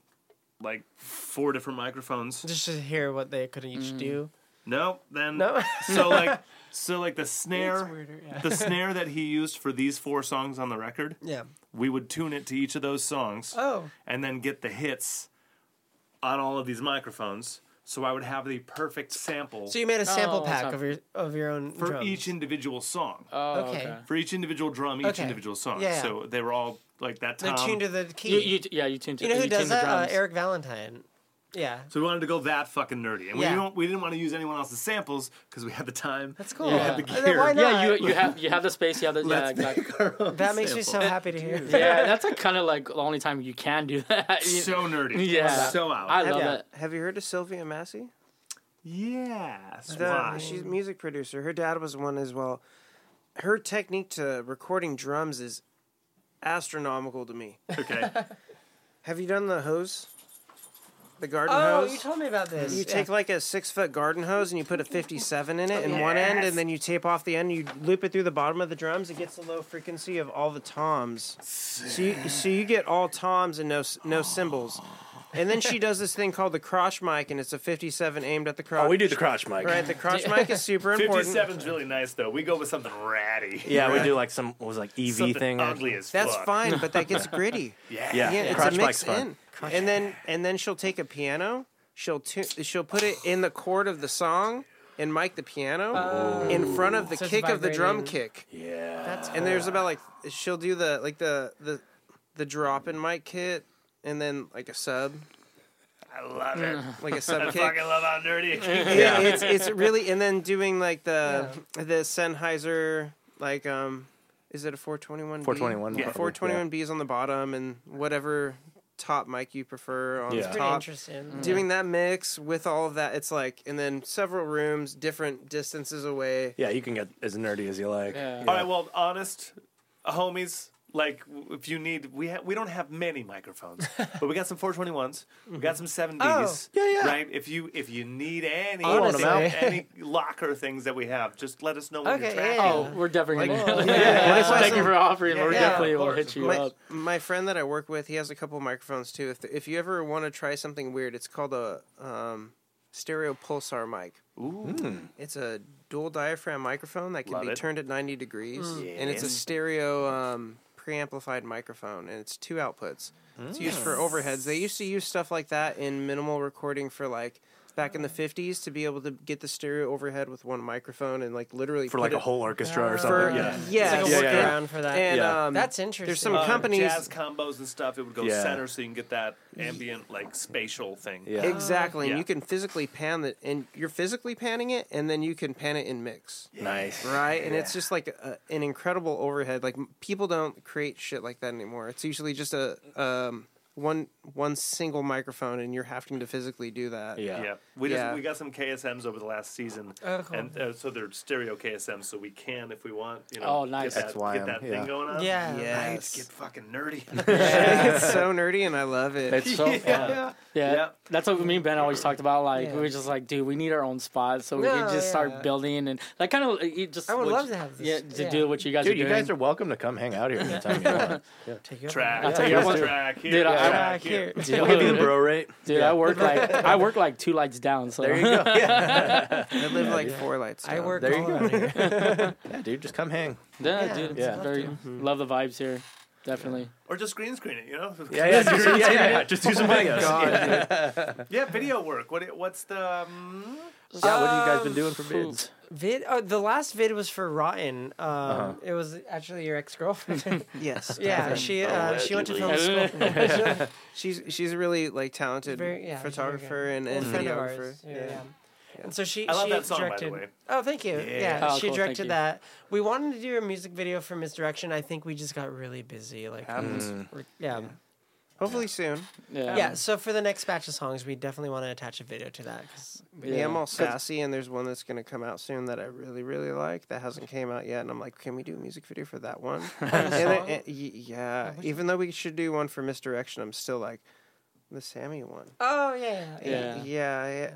like four different microphones. Just to hear what they could each Mm. do. No, then No. so (laughs) like so like the snare Weirder, (laughs) yeah. the snare that he used for these four songs on the record, Yeah. we would tune it to each of those songs Oh. and then get the hits on all of these microphones. So I would have the perfect sample So you made a sample Oh, that's pack not- of your of your own for drums. each individual song. Oh, Okay. for each individual drum, each Okay. individual song. Yeah, yeah. So they were all like that They're time. tuned to the You, key. you, yeah, you tuned. to- You know who tuned does the that? Uh, drums. Eric Valentine. Yeah. so we wanted to go that fucking nerdy, and we Yeah. don't we didn't want to use anyone else's samples because we had the time. That's (laughs) cool. Yeah. Uh, The then gear. Why not? Yeah, you you have you have the (laughs) space. You have the yeah, exactly. that makes me so happy to hear. yeah. That's like kind of like the only time you can do (laughs) that. You- So nerdy. (laughs) Yeah. So out. I love Have, it. have you heard of Sylvia Massey? yeah. The- Why? she's a music producer. Her dad was one as well. Her technique to recording drums is astronomical to me. Okay. Have you done the hose? The garden Oh, hose? you told me about this. You take like a six foot garden hose and you put a 57 in it in one end, and then you tape off the end. You loop it through the bottom of the drums. It gets the low frequency of all the toms. So you, so you get all toms and no s- no cymbals. And then she does this thing called the crotch mic, and it's a 57 aimed at the crotch. Oh, we do the crotch mic. Right, the crotch mic (laughs) is super important. 57's really nice though. We go with something ratty. Yeah, we do like some what was it, like (laughs) EV Something thing. or- ugly as That's fuck. fine, but (laughs) that gets gritty. Yeah. Yeah, Yeah, it's crotch a mic's mix fun. in. And then and then she'll take a piano. She'll tu- she'll put it in the chord of the song and mic the piano in front of the So it's kick of the drum vibrating. kick. Yeah. That's And there's about like she'll do the like the the the drop in mic kit and then like a sub I love it. (laughs) like a I sub kick. fucking love how nerdy. (laughs) it is. Yeah, it's it's really and then doing like the the Sennheiser like um is it a 421 421 yeah probably, 421 B is on the bottom and whatever top mic you prefer Yeah. on the It's pretty top interesting. doing that mix with all of that it's like and then several rooms different distances away Yeah, you can get as nerdy as you like. Yeah. All right. Well, honest uh, homies, like w- if you need, we ha- we don't have many microphones, but we got some 421s. We got some 70s. Yeah, yeah. Right. If you if you need any want 'em out. any locker things that we have, just let us know when you're Okay, tracking. yeah. Oh, we're definitely (laughs) gonna. What if I- Thank you for offering. but we're Yeah, definitely of will course, hit of you my, up. my friend that I work with, he has a couple microphones too. If if you ever want to try something weird, it's called a um, stereo pulsar mic. Ooh, it's a dual diaphragm microphone that can Love be it. turned at ninety degrees, and it's a Yes. stereo um, preamplified microphone, and it's two outputs. It's used Hmm. for overheads. They used to use stuff like that in minimal recording for like back in the 50s to be able to get the stereo overhead with one microphone and like literally For put like a it- whole orchestra or something. for yeah. yes. It's like a Yeah, yeah, yeah. workaround for that. and Yeah. um, That's interesting. there's some Uh, companies jazz combos and stuff. It would go Yeah. center, so you can get that ambient like spatial thing. Yeah. Exactly. Yeah. And you can physically pan it, and you're physically panning it, and then you can pan it in mix. Nice. Right? And it's just like a, an incredible overhead. Like, m- people don't create shit like that anymore. It's usually just a. Um, one one single microphone, and you're having to physically do that. Yeah. Yeah, we just Yeah. we got some KSMs over the last season, Oh, cool. and uh, so they're stereo KSMs, so we can if we want. You know, Oh, nice. Get that, XYM, get that yeah. thing going on. Yeah. Nice, Yes. get fucking nerdy. (laughs) (laughs) it's so nerdy, and I love it. (laughs) It's so fun. Yeah. Yeah. That's what me and Ben always talked about. Like, Yeah. we were just like, dude, we need our own spot so we No, can just yeah. start building. And that kind of, it just. I would what love you- to have this. Yeah, to Yeah. do what you guys Dude, are you doing. guys are welcome to come hang out here anytime you (laughs) want. Take your track. I'll tell you here's what- track. Here, Dude, I- track, back here. We'll give you the bro rate. (laughs) Dude, I (laughs) work like I work like two lights down. So There you go. (laughs) Yeah, I live like four lights. I down. work There you all go. out here. yeah dude, just come hang. yeah, Yeah, dude, yeah. it's very love the vibes here. Definitely. Or just green screen it, you know? Yeah, yeah, (laughs) just, yeah, yeah, yeah. Just do some videos. Oh God, yeah. dude. (laughs) Yeah, video work. What? What's the? Um, Yeah, what have you guys been Um, doing for bids? Vid, uh, the last vid was for Rotten. Um, It was actually your ex girlfriend. Yes. (laughs) yeah, definitely. she uh, she went to film Allegedly. school. (laughs) (laughs) She's she's a really like talented Very- yeah, she's very photographer good. and, Old and friend of videographer. ours. Yeah. yeah. And so she, I love she that song, by the directed. way. Oh, thank you. Yeah, Oh, she cool, thank directed you. that. We wanted to do a music video for Misdirection. I think we just got really busy. Like, we're- yeah. Hopefully soon. Yeah. Yeah, so for the next batch of songs, we definitely want to attach a video to that. 'cause- Yeah. I'm all 'Cause- sassy, and there's one that's gonna come out soon that I really, really like that hasn't came out yet, and I'm like, can we do a music video for that one? and it- song? it- y- yeah, even though we should do one for Misdirection, I'm still like, the Sammy one. Oh, yeah, yeah. yeah. Yeah. Yeah, yeah.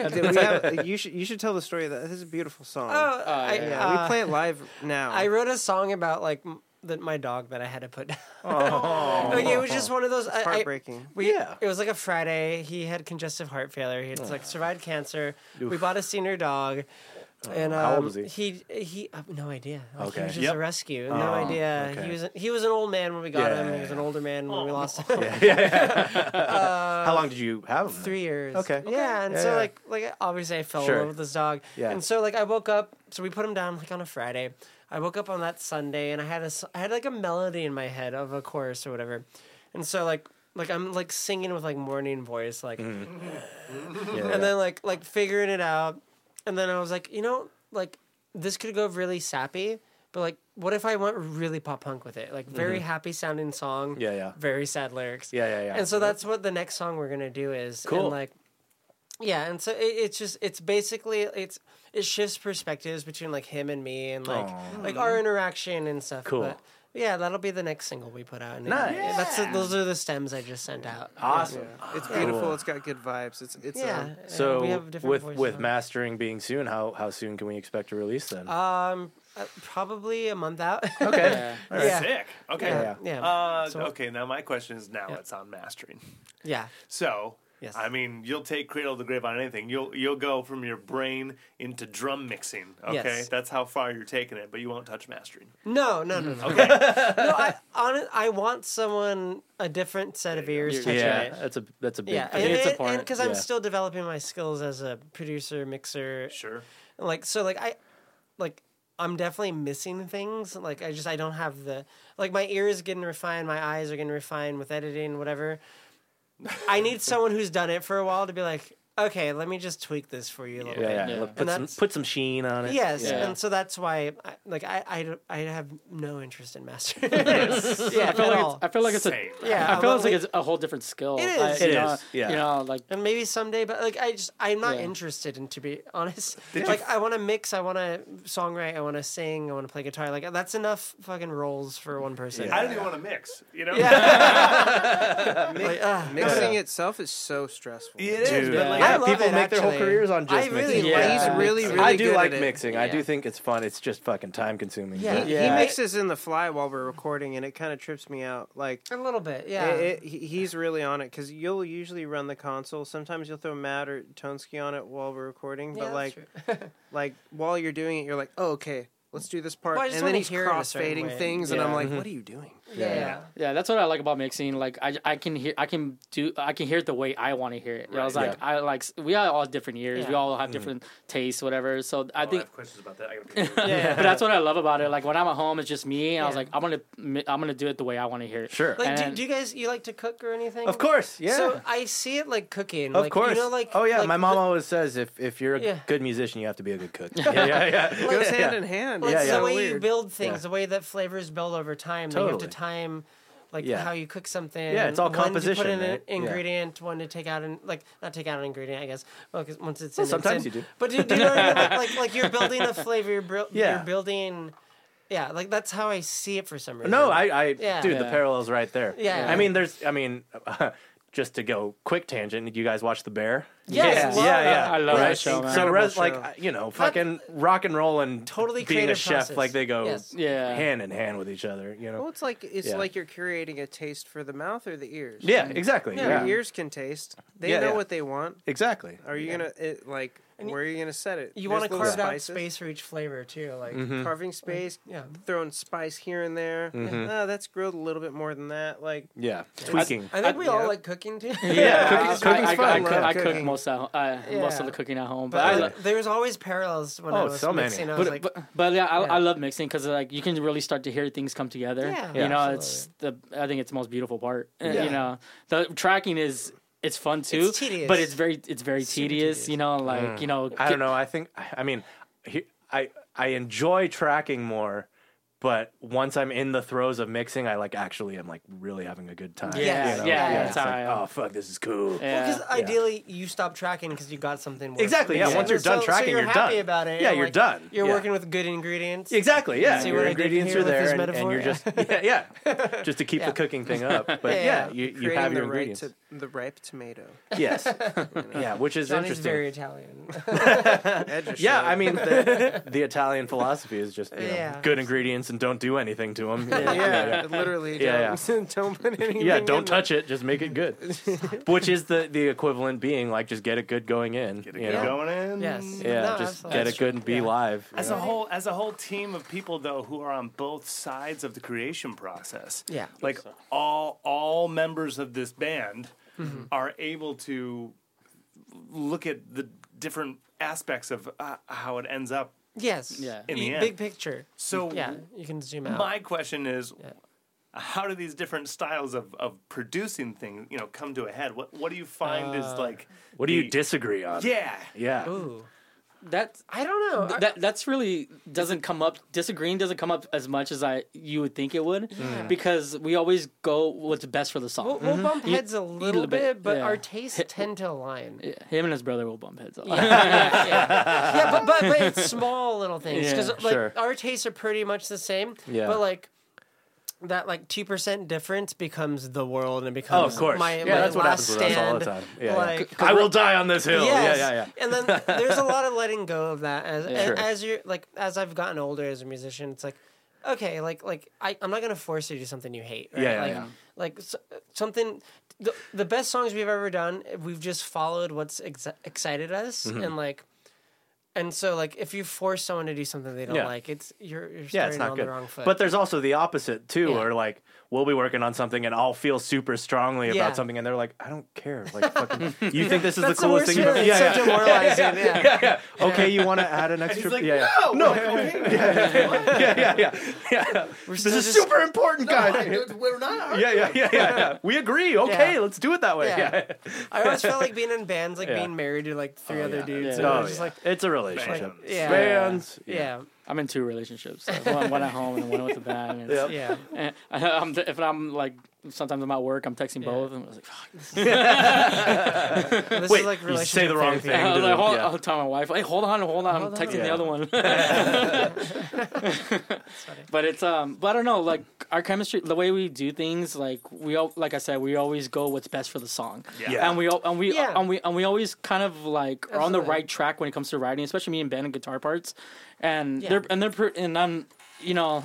Sorry. (laughs) Did we have- you should you should tell the story of that. This is a beautiful song. Oh, I, yeah, uh, we play it live now. I wrote a song about like m- that my dog that I had to put down. (laughs) like, it was just one of those. I- I- Heartbreaking. we, Yeah. It was like a Friday. He had congestive heart failure. He had like survived cancer. We bought a senior dog. And um, Uh, How old was he? He he uh, no idea. Like, Okay. Oh, He was just Yep. a rescue. No idea. okay. He was he was an old man when we got Yeah, him. yeah, He was an yeah. older man when we lost him. (laughs) How long did you have them? three years. Okay. Okay. Yeah, and Yeah, so yeah. like like obviously I fell Sure. in love with this dog. Yeah. And so like I woke up. So we put him down like on a Friday. I woke up on that Sunday and I had a s- I had like a melody in my head of a chorus or whatever, and so like like I'm like singing with like morning voice like Yeah. and then like like figuring it out and then i was like you know like this could go really sappy but like what if i went really pop punk with it like very happy sounding song Mm-hmm. Yeah, yeah. very sad lyrics Yeah, yeah, yeah. and so that's what the next song we're gonna do is and, Cool. like yeah and so it, it's just it's basically it's it shifts perspectives between like him and me and like Aw. like our interaction and stuff Cool. but yeah that'll be the next single we put out and Nice. yeah, that's those are the stems i just sent out awesome. It's beautiful. It's got good vibes. It's it's yeah um, So Uh, we have different with voices with on it. mastering being soon, how how soon can we expect to release then? Um, uh, probably a month out. (laughs) okay. Yeah. yeah. Sick. Okay. Yeah. Yeah. Yeah. Uh, So- okay. Now my question is: Now it's on mastering. yeah. So. Yes. I mean, you'll take cradle to grave on anything. You'll you'll go from your brain into drum mixing. Okay, Yes. that's how far you're taking it, but you won't touch mastering. No, no, no, no. Okay, (laughs) no I, on, I want someone, a different set of ears touching it. yeah, that's a that's a big Yeah, thing. and it's a part, because I'm yeah. still developing my skills as a producer, mixer, sure. like so, like I, like I'm definitely missing things. Like I just I don't have the like my ears getting refined, my eyes are getting refined with editing, whatever. I need someone who's done it for a while to be like, okay, let me just tweak this for you a little bit. Yeah, yeah. Yeah. Look, And Put some that's- put some sheen on it. Yes, Yeah. and so that's why, I, like, I, I, don't- I have no interest in (laughs) mastering. yeah, I feel at like it's, all. I feel like it's a Same. yeah, I feel but it's like we- it's a whole different skill. It I- is. you Uh, It know, is, yeah. You know, like and maybe someday, but like, I just, I'm not Yeah. interested in to be honest. like, I want to mix, I want to songwrite, I want to sing, I want to play guitar. Like, that's enough fucking roles for one person. (laughs) I don't even want to mix. You know, Like, ah. um, mixing itself is so stressful. it is. Dude, But like, I yeah, love people it, make their whole actually. careers on I just really mixing. like Yeah. He's mixing. really, really I do good like at it. mixing. I do Yeah. think it's fun. It's just fucking time consuming. Yeah. but- He, Yeah. he mixes in the fly while we're recording, and it kind of trips me out. Like, a little bit, yeah. it, it, he- he's really on it because you'll usually run the console. Sometimes you'll throw Matt or Tonesky on it while we're recording, Yeah, but that's like, true. like while you're doing it, you're like, oh, okay, let's do this part, Well, I just and then wanna he's hear it a certain cross-fading way. things, and I'm Yeah. like, what are you doing? yeah, yeah. yeah. Yeah, that's what I like about mixing. Like I, I can hear, I can do, I can hear it the way I want to hear it. I was Right. Mm-hmm. like, I like, we are all different ears. We Yeah. all have different tastes, whatever. So I oh, I (laughs) think, have questions about that. I gotta (laughs) pee. but that's what I love about it. Like when I'm at home, it's just me, and I was Yeah. like, I'm gonna, mi- I'm gonna do it the way I want to hear it. Sure. Like, do, And- do you guys, you like to cook or anything? Of course. Yeah. So I see it like cooking. of like, course. You know, like, oh yeah, like my the- mom always says if if you're a Yeah. good musician, you have to be a (laughs) good cook. yeah, yeah, yeah. It goes Yeah. hand in hand. Like Yeah, It's yeah. the so way you weird. build things, Yeah. the way that flavors build over time, that you have Totally. to time. like Yeah. how you cook something. Yeah, it's all when to composition, put in right? an Yeah. ingredient, when to take out an like not take out an ingredient, I guess. Well, 'cause once it's in, it's sometimes in. you do. But do, do you know what I mean? Like, like, like (laughs) you're building a flavor. You're, buil- Yeah. you're building. Yeah, like that's how I see it for some reason. No, I, I Yeah. dude, the Yeah. parallels right there. Yeah. I mean, there's, I mean, (laughs) just to go quick tangent, you guys watch The Bear? Yes, yeah, love yeah, it. yeah. I love Right? that show, man. So, res, show. like, you know, fucking rock and roll and Totally being a creative chef, process. like they go Yes. Yeah. hand in hand with each other. You know? Well, it's like it's Yeah. like you're curating a taste for the mouth or the ears. yeah, exactly. Yeah, Yeah, Your ears can taste. They Yeah, know yeah. what they want. exactly. Are you gonna it, like? where are you gonna set it? You There's want to little carve out spices. space for each flavor too. Like Mm-hmm. Mm-hmm. carving space, yeah. throwing spice here and there. Mm-hmm. Oh, that's grilled a little bit more than that. Like Yeah, tweaking. I think we all yeah. like cooking too. I- yeah, cooking's, I, cooking's I, fun. I, cook- I cook Cooking. most of uh, most Yeah. of the cooking at home, but I But lo- like, there's always parallels when I Oh, was so many. mixing. I was but, like, but but yeah, I, yeah. I love mixing because like you can really start to hear things come together. Yeah. you Yeah. know, it's the I think it's the most beautiful part. Uh, You know, the tracking is it's fun too, It's tedious. but it's very it's very tedious, You know, like you know, Mm. I don't know. I think. I I mean, he- I I enjoy tracking more, but once I'm in the throes of mixing, I like actually am like really having a good time. Yeah, yeah, you know? yeah, Yeah. that's It's how like, I am. oh fuck, this is cool. Yeah. because ideally you stop tracking because you got something. Worth Exactly, yeah, mixing. once you're done so, tracking, so you're, you're happy done. about it. Yeah, and, you're like, done. You're Yeah. working with good ingredients. Exactly. Yeah, See your what I did ingredients here are with this there, and, and metaphor? you're just yeah, yeah, just to keep the cooking thing up. But Yeah. yeah, you, you creating have the your right ingredients. to (laughs) the (laughs) ripe tomato. Yes, yeah, which is Johnny's interesting. very Italian. Ed just yeah, showed. I mean the, the Italian philosophy is just you know, Yeah. good ingredients and don't do anything to them. yeah, literally. (laughs) Yeah, Don't, (laughs) don't put anything. yeah, in don't there. touch it. Just make it good. Which is the the equivalent being like just get it good going in. Get Get it you know? going in. yes. Yeah, No, just absolutely. get it good and be live. As a whole, as a whole team of people though, who are on both sides of the creation process. Yeah. like all all members of this band are able to look at the different aspects of uh, how it ends up. Yes. Yeah. In the Y- end. Big picture. So Yeah, you can zoom out. my question is. How do these different styles of, of producing things, you know, come to a head? What what do you find is like? What do you the- disagree on? Yeah, Yeah. Ooh. that's I don't know. I- that that's really doesn't come up disagreeing doesn't come up as much as I you would think it would because we always go what's best for the song. Mm. We'll, Mm-hmm. we'll bump heads a little bit, bit, but yeah. our tastes tend to align. Yeah, Him and his brother will bump heads. Yeah. yeah, yeah. (laughs) Yeah, but, but but it's small little things because Yeah, like sure. our tastes are pretty much the same. Yeah. but like that like two percent difference becomes the world and it becomes Oh, of course. My, Yeah, my that's what last happens with us all the stand. time. Yeah, yeah. like, I will die on this hill. Yes. Yeah, yeah, yeah. And then there's a lot (laughs) of letting go of that as Yeah. Sure. as you're like as I've gotten older as a musician, it's like okay, like like I I'm not gonna force you to do something you hate. Right? Yeah, yeah, like, yeah. Like s something, the, the best songs we've ever done, we've just followed what's ex- excited us Mm-hmm. and like. And so, like, if you force someone to do something they don't Yeah. like, it's you're you're starting Yeah, it's not on good. the wrong foot. But there's also the opposite too, Yeah. or like we'll be working on something and I'll feel super strongly Yeah. about something, and they're like, I don't care. Like, fucking, (laughs) you think this is That's the coolest thing? worst feeling. you've ever It's Yeah, yeah. so demoralizing. Yeah, yeah, (laughs) yeah. Okay, you (laughs) want to add an extra? yeah, yeah. no, (laughs) yeah, yeah, yeah, yeah. This still is just- super important, guys. We're not. yeah, yeah, yeah, yeah, yeah. We agree. Okay, Yeah. let's do it that way. Yeah. Yeah. I always felt like being in bands, like Yeah. being married to like three other dudes. Yeah. and I Oh, was just yeah. like, it's a relationship. Bands. Yeah. Bands. yeah, I'm in two relationships. so one, one at home and one with the band. and it's- yeah. and I'm, if I'm like sometimes I'm at work, I'm texting both, and I was like, fuck. This Wait, is like you relationship say the wrong therapy. thing. I was dude. like, hold, Yeah. I'll tell my wife, hey, hold on, hold on, Hold I'm on. texting Yeah. the other (laughs) one. but it's um, but I don't know, like our chemistry, the way we do things, like we all, like I said, we always go what's best for the song. Yeah. And we al- and we Yeah. and we and we always kind of like are on the Absolutely. right track when it comes to writing, especially me and Ben and guitar parts, and Yeah. they're and they're pre- and I'm you know.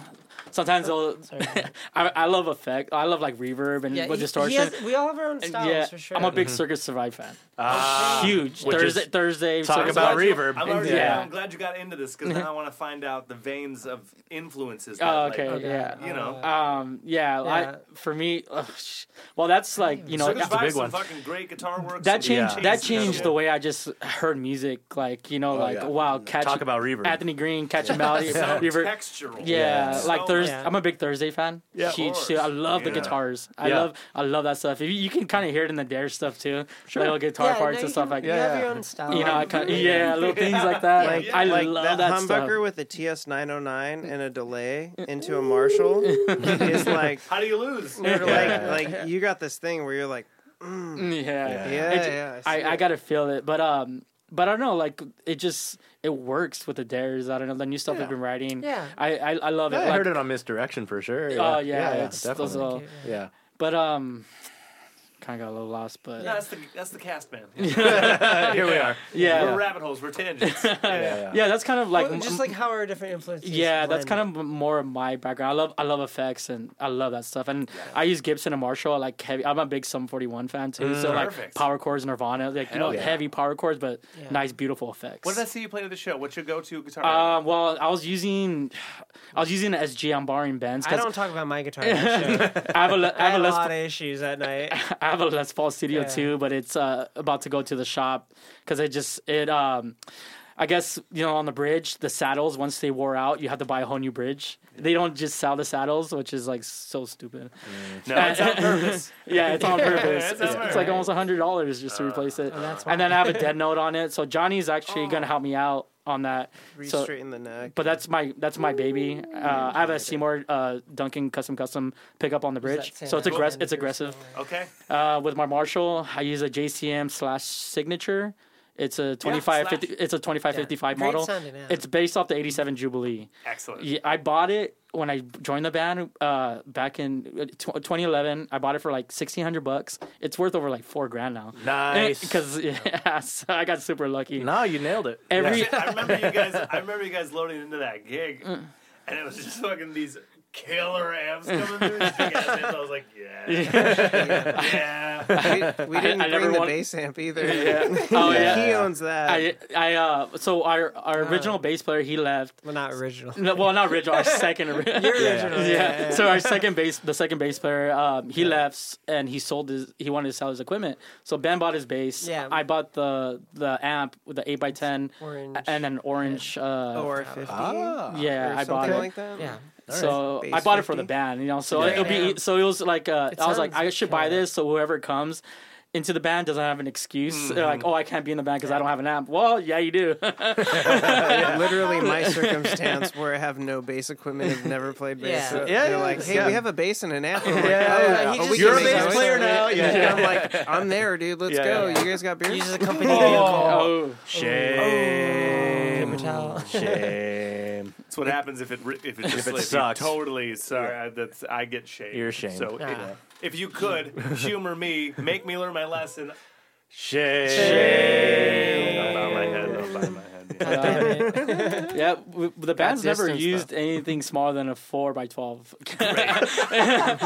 Sometimes Oh, they'll, (laughs) I, I love effect. I love like reverb and Yeah, with he- he distortion. has- we all have our own And styles yeah, for sure. I'm a big Mm-hmm. Circus Survive fan. Ah, Huge. Which is- Thursday, Thursday. Talk Circus about Survive. reverb. I'm, already, Yeah. I'm glad you got into this because now I want to find out the veins of influences. That, Oh, like, okay, yeah. you know, Um, yeah, Yeah. I, for me, ugh, sh- well, that's like you know Circus that- Vibe, big some one. Fucking great guitar work. that some changed cheese that and changed shit. the way I just heard music. Like you know, like yeah. wow, catch Talk about reverb. Anthony Green, catch a melody, So reverb. textural. Yeah, like big know? Thursday. Yeah. I'm a big Thursday fan. Yeah, of Huge course. too. I love the Yeah. guitars. I Yeah. love I love that stuff. You, you can kind of hear it in the Dare stuff too. Sure. Little guitar Yeah, parts no, you and stuff can- like You that. have your own style. You know, I kind yeah, little things like that. Like, I like love that, that, stuff. humbucker with the TS909 and (laughs) a delay into a Marshall is like, How do you lose? you're Yeah. like, like you got this thing where you're like, Mm, Yeah. yeah. yeah, It's- yeah. I, I gotta feel it, but um, but I don't know, like it just it works with the dares. I don't know the new stuff I've been writing. Yeah. I I, I love it. I like- heard it on Misdirection for sure. Oh yeah, it's definitely. those little, yeah. (laughs) but um, kind of got a little lost, but That's the that's the cast (laughs) man. Yeah. Here we are. yeah, We're yeah. rabbit holes. We're (laughs) tangents. Yeah, yeah. yeah, that's kind of like Well, just like how are different influences? yeah, that's blend? kind of more of my background. I love I love effects and I love that stuff. And I use Gibson and Marshall. I like heavy. I'm a big Sum 41 fan too. so like Perfect. power chords, Nirvana, like you know Hell yeah. heavy power chords, but Yeah. nice beautiful effects. What did I see you play at the show? What's your go-to guitar? Um, well, I was using, I was using an SG on barring bends I because don't talk about my guitar. on the show. (laughs) I, have a Le- I I have had a a Les, lot of issues that (laughs) night. I have a Les Paul Studio Yeah. too, but it's uh, about to go to the shop because it just it um, I guess you know on the bridge the saddles once they wore out you have to buy a whole new bridge. They don't just sell the saddles, which is like so stupid. no, it's (laughs) on purpose. Yeah, (laughs) it's on it's purpose. it's, it's, on like purpose. Oh, almost hundred dollars just to replace it. that's and then I have a dead note on it, so (laughs) Johnny's actually gonna help me out on that. So- Re-straighten the (laughs) neck. but that's my that's my baby. Uh, I have a Seymour uh, Duncan custom custom pickup on the bridge, That Oh. so it's Santa aggressive. Claus It's aggressive. Okay. Uh, with my Marshall, I use a JCM slash signature. It's a twenty five slash. fifty. It's a twenty five fifty five Great model. sounding, yeah. It's based off the eighty seven Jubilee. Excellent. Yeah, I bought it when I joined the band uh, back in uh, tw- 2011. I bought it for like 1600 bucks. It's worth over like four grand now. (laughs) Nice. (laughs) Because yeah, so I got super lucky. No, you nailed it. Every (laughs) I remember you (laughs) guys. I remember you guys loading into that gig, Mm. and it was just fucking these killer amps coming through. (laughs) these big ass amps. I was like, yeah, (laughs) yeah. we, we didn't I never bring the want- bass amp either. (laughs) oh (laughs) yeah. He owns that. I, I uh so our our original bass player he left. Well, not original. No, well, not Ridge, our second (laughs) original. original, Yeah. So our second bass, the second bass player, um, he left and he sold his. He wanted to sell his equipment, so Ben bought his bass. Yeah. I bought the the amp with the eight x ten Orange. and an orange. Uh, or 50. Ah. yeah, or I bought something it. like that. Yeah. uh, So Bass I bought it for 50. the band, you know. So it'll Yeah. be so it was like uh, It I was like sounds I should buy this so whoever comes into the band doesn't have an excuse. They're like, oh, I can't be in the band because I don't have an amp. Well, yeah, you do. (laughs) (laughs) Literally, my circumstance where I have no bass equipment, have never played bass. Yeah. Yeah, So They're yeah, like, hey, yeah. we have a bass and an amp. I'm like, Yeah, oh, he oh, just we You're a can make bass noise. player now. Yeah. And I'm like, I'm there, dude. Let's Yeah, go. yeah. You guys got (laughs) beer? He's a (laughs) company oh, Shame. Mm. Patel. Oh. (laughs) Shame. That's what happens if it re- if (laughs) it just it like, sucks. Totally sorry. I, that's I get shamed. You're shamed. So it- Ah. if you (laughs) could humor me, make me learn my lesson. Shame. I'll bow my head. I'll bow my head. (laughs) Yeah. yeah. w- The band's never distance, used anything smaller than a four by (laughs) twelve. (laughs)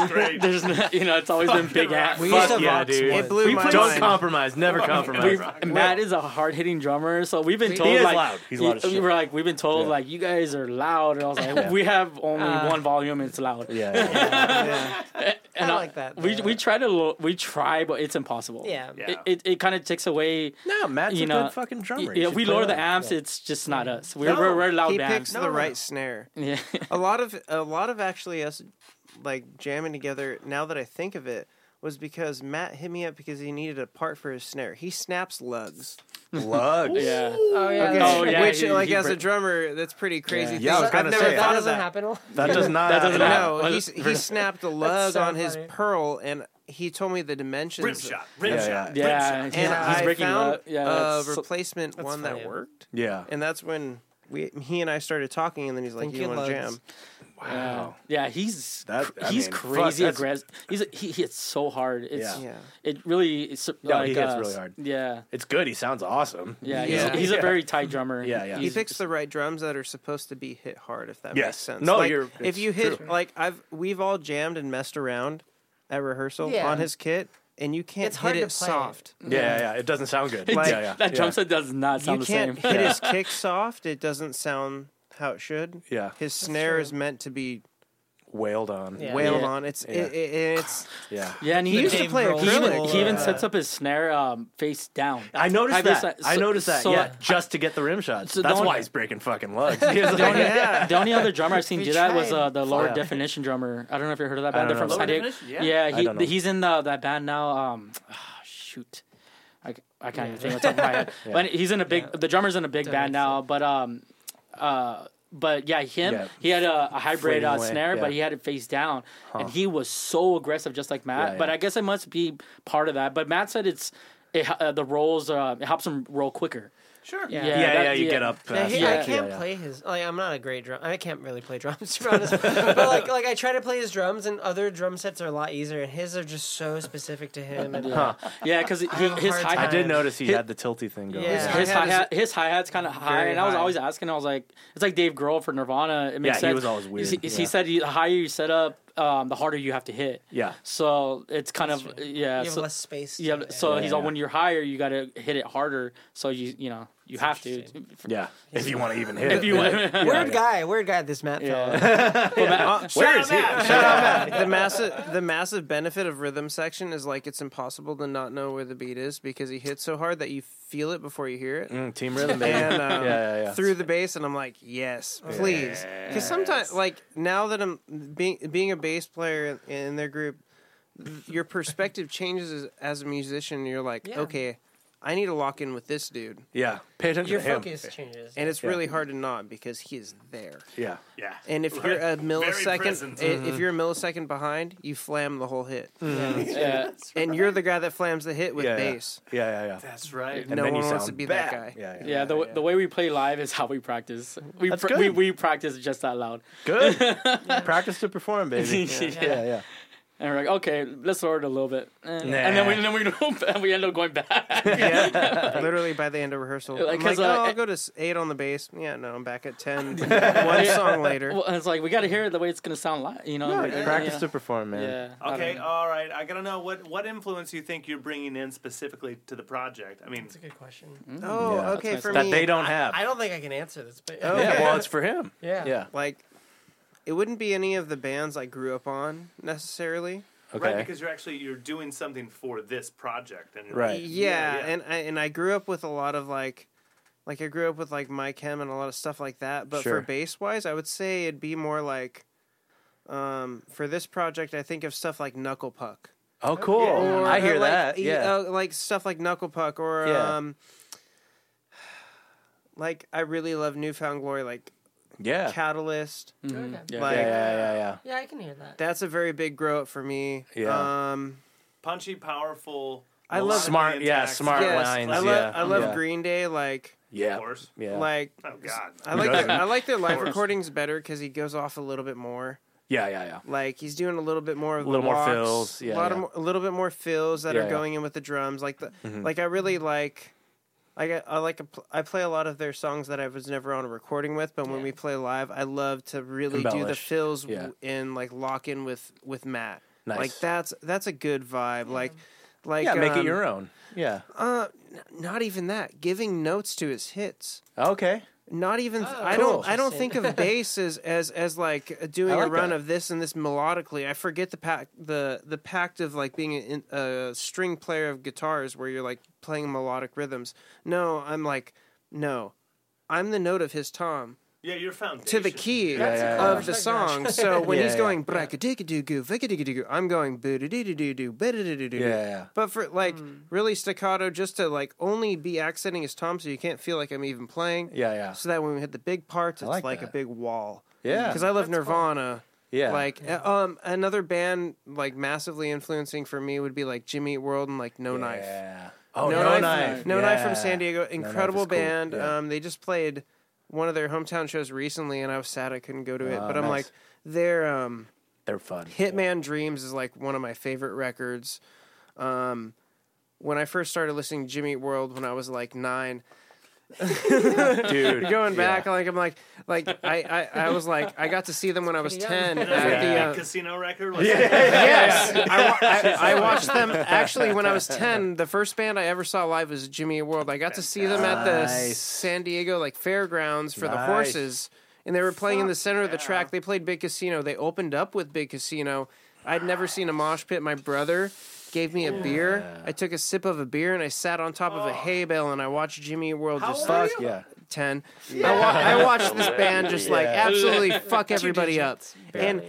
Great. There's no, you know, it's always been big amps. We used Fuck to yeah, Vox dude. one. It blew We my played- Don't mind. compromise. Never We've- compromise. Matt is a hard hitting drummer, so we've been told is like loud. He's loud as we shit. were like we've been told Yeah. like you guys are loud, and I was like we have only Uh, one volume, and it's loud. Yeah, (laughs) yeah. I like that. uh, We though. we try to lo- we try, but it's impossible. Yeah. Yeah. It it, it kind of takes away. No, Matt's You a know, good fucking drummer. He Yeah, should we play lower the that. amps. It's just not us. We're we're, we're loud He band. picks the right snare. (laughs) Yeah. a lot of a lot of actually us like jamming together now that i think of it was because matt hit me up because he needed a part for his snare he snaps lugs Lugs. yeah. Oh yeah. okay (laughs) Oh, yeah, which he- like he as br- a drummer that's pretty crazy Yeah, I was thing. gonna i've never say. thought That of doesn't that happen. a lot. That does not. That doesn't happen. no Well, he's, he snapped a lug so on his funny. pearl and he told me the (laughs) dimensions Rim shot. Rim Yeah, shot. Yeah, Rim shot. and yeah, he's i breaking found up. Yeah, a that's- replacement one that funny. worked Yeah. and that's when we he and i started talking and then he's like Thank you you, want to lugs. jam yeah, Uh, yeah, he's That- I he's mean, fuck, crazy that's- aggressive. He's he hits so hard. It's yeah it really it's No, like he hits uh, really hard. Yeah, It's good. He sounds awesome. yeah, Yeah. He's, he's Yeah. a very tight drummer. (laughs) Yeah, yeah. he He's- picks the right drums that are supposed to be hit hard if that Yes. makes sense No, Like, you're- if it's you hit like i've we've all jammed and messed around at rehearsal Yeah. on his kit and you can't It's hit hard it to play. soft Yeah, yeah. yeah. It doesn't sound good. Like- yeah, yeah. (laughs) that yeah. drum set does not sound you the can't same. (laughs) (laughs) hit his kick soft it doesn't sound how it should Yeah. his snare is meant to be wailed on. Yeah. wailed Yeah. on. It's Yeah. it, it, (sighs) it's Yeah. Yeah, and he He used used to to play Dave he even, acrylic. he even Yeah. sets up his snare um, face down. I noticed I've that. just- I so- noticed that. so yeah, I- just to get the rim shots. So That's don't- why he's breaking fucking lugs. He was (laughs) like, The only other drummer I've seen We do that was tried. uh, the Lower Oh, Yeah. Definition drummer. I don't know if you heard of that I band. They're don't from know. San Lower Diego. Definition? yeah I don't know. he, he's in the, that band now. Um, ah, shoot, I, I can't even think of the top of my head. But he's in a big. The drummer's in a big band now. But um, uh, but yeah, him. Yeah. He had a, a hybrid Fading uh, away, snare, yeah. but he had it face down, and he was so aggressive, just like Matt. Yeah, But yeah. I guess it must be part of that. But Matt said it's. It, uh, the rolls uh, it helps him roll quicker. Sure. Yeah. yeah, yeah, you that- get up. Yeah, fast. he- Yeah, I can't yeah. play his. Like, I'm not a great drum. I can't really play drums, (laughs) to be honest. but like, like I try to play his drums, and other drum sets are a lot easier, and his are just so specific to him. And Yeah, because his have a hard high. I time. did notice he had the tilty thing going. Yeah. his hi hi-hat hat his hi hat's kind of high, Very and I was high. always asking. I was like, it's like Dave Grohl for Nirvana. It makes Yeah, he sense. was always weird, He, he yeah. said you- the higher you set up, um, the harder you have to hit. Yeah. So it's kind of yeah. you have so, less space. to yeah. do it. So Yeah, he's yeah. like, when you're higher, you got to hit it harder. So you you know you have to. Yeah. If you want to even hit. If you want. weird guy, weird guy. This Matt fellow. (laughs) (laughs) Where is he? the massive the massive benefit of rhythm section is like it's impossible to not know where the beat is because he hits so hard that you feel it before you hear it. Mm, team rhythm, baby. And um, yeah, yeah. through the bass, and I'm like, yes, please, because sometimes, like now that I'm being being a bass player in, in their group, th- your perspective changes as, as a musician. You're like, Yeah. okay, I need to lock in with this dude, yeah. Pay attention Your to him. focus changes. and it's Yeah. really hard to not because he is there. Yeah. Yeah. And if you're a millisecond, present. i- Mm-hmm. if you're a millisecond behind, you flam the whole hit, yeah. and you're the guy that flams the hit with Yeah, yeah. bass. Yeah, yeah, yeah. That's right. And no then one you wants to sound be bad. that guy. (laughs) Yeah, yeah. Yeah, the, the way we play live is (laughs) how we practice. We That's pra- we, good. we practice just that loud. Good. Practice to perform, baby. (laughs) Yeah. (laughs) Yeah, yeah. And we're like, okay, let's lower it a little bit. Eh. Nah. And then we, then we, go- we (laughs) end up going back. Literally by the end of rehearsal, Like, I'm like, 'cause, oh, uh, I'll go to s- eight on the bass. Yeah, no, I'm back (laughs) at ten. One song later. Well, it's like we got to hear it the way it's gonna sound live, you know. Yeah, like, (laughs) yeah, Practice yeah. to perform, man. Yeah. I don't Okay, know. all right. I gotta know what what influence you think you're bringing in specifically to the project. I mean, That's a good question. Oh, Yeah. okay. That's For nice. That me, they don't have. I don't think I can answer this, but Oh, yeah, okay. well, it's for him. (laughs) yeah, Yeah. like it wouldn't be any of the bands I grew up on necessarily. Okay. right? Because you're actually you're doing something for this project, and Right. Yeah, Yeah, yeah. and I, and I grew up with a lot of like, like I grew up with like Mike Hem and a lot of stuff like that. But Sure. for bass wise, I would say it'd be more like, um, for this project, I think of stuff like Knuckle Puck. oh, cool. Or, I hear uh, like, that. e- Yeah. uh, like stuff like Knuckle Puck or Yeah. um, like I really love Newfound Glory, like yeah. Catalyst. Mhm. Yeah. Like yeah. Yeah, yeah, yeah. yeah, I can hear that. that's a very big grow up for me. Yeah. Um, punchy, powerful. I love- Smart, yeah, melodically smart intact. yes, lines, I love yeah. I love Yeah. Green Day. Like Of Yeah. course. Yeah. like Oh God. I like doesn't? their, I like their live course. recordings better because he goes off a little bit more. yeah, yeah, yeah. Like he's doing a little bit more of A little the more walks, fills, yeah, a lot yeah. of more, a little bit more fills that Yeah, Mm-hmm. are yeah. going in with the drums. Like the like I really like. I get, I like a pl- I play a lot of their songs that I was never on a recording with, but when we play live, I love to really do the Embellish. fills Yeah. w- and like lock in with with Matt. Nice. Like that's that's a good vibe. Like like yeah, make it um, your own. Yeah. Uh, n- not even that. Giving notes to his hits. Okay. Not even. Oh, I don't. I don't think interesting. (laughs) of bass as as, as like doing I like a run that. of this and this melodically. I forget the pack the the pact of like being a, in- a string player of guitars where you're like playing melodic rhythms. No, I'm like no. I'm the note of his tom Yeah, your foundation to the key yeah, of the song. So when Yeah, he's yeah. going bracka digga doo goo, vicka digga doo goo, I'm going boo doo doo doo doo, boo doo doo doo. Yeah, yeah. But for like really staccato, just to like only be accenting his tom, so you can't feel like I'm even playing. Yeah, yeah. So that when we hit the big parts, it's like like, that. a big wall. Yeah. Because I love Nirvana. Yeah. Like uh, um, another band like massively influencing for me would be like Jimmy Eat World and like No Knife. Yeah. Oh, No, Knife, No Knife Yeah. from San Diego, Knife incredible is cool, band. yeah. Um, they just played one of their hometown shows recently, and I was sad I couldn't go to it. Ah, but I'm nice. like, their um, They're fun. Hitman Dreams is like one of my favorite records. Um, when I first started listening to Jimmy Eat World when I was like nine, Dude. (laughs) going yeah. back, like I'm like, like I, I, I was like, I got to see them when I was Pretty ten. young. At the, (laughs) uh, casino record. Was yeah. (laughs) yes, I, wa- I, I (laughs) watched them actually when I was ten. The first band I ever saw live was Jimmy Eat World. I got to see them at the Nice. San Diego like fairgrounds for the Nice. horses. and they were playing in the center of the track. They played Big Casino. They opened up with Big Casino. I'd never seen a mosh pit. My brother gave me a beer. I took a sip of a beer and I sat on top of a hay bale and I watched Jimmy Eat World just Fuck yeah. 10. I, wa- I watched this band just like (laughs) Yeah. absolutely fuck everybody up. And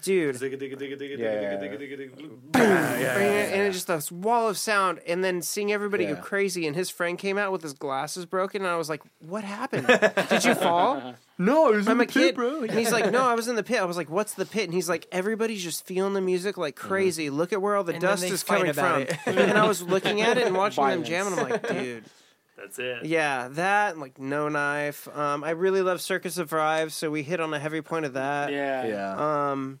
dude, Digga, digga, digga, digga, digga, Yeah. digga, digga, digga, digga. and, and it just this wall of sound, and then seeing everybody Yeah. go crazy. And his friend came out with his glasses broken, and I was like, "What happened? Did (laughs) you fall?" No, it was I'm a kid, and he's like, "No, I was in the pit." I was like, "What's the pit?" And he's like, "Everybody's just feeling the music like Mm-hmm. crazy. Look at where all the And then dust they is fight coming from." about and I was looking (laughs) at it and watching Violence. them jam, and I'm like, "Dude, That's it. yeah, that and like no knife." Um, I really love Circus of Rives, so we hit on a heavy point of that. Yeah. Yeah. Um,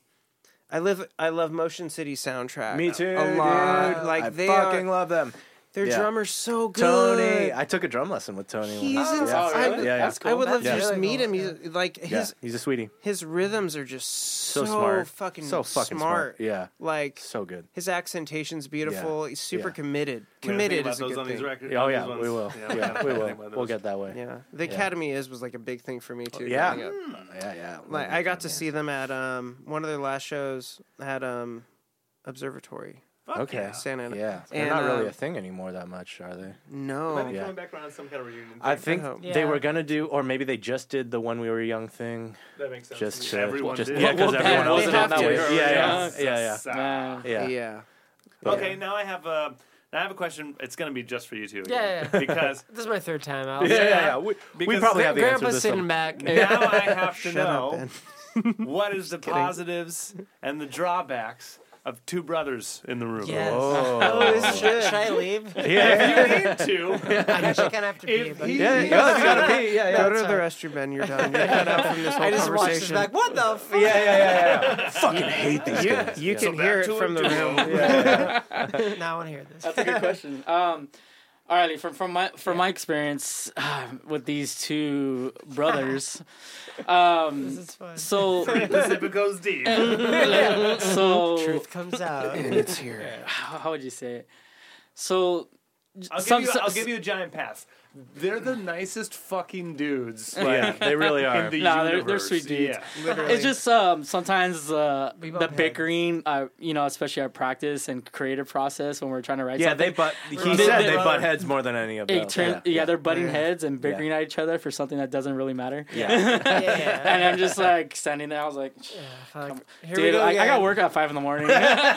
I live. I love Motion City soundtrack. Me too, A lot. dude. Like I they fucking are, love them. their yeah. drummer's so good. Tony, I took a drum lesson with Tony. he's once. ins- yeah. I, Yeah, yeah. That's cool. I would love Yeah. to just Really meet cool. him. He's like his Yeah, he's a sweetie. his rhythms are just so, smart. fucking So fucking smart. Yeah, Like so good. his accentation's beautiful. Yeah. He's super Yeah. committed. We're gonna think Committed about is a those good on thing. These record, Oh on these yeah, we ones. will. Yeah, we're (laughs) Yeah, gonna we think will. about We'll those. get that way. Yeah, Yeah, the Academy is was like a big thing for me too. yeah, growing up. yeah. yeah. Like I got to see them at um one of their last shows at um Observatory Fuck Okay. yeah. Santa Ana. Yeah, they're And, not really uh, a thing anymore that much, are they? No. Maybe Yeah. coming back around some kind of reunion. I thing. think hope. they Yeah. were gonna do, or maybe they just did the when we were young thing. that makes sense. Just to, everyone just, did. yeah, because Well, everyone they was have on that to. way. Yeah, Yeah, yeah, Yes. yeah, Yeah. yeah. yeah. Yeah. Okay, now I have a now I have a question. It's going to be just for you two. again. Yeah, yeah. Because This is my third time out. Yeah, yeah, yeah. We, we Because probably Gra- have the answer to Grandpa's this sitting one. back. now I have to up, know (laughs) what is the positives and the drawbacks of two brothers in the room. Yes. Oh, Should, should I leave? yeah, (laughs) If you need to, I actually kind of have to pee. if But he, yeah. yeah, you gotta pee. Yeah, yeah. Go to the restroom, Ben. (laughs) You're done. You're cut out from this whole I just watched this conversation. back. What the fuck? Yeah, yeah, yeah, yeah, yeah. Fucking hate these You, guys. you can back hear to it from it, the dude. room. Now I want to hear this. That's a good question. Um, all right, from from my from my experience uh, with these two brothers, um, This is (laughs) fun. so the zipper goes deep. It's so Truth comes (laughs) out. It's here. how, how would you say it? So I'll, give Some- you, I'll some- give you a giant pass. They're the nicest fucking dudes. Like, (laughs) Yeah, they really are. in the Nah, they're- they're universe. sweet dudes. Yeah. it's just um, sometimes uh, We the both had- bickering, uh, you know, especially our practice and creative process when we're trying to write. Yeah, something, they butt. He Brother. said They- they they- butt heads more than any of It us. turn- yeah, they're butting Yeah. heads and bickering at each other for something that doesn't really matter. yeah. Yeah, yeah, yeah. (laughs) and I'm just like standing there. I was like, Yeah, fuck. Here we dude, go I, I got again. work at five in the (laughs) morning. I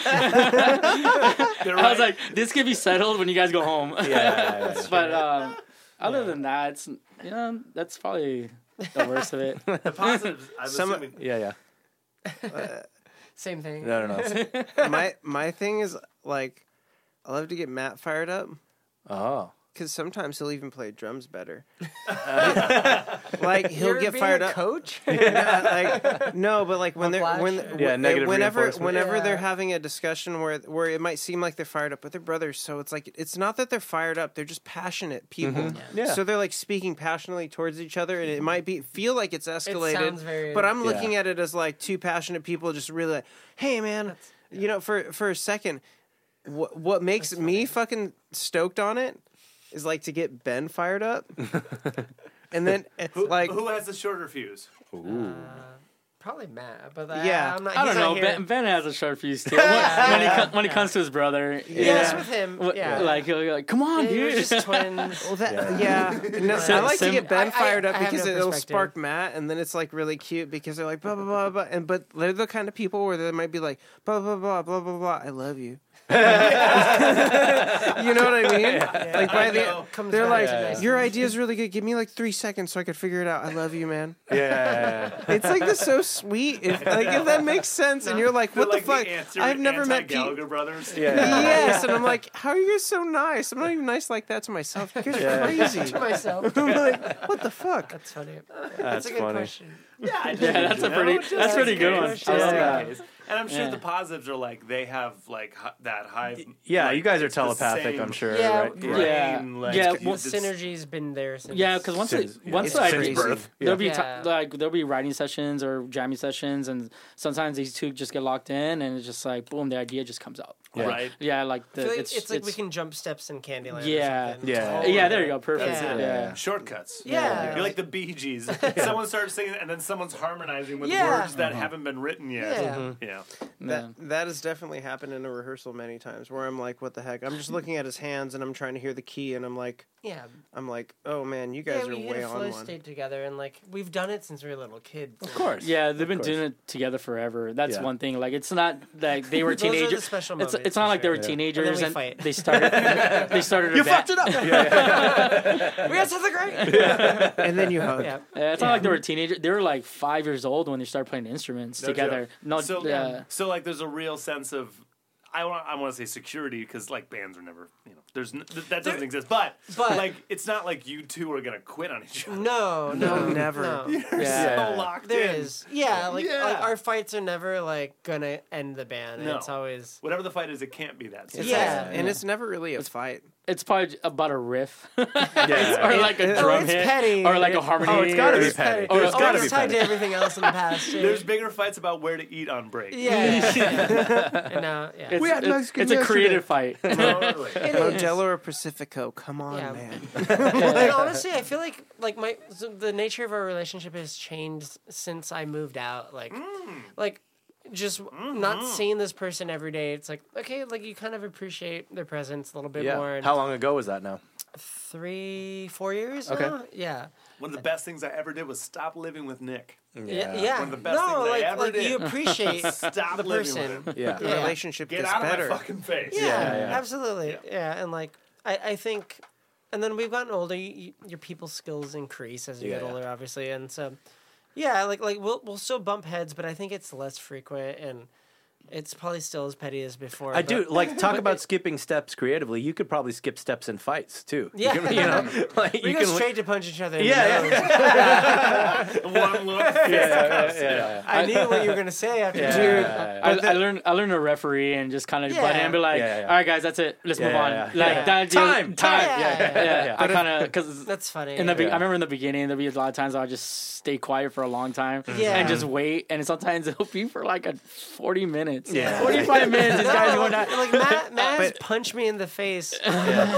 They're was right. like, this could be settled when you guys go home. (laughs) yeah, yeah, yeah. but um, other than that, it's you know that's probably the (laughs) worst of it. the (laughs) positives. I'm Some- assuming. Yeah, yeah. Same thing. No, no, no. (laughs) my my thing is like, I love to get Matt fired up Oh. because sometimes he'll even play drums (laughs) better. like he'll You're get being fired a up. Coach? Yeah, (laughs) like no, but like when they're Whiplash? when Yeah, when- negative whenever reinforcement. whenever Yeah. they're having a discussion where where it might seem like they're fired up, but they're brothers, so it's like it's not that they're fired up; they're just passionate people. Mm-hmm. Yeah. So they're like speaking passionately towards each other, and it might be feel like it's escalated. sounds very- but I'm Yeah. looking at it as like two passionate people just really, like, hey man, you know, for for a second, what what makes me fucking stoked on it is like to get Ben fired up. (laughs) And then, it's like, Who has the shorter fuse? Probably Matt, but I, Yeah. I'm not, I he's don't not know. here. Ben, ben has a sharp (laughs) fuse too. When, when it, co- when it comes to his brother, yeah, Yes, with him. What- Yeah. like he'll be like, come on, They were dude. just twins. Well, that, (laughs) yeah. No, I like to Sim- get Ben I- I- fired I up have because no it'll perspective. spark Matt, and then it's like really cute because they're like blah blah blah blah, and but they're the kind of people where they might be like blah blah blah blah blah blah. I love you. you know what I mean? Like by the, Comes they're back like, to this. your idea's really good. Give me like three seconds so I could figure it out. I love you, man. Yeah, yeah, It's like this so sweet. If, like if that makes sense, and you're like, They're what like the fuck? answer I've never met people. Gallagher brothers. yeah, yeah. yeah. Yes, and I'm like, how are you guys so nice? I'm not even nice like that to myself. You guys are Yeah. crazy. (laughs) to (laughs) myself. I'm like, what the fuck? That's funny. That's a good funny. question. Yeah, (laughs) yeah, that's a pretty, that's a pretty good one. Just I in love Yeah. that. And I'm sure Yeah. the positives are like they have like hi- that high. Yeah, like, you guys are it's the telepathic, same I'm sure. Yeah, right? Brain, Yeah. like, Yeah, it's- well, it's- Synergy's been there since. Yeah, because once Since- it, once It's I crazy. birth. Yeah. There'll be Yeah. ti like there'll be writing sessions or jamming sessions, and sometimes these two just get locked in, and it's just like boom, the idea just comes out. right? Yeah, like the I feel like it's, it's, like we can jump steps in Candyland. or yeah, something. Yeah. yeah. There you go. Perfect. That's Yeah. it. yeah. Shortcuts. Yeah. You're like the Bee (laughs) Gees. Someone starts singing and then someone's harmonizing with Yeah. words Uh-huh. that haven't been written yet. Yeah. Yeah. Man. That that has definitely happened in a rehearsal many times where I'm like, what the heck? I'm just looking at his hands and I'm trying to hear the key and I'm like, Yeah. I'm like, oh man, you Yeah, guys we are hit way a on flow one. state together, and like we've done it since we were little kids. Of course. Yeah, they've been course. doing it together forever. That's Yeah. one thing. Like it's not like they (laughs) were Those are the teenagers. special it's, moments, it's not for like they sure. were teenagers we and fight. they started. (laughs) they started. a band. up. we got something great. (laughs) and then you hug. yeah. Yeah, it's (laughs) not like they were teenagers. They were like five years old when they started playing instruments together. joke. No, So, um, yeah. so like, there's a real sense of I want I want to say security because like bands are never you know there's n- th- that doesn't exist. But, But- like it's not like you two are gonna quit on each (laughs) other. No, no, No, never. No. You're Yeah. so locked There in. is, yeah, like, Yeah. like our fights are never like gonna end the band. No. It's always Whatever the fight is, it can't be that. serious. Yeah. And it's never really a fight. It's probably about a riff, (laughs) Yeah. or like a Oh, drum it's hit, petty. or like a harmony. Oh, it's gotta or- be petty. Or There's it's gotta always be tied to petty. everything else in the past. yeah. There's bigger fights about where to eat on break. yeah, yeah. (laughs) no, yeah. It's, We had it's- Mexican it's a yesterday. creative (laughs) fight. (laughs) Totally. (laughs) (laughs) It is. Modelo or Pacifico? Come on, Yeah. (laughs) man. and honestly, I feel like like my so the nature of our relationship has changed since I moved out. Like, Mm. like just Mm-hmm. not seeing this person every day. It's like okay, like you kind of appreciate their presence a little bit more. Yeah. And How long ago was that now? three, four years Okay. now. Yeah, One of the (laughs) best things I ever did was stop living with Nick. yeah, yeah. One of the best no, things I like, ever like did. you appreciate (laughs) (laughs) Stop the living person. with him. Yeah. The Yeah. relationship Get gets out better. of my (laughs) fucking face. Yeah, yeah. absolutely. Yeah. Yeah. and like I, I think, and then we've gotten older. You, you, your people skills increase as you Yeah, get yeah. older, obviously, and so yeah, like like we'll we'll still bump heads, but I think it's less frequent, and it's probably still as petty as before. I but- do like talk about skipping steps creatively. You could probably skip steps in fights too. (laughs) Yeah. (laughs) you, can- you know, like We you go can. straight to punch each other. in the yeah, nose. yeah, (laughs) One look. (laughs) yeah, yeah, yeah. I knew what you were gonna say after Yeah. dude. I, I learned I learned a referee and just kind of butt in Yeah. and be like, Yeah, yeah. all right, guys, that's it. Let's Yeah, move yeah, on. yeah. Like Yeah. that Time, time. Yeah, Yeah, yeah, yeah. I kind of because That's funny. in the be- Yeah. I remember in the beginning there'd be a lot of times I'll just stay quiet for a long time Mm-hmm. Yeah. and just wait, and sometimes (laughs) it'll be for like a forty minutes, Yeah. forty five minutes. These No, guys going like, out. like, Matt, (laughs) Matt has punched me in the face,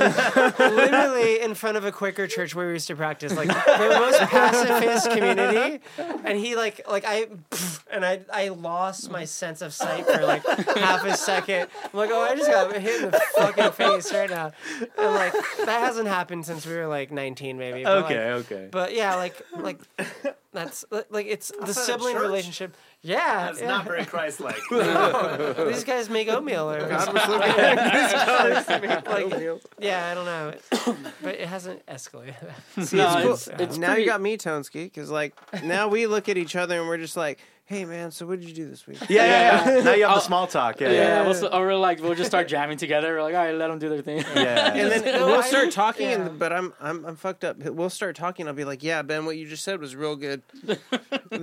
(laughs) literally in front of a Quaker church where we used to practice, like the most pacifist community. And he like like I and I I lost my sense of sight for like half a second. I'm like, oh, I just got hit in the fucking face right now. And like that hasn't happened since we were like 19, maybe. but, like, Okay, okay. but yeah, like like that's like it's the of sibling church? relationship. Yeah, That's yeah. not very Christ-like. These guys make oatmeal (laughs) or God was looking at me. like, yeah, I don't know, but it hasn't escalated. (laughs) No, Cool. it's, it's now pretty- you got me, Tonesky, because like now we look at each other and we're just like, "Hey, man, so what did you do this week?" yeah, (laughs) yeah, yeah. Now you have the small talk. (laughs) Yeah, yeah, Yeah, we'll, s- or we're like we'll just start jamming together. We're like, all right, let them do their thing. yeah. (laughs) yeah. And then No, we'll I- start talking, yeah. and, but I'm I'm I'm fucked up. We'll start talking. I'll be like, "Yeah, Ben, what you just said was (laughs) real good." and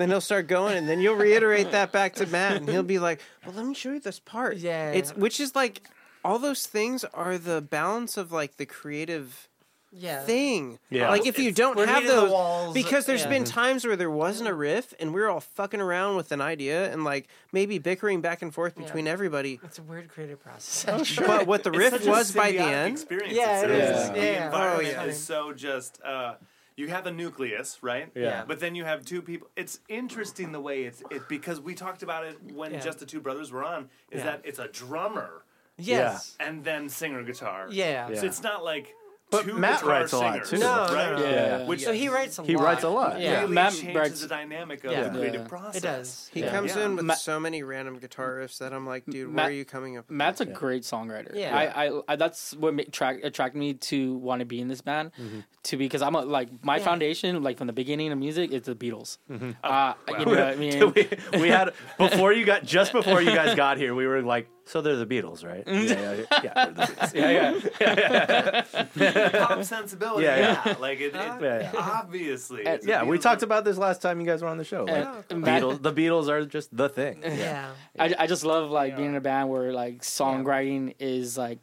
then he'll start going, and then you'll reiterate that back to Matt, and he'll be like, "Well, let me show you this part." Yeah. it's which is like all those things are the balance of like the creative Yeah, thing. Yeah. Like if you don't we're have hitting the those walls, because there's yeah. been times where there wasn't a riff and we were all fucking around with an idea and like maybe bickering back and forth between everybody. it's a weird creative process. But what the Such riff a was by the symbiotic end. Experience. Yeah, it It's- is. The Yeah. environment Oh, yeah. is so just. Uh, you have a nucleus, right? Yeah. But then you have two people. It's interesting the way it's it because we talked about it when Yeah. just the two brothers were on. Is Yeah. that it's a drummer (laughs) yes. and then singer guitar. Yeah. So it's not like. But two Matt guitar writes a lot, singers, too. No, no, right? no. Yeah. Yeah. Which So he writes a He lot. writes a lot. Yeah. really Matt changes writes- the dynamic of Yeah. the creative Yeah. process. It does. He Yeah. comes Yeah. in with Ma- so many random guitar riffs that I'm like, dude, Ma- where are you coming up? with Matt's a great songwriter. Yeah. I, I, I that's what ma- track, attracted me to want to be in this band, Mm-hmm. to because I'm a, like my Yeah. foundation, like from the beginning of music, it's the Beatles. Uh, (laughs) You know what I mean? Mm-hmm. Oh. we, (laughs) we had before you got just before you guys got here, we were like, so they're the Beatles, right? Yeah, Mm. yeah, yeah. yeah, they're (laughs) the Beatles. yeah, yeah. Pop sensibility. Yeah, yeah. Yeah. Like it, it yeah, yeah. (laughs) obviously. And- it's a Yeah, we Beatles- talked about this last time you guys were on the show. Like, And Uh, Matt- Beatles, the Beatles are (laughs) just the thing. Yeah. I, I just love like being in a band where like songwriting is like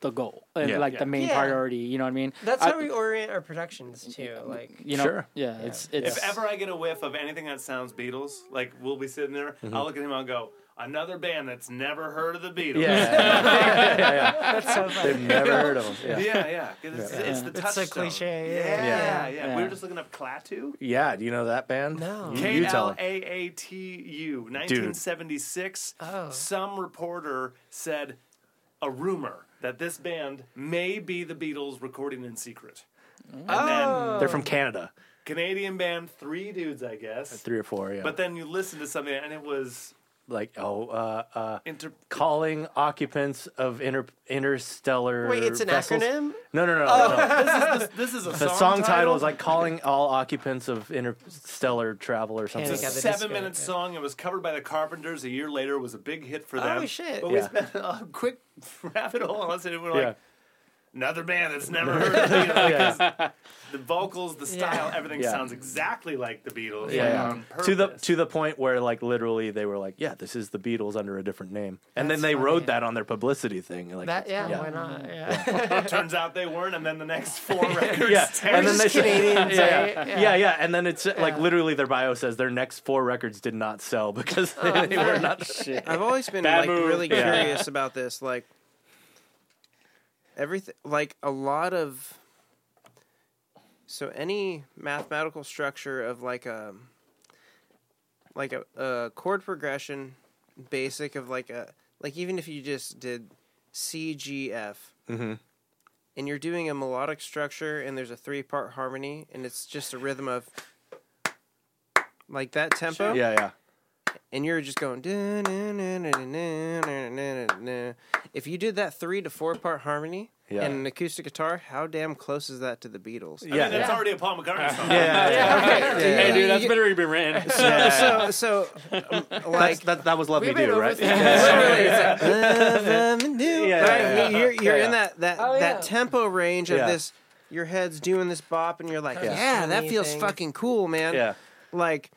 the goal and Yeah. like Yeah. the main Yeah. priority. You know what I mean? That's I- how we orient our productions too. Like you know, Sure. yeah, it's it's If ever I get a whiff of anything that sounds Beatles, like we'll be sitting there, Mm-hmm. I'll look at him, I'll go, another band that's never heard of the Beatles. yeah, yeah, yeah. that's so funny. They've never heard of them. (laughs) Yeah. yeah, yeah. 'cause It's, it's the It's touchstone. a cliche. Yeah Yeah. yeah, yeah, We Yeah. were just looking up Klaatu. Yeah, do you know that band? No. You, K you tell L 'em. A A T U, 1976. Oh. Some reporter said a rumor that this band may be the Beatles recording in secret. And Oh. then They're from Canada. Canadian band, three dudes, I guess. Three or four, yeah. But then you listen to something and it was like, oh, uh, uh, inter. calling occupants of inter- interstellar. Wait, it's an vessels. acronym. No, no, no. no. This is a The song title is like calling all occupants of interstellar travel or something. Panic at the seven Disco, minute yeah. song. It was covered by the Carpenters a year later. It was a big hit for them. Oh shit! But we Yeah. spent a quick (laughs) rabbit hole on us and we were Yeah. like, another band that's (laughs) never heard of the Beatles. (laughs) yeah. The vocals, the Yeah. style, everything Yeah. sounds exactly like the Beatles. Yeah, like, yeah. on To the purpose. to the point where like literally they were like, yeah, this is the Beatles under a different name, and then That's they funny. wrote that on their publicity thing. Like, That yeah, yeah. Why not? (laughs) Yeah. (laughs) turns out they weren't, and then the (laughs) next four records. yeah, (laughs) tear- and then they just Canadians, (laughs) yeah, right? yeah. Yeah. yeah, yeah, and then it's uh, like Yeah. literally their bio says their next four records did not sell because they, were not. (laughs) shit. (laughs) I've always been Bad like move. really Yeah. (laughs) curious about this. Like everything, like a lot of. So any mathematical structure of like a, like a, a chord progression, basic of like a like even if you just did C G F, Mhm. and you're doing a melodic structure and there's a three part harmony and it's just a rhythm of. Like that tempo, Yeah, yeah, and you're just going "Dun, dun, dun, dun, dun, dun, dun, dun, dun, dun." if you did that three to four part harmony Yeah. and an acoustic guitar how damn close is that to the beatles I mean, (laughs) yeah, that's yeah. already a Paul McCartney (laughs) song. yeah, yeah. Hey, Yeah. dude, that's better been written. so so um, (laughs) like That's, that that was lovely, We've been dude, over right? this- literally (laughs) it's like, "Love 'em do." Yeah, Right? yeah, yeah. you're, you're Yeah, in yeah. that that, Oh, that yeah. tempo range of Yeah. this your head's doing this bop and you're like Yeah. yeah, that feels Amazing. fucking cool (laughs) man yeah, like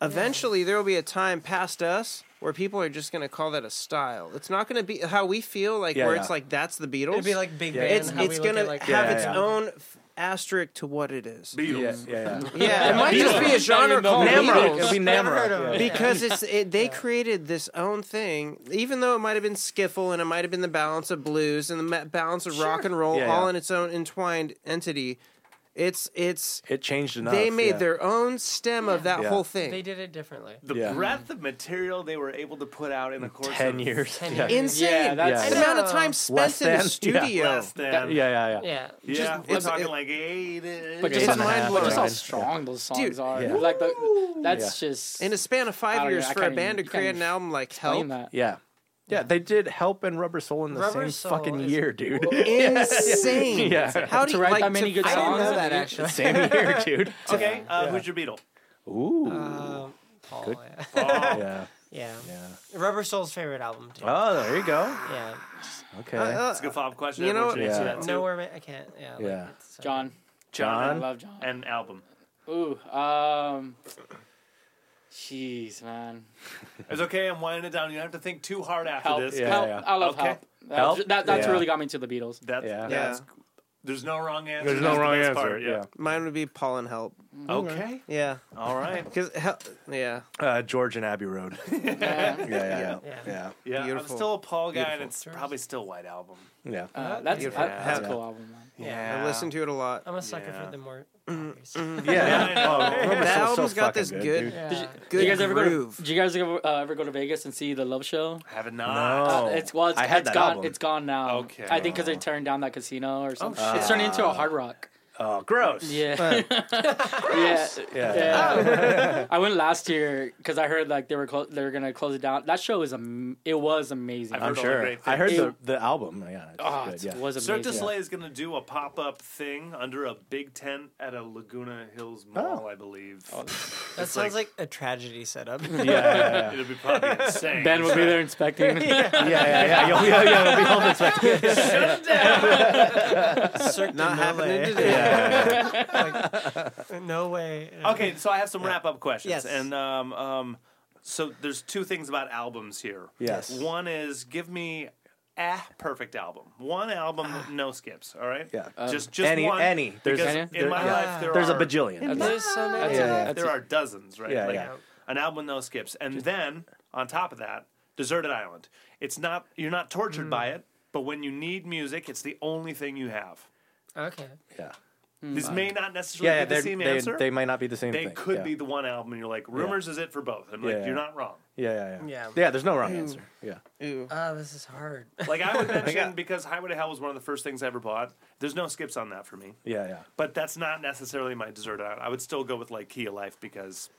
eventually there will be a time past us where people are just going to call that a style it's not going to be how we feel like Yeah, where yeah. it's like that's the beatles It'd be like big Yeah. band. it's how it's we look going to at, like, have Yeah, its yeah. own f- asterisk to what it is yeah, Beatles. yeah, yeah. (laughs) yeah it might just be a genre (laughs) called Namrock. Beatles. It'll be Never heard of Namrock. him. yeah. because it's it, they created this own thing even though it might have been skiffle and it might have been the balance of blues and the ma- balance of rock and roll Yeah, all yeah. in its own entwined entity it's it's It changed enough. they made yeah. their own stem of that Yeah. whole thing They did it differently. The Yeah. breadth of material they were able to put out in the course of ten years. Ten yeah. years. insane. Yeah, that's- The I amount of know. time spent Less in the than- yeah. studio. Less yeah, than yeah, Yeah. yeah. Yeah, Just- we're it's- talking it- like eight. inches. But It's just, how, but mind-blowing. just how Yeah. strong those songs Dude, are. yeah. Like the, that's just In a span of I five don't years know, I for a can't band even- to create can't an album like explain Help. that. Yeah. Yeah, they did help and rubber soul in the Rubber same Soul fucking is- year, dude. (laughs) Insane. Yeah. How do To you write like, that many to- good I didn't songs, know that dude. actually. same year, dude. Okay, uh, who's your (laughs) Beatle? Ooh. (laughs) Um, Paul. Yeah. yeah. yeah. Yeah. Rubber Soul's favorite album too. Oh, there you go. Yeah. Okay. Uh, It's a good follow-up question. You know Everyone should what- answer Yeah. that too. Nowhere. Ma- I can't. Yeah. like, Yeah. it's, uh, John. I John. love John. and album. Ooh, um, jeez, man. It's okay. I'm winding it down. You don't have to think too hard after Help, this. Yeah, help. yeah. I love Okay. help. That, Help? that that's Yeah. really got me to the Beatles. (laughs) That's, Yeah. that's Yeah. There's no wrong answer. That's the best part, Mine would be Paul and Help. yeah. Okay. Yeah. All (laughs) right. Because Help. Yeah. Uh, George and Abbey Road. yeah, Yeah. yeah, yeah, Yeah. yeah, Yeah, Beautiful. I'm still a Paul guy, and Beautiful. it's probably still White Album. yeah. Uh, that's Beautiful. that- that's a Yeah. cool album, man. Yeah, I listen to it a lot. I'm a sucker Yeah. for the more. (laughs) Mm-hmm. yeah. I know. That so- so album's got fucking this good, good, dude. Yeah. good you guys ever go? groove. To, did you guys ever, uh, ever go to Vegas and see the Love Show? Uh, Have (laughs) it not. No. Oh, it's well, it's, I had it's that gone. album. It's gone now. Okay. Oh, I think because they turned down that casino or something. shit. it's turned into a Hard Rock. Oh, gross. Yeah. (laughs) yeah. Yeah. Yeah. Oh. I went last year because I heard like they were clo- they were gonna close it down. That show is am- it was amazing. I've I'm heard all the sure. great I heard the, things. the album. Yeah, it's Oh, good. it Yeah. was amazing. Cirque du Soleil is going to do a pop up thing under a big tent at a Laguna Hills mall, Oh. I believe. That sounds like, a tragedy setup. (laughs) yeah, yeah, It'll be probably insane. Ben will be there (laughs) inspecting. (laughs) yeah, yeah, yeah, yeah. You'll, yeah, yeah, it'll be all this way. Cirque Not happening way. today. (laughs) No way. Okay, so I have some wrap up questions. Yes. And um, um, so there's two things about albums here. Yes. One is give me a perfect album. One album, no skips. All right. Ah. Yeah. just just any- one. Um, any. There's- There's in there- my yeah. life there There's a are- bajillion. In That's my it. There's so life, many. Yeah, yeah, There are dozens, right? Yeah, like yeah. an album with no skips. And then on top of that, Deserted Island. It's not you're not tortured by Mm. it, but when you need music, it's the only thing you have. Okay. Yeah. Hmm. This may not Yeah, necessarily yeah be they, the same they, answer. they might not be the same They thing. could yeah. be the one album, and you're like, rumors is it for both. I'm like, Yeah, yeah. you're not wrong. Yeah, yeah, yeah. Yeah. Yeah, there's no wrong answer. Yeah. (laughs) Ooh. Oh, this is (laughs) hard. Like I (laughs) would mention got- because Highway to Hell was one of the first things I ever bought. There's no skips on that for me, Yeah, yeah. but that's not necessarily my dessert island. I would still go with like Key of Life because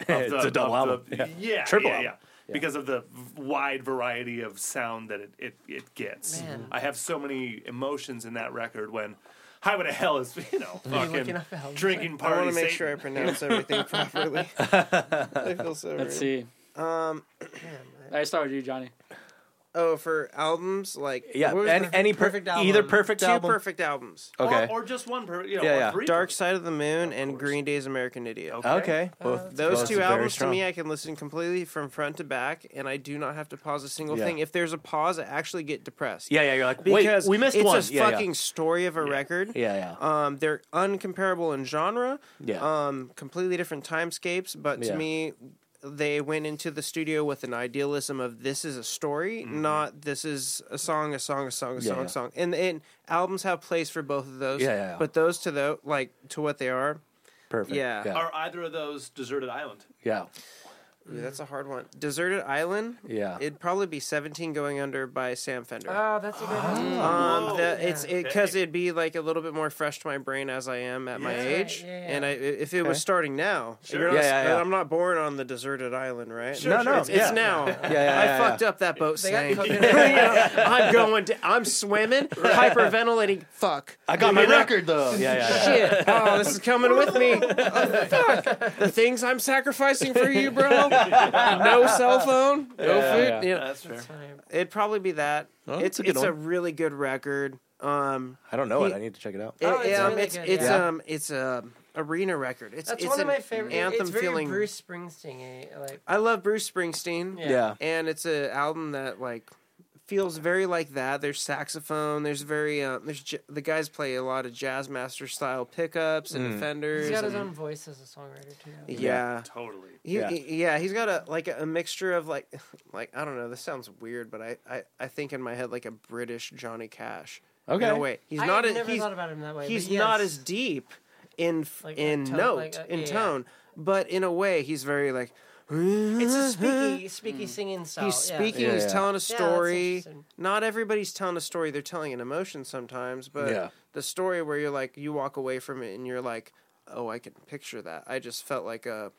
of the- it's a double of album. the- (laughs) yeah. yeah, Triple yeah, album. yeah. Because of the v- wide variety of sound that it it, it gets. Man. I have so many emotions in that record when. Highway to Hell is, (laughs) you know, looking fucking up albums? drinking I party. want to make Satan. sure I (laughs) pronounce everything properly. I feel so. Let's rude. see. (clears throat) Um. (clears throat) I start with you, Johnny. Oh, for albums like Yeah, what was any, the- any per- perfect album? either perfect two album. perfect albums. Or- okay. Or, just one per, you know, Yeah, or yeah. three per- Dark Side of the Moon and Green Day's American Idiot. okay. Both, Those both two very albums to strong. me, I can listen completely from front to back, and I do not have to pause a single Yeah. thing. If there's a pause, I actually get depressed. Yeah, yeah. You're like, wait, because we missed it's one. a yeah, fucking story of a record. yeah, yeah, yeah. Um, they're uncomparable in genre. Yeah. Um, completely different timescapes, but to Yeah. me, they went into the studio with an idealism of this is a story, not this is a song, a song, a song, a Mm-hmm. Yeah, song, yeah. a song. And and albums have place for both of those. Yeah, yeah, yeah. But those to the like to what they are. Perfect. yeah. yeah, Are either of those Deserted Island? yeah. Ooh, that's a hard one. Deserted Island. Yeah. It'd probably be 17 going under by Sam Fender. Oh, that's a good one. Um, Whoa. the, it's it because it'd be like a little bit more fresh to my brain as I am at my Yeah. age, Yeah, yeah, and I, i- if it was Okay. starting now, Sure. you're not, Yeah, yeah, yeah. I'm not born on the deserted island, right? Sure, No, sure. no, it's, yeah. it's now. yeah, I yeah, fucked up that boat They got sank. (laughs) coconut. You know, I'm going. To, I'm swimming, hyperventilating. Fuck. I got my record though. Yeah, yeah, yeah. Shit. Oh, this is coming with me. Oh, fuck. The things I'm sacrificing for you, bro. No cell phone. No Yeah, food. yeah. you know. That's fair. It'd probably be that. Oh, it's that's a good it's a one. really good record. Um, I don't know it. He- I need to check it out. it, Oh, it's um, really it's good, it's yeah. um it's a arena record. It's That's it's one of an my favorite. anthem it's very feeling. Bruce Springsteen. Like I love Bruce Springsteen. Yeah. Yeah, and it's an album that like feels very like that. There's saxophone. There's very um, there's j- the guys play a lot of jazz master style pickups and he's offenders. got and- his own voice as a songwriter too. yeah. Totally. He, Mm. Yeah. yeah. He, yeah, he's got a like a, mixture of like, (sighs) like I don't know. This sounds weird, but I, I, I think in my head like a British Johnny Cash. Okay. in a way he's I not. had a- never he's thought about him that way. he's but yes. not as deep in f- Like, like in tone- note like, uh, in yeah, yeah. tone, but in a way he's very like. It's (laughs) a speaky, speaky singing style. He's yeah. speaking. Yeah, he's yeah. telling a that's story. interesting. Not everybody's telling a story. They're telling an emotion sometimes, but Yeah. the story where you're like, you walk away from it and you're like, oh, I can picture that. I just felt like a,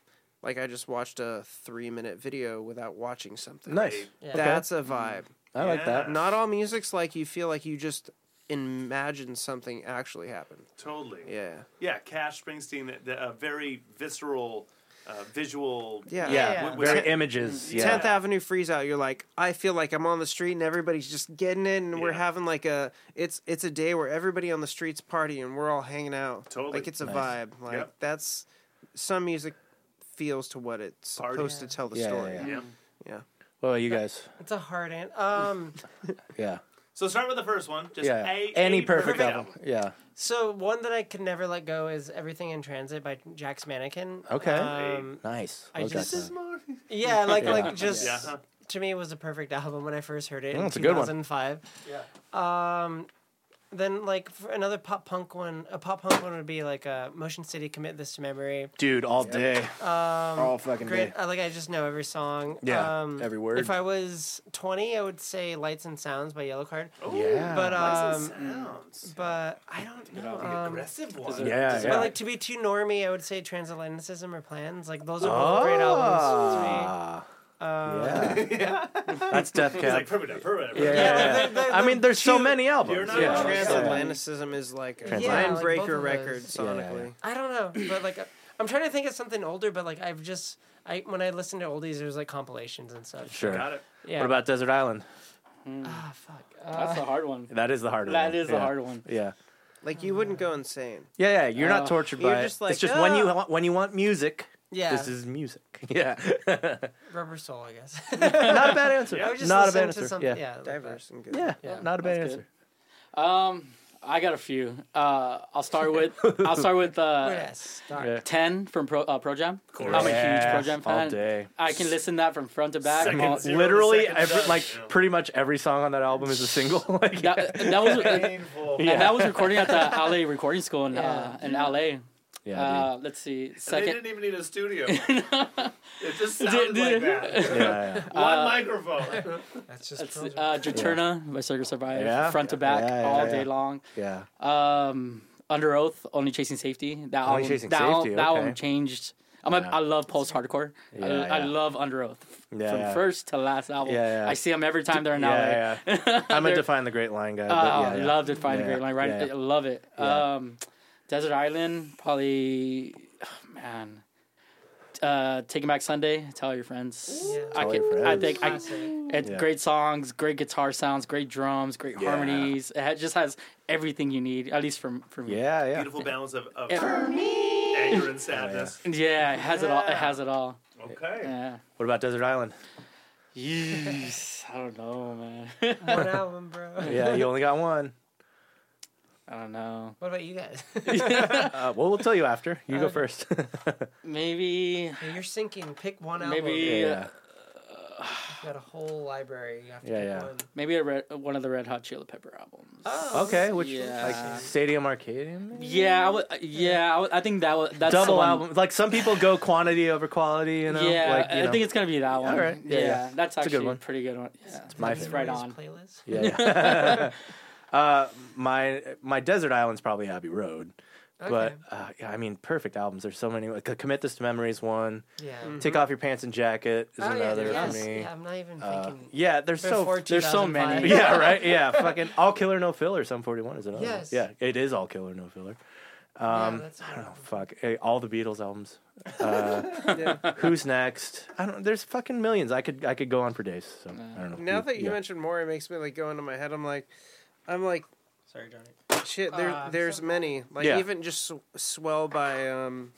like I just watched a three minute video without watching something. nice. Yeah. That's a vibe. I like that. Not all music's like you feel like you just imagine something actually happened. Totally. Yeah, Yeah. Cash Springsteen, the, the, a very visceral, uh, visual. Yeah. Yeah, Yeah. With- with- very images. Yeah, 10th Avenue freeze out, you're like, I feel like I'm on the street and everybody's just getting it and we're Yeah. having like a it's it's a day where everybody on the streets party and we're all hanging out. Totally. Like it's a Nice. vibe. Like Yep. that's some music feels to what it's Party. supposed to tell the Yeah, yeah, story. yeah. Yeah. What about you guys? It's a hard an (laughs) Um, Yeah, So start with the first one. Just yeah. a, Any a perfect, album. Yeah. so one that I could never let go is "Everything in Transit" by Jack's Mannequin. Okay. Um, Nice. I Love just- that song. yeah, like Yeah. like just Yeah. Uh-huh. to me it was a perfect album when I first heard it Oh, in it's a good one. 2005. Yeah. Um, then like for another pop punk one, a pop punk one would be like uh, Motion City, Commit This to Memory. dude all day. Um, all fucking Great, day. I, like I just know every song. Yeah, um, every word. If I was 20, I would say "Lights and Sounds" by Yellowcard. Oh, Yeah. But um, sounds. but I don't know. The um, aggressive one. yeah, yeah. But like to be too normy, I would say Transatlanticism or Plans. Like those are both great Ah. albums to me. yeah. That's Death It's Cab. like (laughs) perfect, perfect. perfect. yeah, yeah, Yeah, yeah. they're- they're- I mean, there's so cute. many You're albums. not Yeah. wrong. Transatlanticism is like a Yeah, line like both breaker of record those. sonically. I don't know, but like uh, I'm trying to think of something older. But like I've just I when I listen to oldies, there's like compilations and stuff. Sure. Got it. Yeah. What about Desert Island? Ah, fuck. Uh, That's a hard one. That is the hard one. That is yeah. a hard one. Yeah. Like you wouldn't go insane. Yeah, yeah. You're not Oh. tortured You're by just it. like, It's just when you "Ah." want, when you want music, Yeah. This is music. (laughs) (laughs) Yeah. Rubber soul, I guess. (laughs) not a bad answer. I was just not listening a bad to answer. something- Yeah. yeah, like that. diverse and good. Yeah, Yeah, Not a bad that's answer. Um, I got a few. Uh, I'll start (laughs) with I'll start with uh, Yes. Dark. Yeah. ten from Pro uh, Pro Jam. I'm a huge Yeah, Pro Jam fan. All day. I can listen that from front to back. Second all- zero Literally, second every, time. like pretty much every song on that album is a single. (laughs) like, that, that (laughs) was and Painful. that was recording at the LA recording school in uh, in LA. yeah, Uh, let's see. They Second, didn't even need a studio. it just sounded did- like that. dude. (laughs) yeah, One microphone. That's just that's, uh, Juturna by Circus Survive, Yeah. front to back Yeah, yeah, all yeah. day long. yeah, Um, Under Oath, Only Chasing Safety. That Only album, Chasing that, al- Safety, that okay. album changed. I'm a, Yeah. I love post hardcore. I, Yeah, I yeah. love Under Oath (laughs) yeah. from yeah. first to last album. Yeah, yeah. I see them every time they're in LA. yeah, (laughs) yeah. I'm a They're- define the great line guy. But Uh, yeah, I yeah. love Define Yeah, the Great Line. Right, yeah, I yeah. love it. Yeah. Um, Desert Island, probably. Oh, man, uh, Taking Back Sunday. Tell your friends. Yeah. I Tell can. Your I Friends. think. I, (laughs) it's Yeah. great songs, great guitar sounds, great drums, great Yeah. harmonies. It ha- just has everything you need, at least from from Yeah, yeah. Beautiful balance of, of Yeah. anger and sadness. Yeah, it has it all. It has it all. Okay. Yeah. What about Desert Island? Yes. I don't know, man. (laughs) one album, bro. Yeah, you only got one. I don't (laughs) know. (laughs) What about you guys? (laughs) Uh, well, we'll tell you after. You Uh, go Okay. first. (laughs) Maybe. You're sinking. Pick one album. Maybe. yeah, You've got a whole library. You have to Yeah, pick yeah. one. Maybe a red, one of the Red Hot Chili Pepper albums. Oh, Okay, which Yeah. like Stadium Arcadium? maybe? Yeah, I would, uh, yeah, I, would, I think that was that's the Mm. Double one. album. Like some people go quantity over quality. You know. yeah, Like, you I know. think it's gonna be that one. All right, yeah, Yeah, yeah. that's It's a actually good a, one. pretty good one. Yeah, it's my favorite. right on. Playlist. Yeah. (laughs) yeah. (laughs) uh, my my desert island's probably Abbey Road, but Okay. uh, yeah, I mean, perfect albums. There's so many. Like, Commit This to Memory is one. Yeah. Take off your pants and jacket is Mm-hmm. Oh, yeah, another yes. for me. Yeah, I'm not even Uh, thinking. yeah, there's Before so. there's so 2005. many. (laughs) Yeah, right. Yeah, fucking all killer no filler. Some 41 is another. one. Yes. Yeah, it is all killer no filler. Yeah, Um, that's I don't another know. Fuck. eh, All the (laughs) Beatles albums. Uh, Who's next? I don't. There's fucking millions. I could. I could go on for days. So I don't know. Now that you Mm, yeah. mentioned more, it makes me like go into my head. I'm like, I'm like, Sorry, Johnny. shit. There, Uh, there's many. Like Yeah. even just sw- swell by um,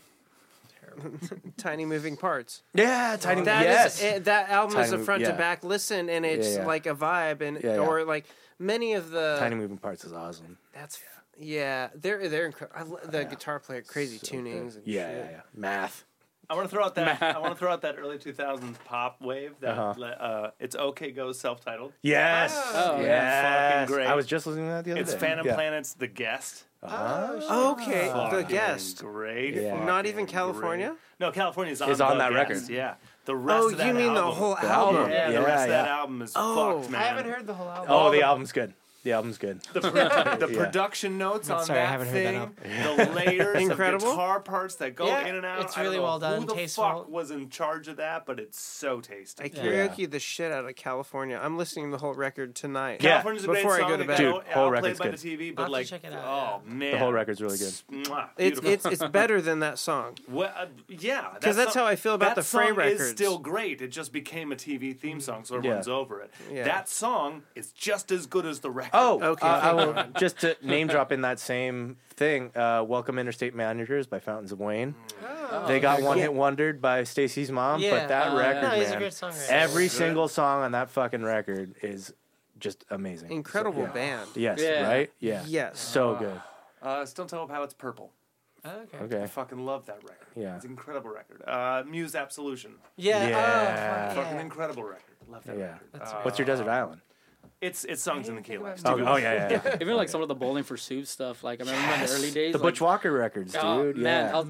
(laughs) tiny moving parts. Yeah, tiny. That yes. is it, that album is Tiny a Mo- front yeah. to back listen, and it's yeah. like a vibe, and Yeah, yeah. or like many of the Tiny moving parts is awesome. That's yeah. They're they're incredible. The guitar player, crazy So good. tunings. And Yeah, shit. yeah, yeah. Math. I want to throw out (laughs) that I want to throw out that early 2000s pop wave that Uh-huh. le- uh, it's OK Go self-titled. Yes. Oh, yeah. yes. Fucking great. I was just listening to that the other It's day. Phantom yeah. Planet's The Guest. Oh, Uh-huh. Okay, the Fucking guest. Great. Yeah. fucking Not even great. California? No, California's on, It's The on that Guest, record. Yeah. The rest Oh, of that you mean the album- whole The album? album. Yeah, Yeah, the rest of yeah. that album is Oh. fucked, I man. haven't heard the whole album. Oh, the album's good. The album's good. the, (laughs) pro- the Yeah. production notes on sorry, I that haven't heard that thing, (laughs) the layers Incredible. of guitar parts that go Yeah, in and out. it's I don't really know well done, Who the tasteful. fuck was in charge of that? But it's so tasty. I Yeah. karaoke the shit out of California. I'm listening to the whole record tonight. Yeah. California's a great Before I song. go to it bed. got Dude, whole outplayed record's by good. the TV, I'll but have to like, check it oh out, man, The whole record's really good. Mwah, It's beautiful. it's it's better than (laughs) that song. Well, uh, yeah, that 'Cause that's song- how I feel about that the Frey song Is records. still great. It just became a TV theme song, so everyone's over it. Yeah. That song is just as good as the record. Oh, Okay, okay. I thank will, just to name drop in that same thing, uh, Welcome Interstate Managers by Fountains of Wayne. they got One Hit Wondered by Stacy's Mom, Oh. Yeah, but that uh, record, No, he's a man, great songwriter. every Good. single song on that fucking record is just amazing. Incredible So, yeah. band. Yes, Yeah. right? Yeah. Yes. So good. uh, still tell how it's purple. Oh, okay. I Okay. fucking love that record. Yeah. it's an incredible record. Uh, Muse Absolution, Yeah. Yeah. Oh, fuck, fucking yeah. incredible record. Love that Yeah. record. That's Uh, What's your desert island? It's it's songs in the key think life. about Oh, Dude. oh, yeah, yeah. yeah. (laughs) Even like some of the Bowling for Soup stuff. Like I remember in the early days. the like, Butch Walker records, dude. oh, man, yeah. I'll-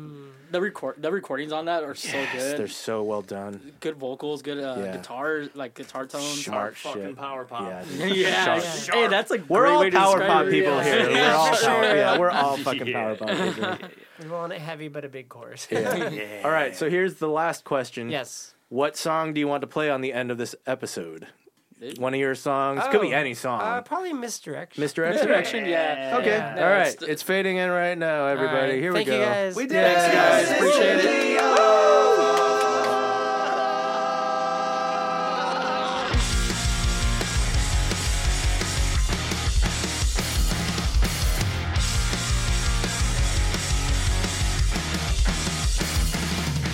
the record the recordings on that are so Yes, good. They're so well done. good vocals, good uh, Yeah. guitar, like guitar tones. Smart fucking shit. power pop. Yeah, (laughs) dude. yeah, Sharp. yeah. Hey, that's a We're great all way to power describe pop it. people Yeah. here. Yeah, We're (laughs) all for power, sure. yeah, we're all fucking Yeah. power (laughs) pop people. We want it heavy but a big chorus. Yeah. All right, so here's the last question. (laughs) yes. What song do you want to play on the end of this episode? Dude. One of your songs. Could be Oh, any song. Uh, probably misdirection. Mr. X. Direction, yeah. Okay. Yeah. All right. It's It's, the- fading in right now, everybody. right. Here Thank we go. you guys. we did. Thanks, it. guys. Appreciate it.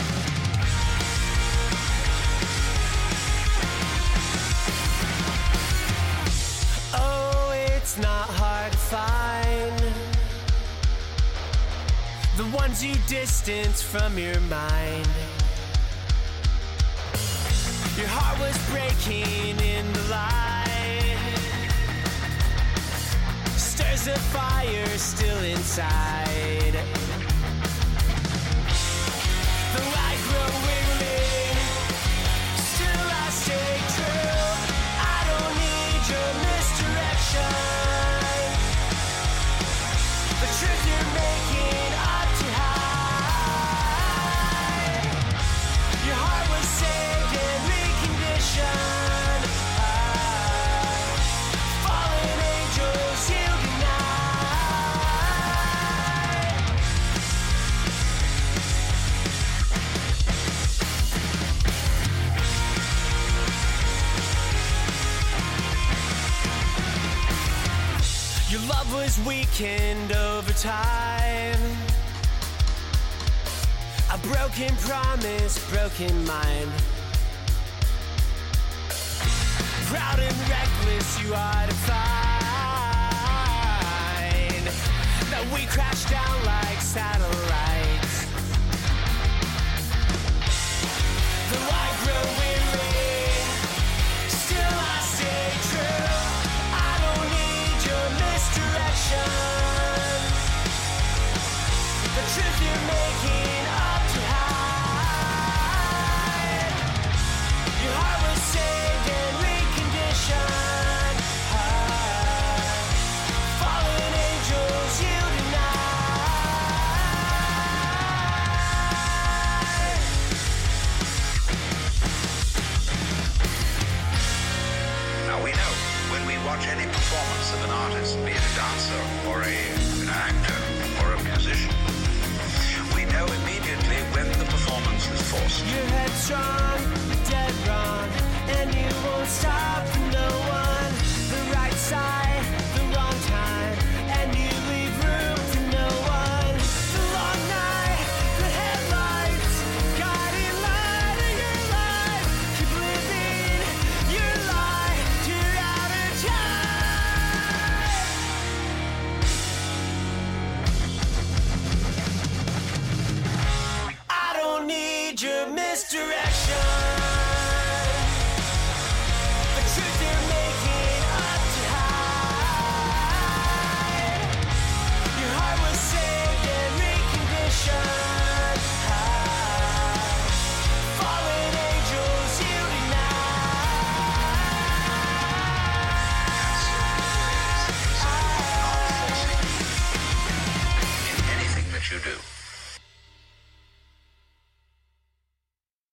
Tales Oh, It's not hard to find the ones you distance from your mind. Your heart was breaking in the light, stirs a fire still inside. Though I grow weary, still I stay true. I don't need your misdirection. The truth you're making up to hide. Your heart was saved and reconditioned. Ah, fallen angels you deny. Your love was weakened over time. A broken promise, broken mind. Proud and reckless, you are to find that we crash down like satellites. The light grow weary. Still I stay true. I don't need your misdirection. The truth you're making up to hide. Your heart was saved and reconditioned. Ah, fallen angels you deny. Now we know when we watch any performance of an artist, be it a dancer or a, an actor or a musician, we know immediately when the performance is forced. Your headstrong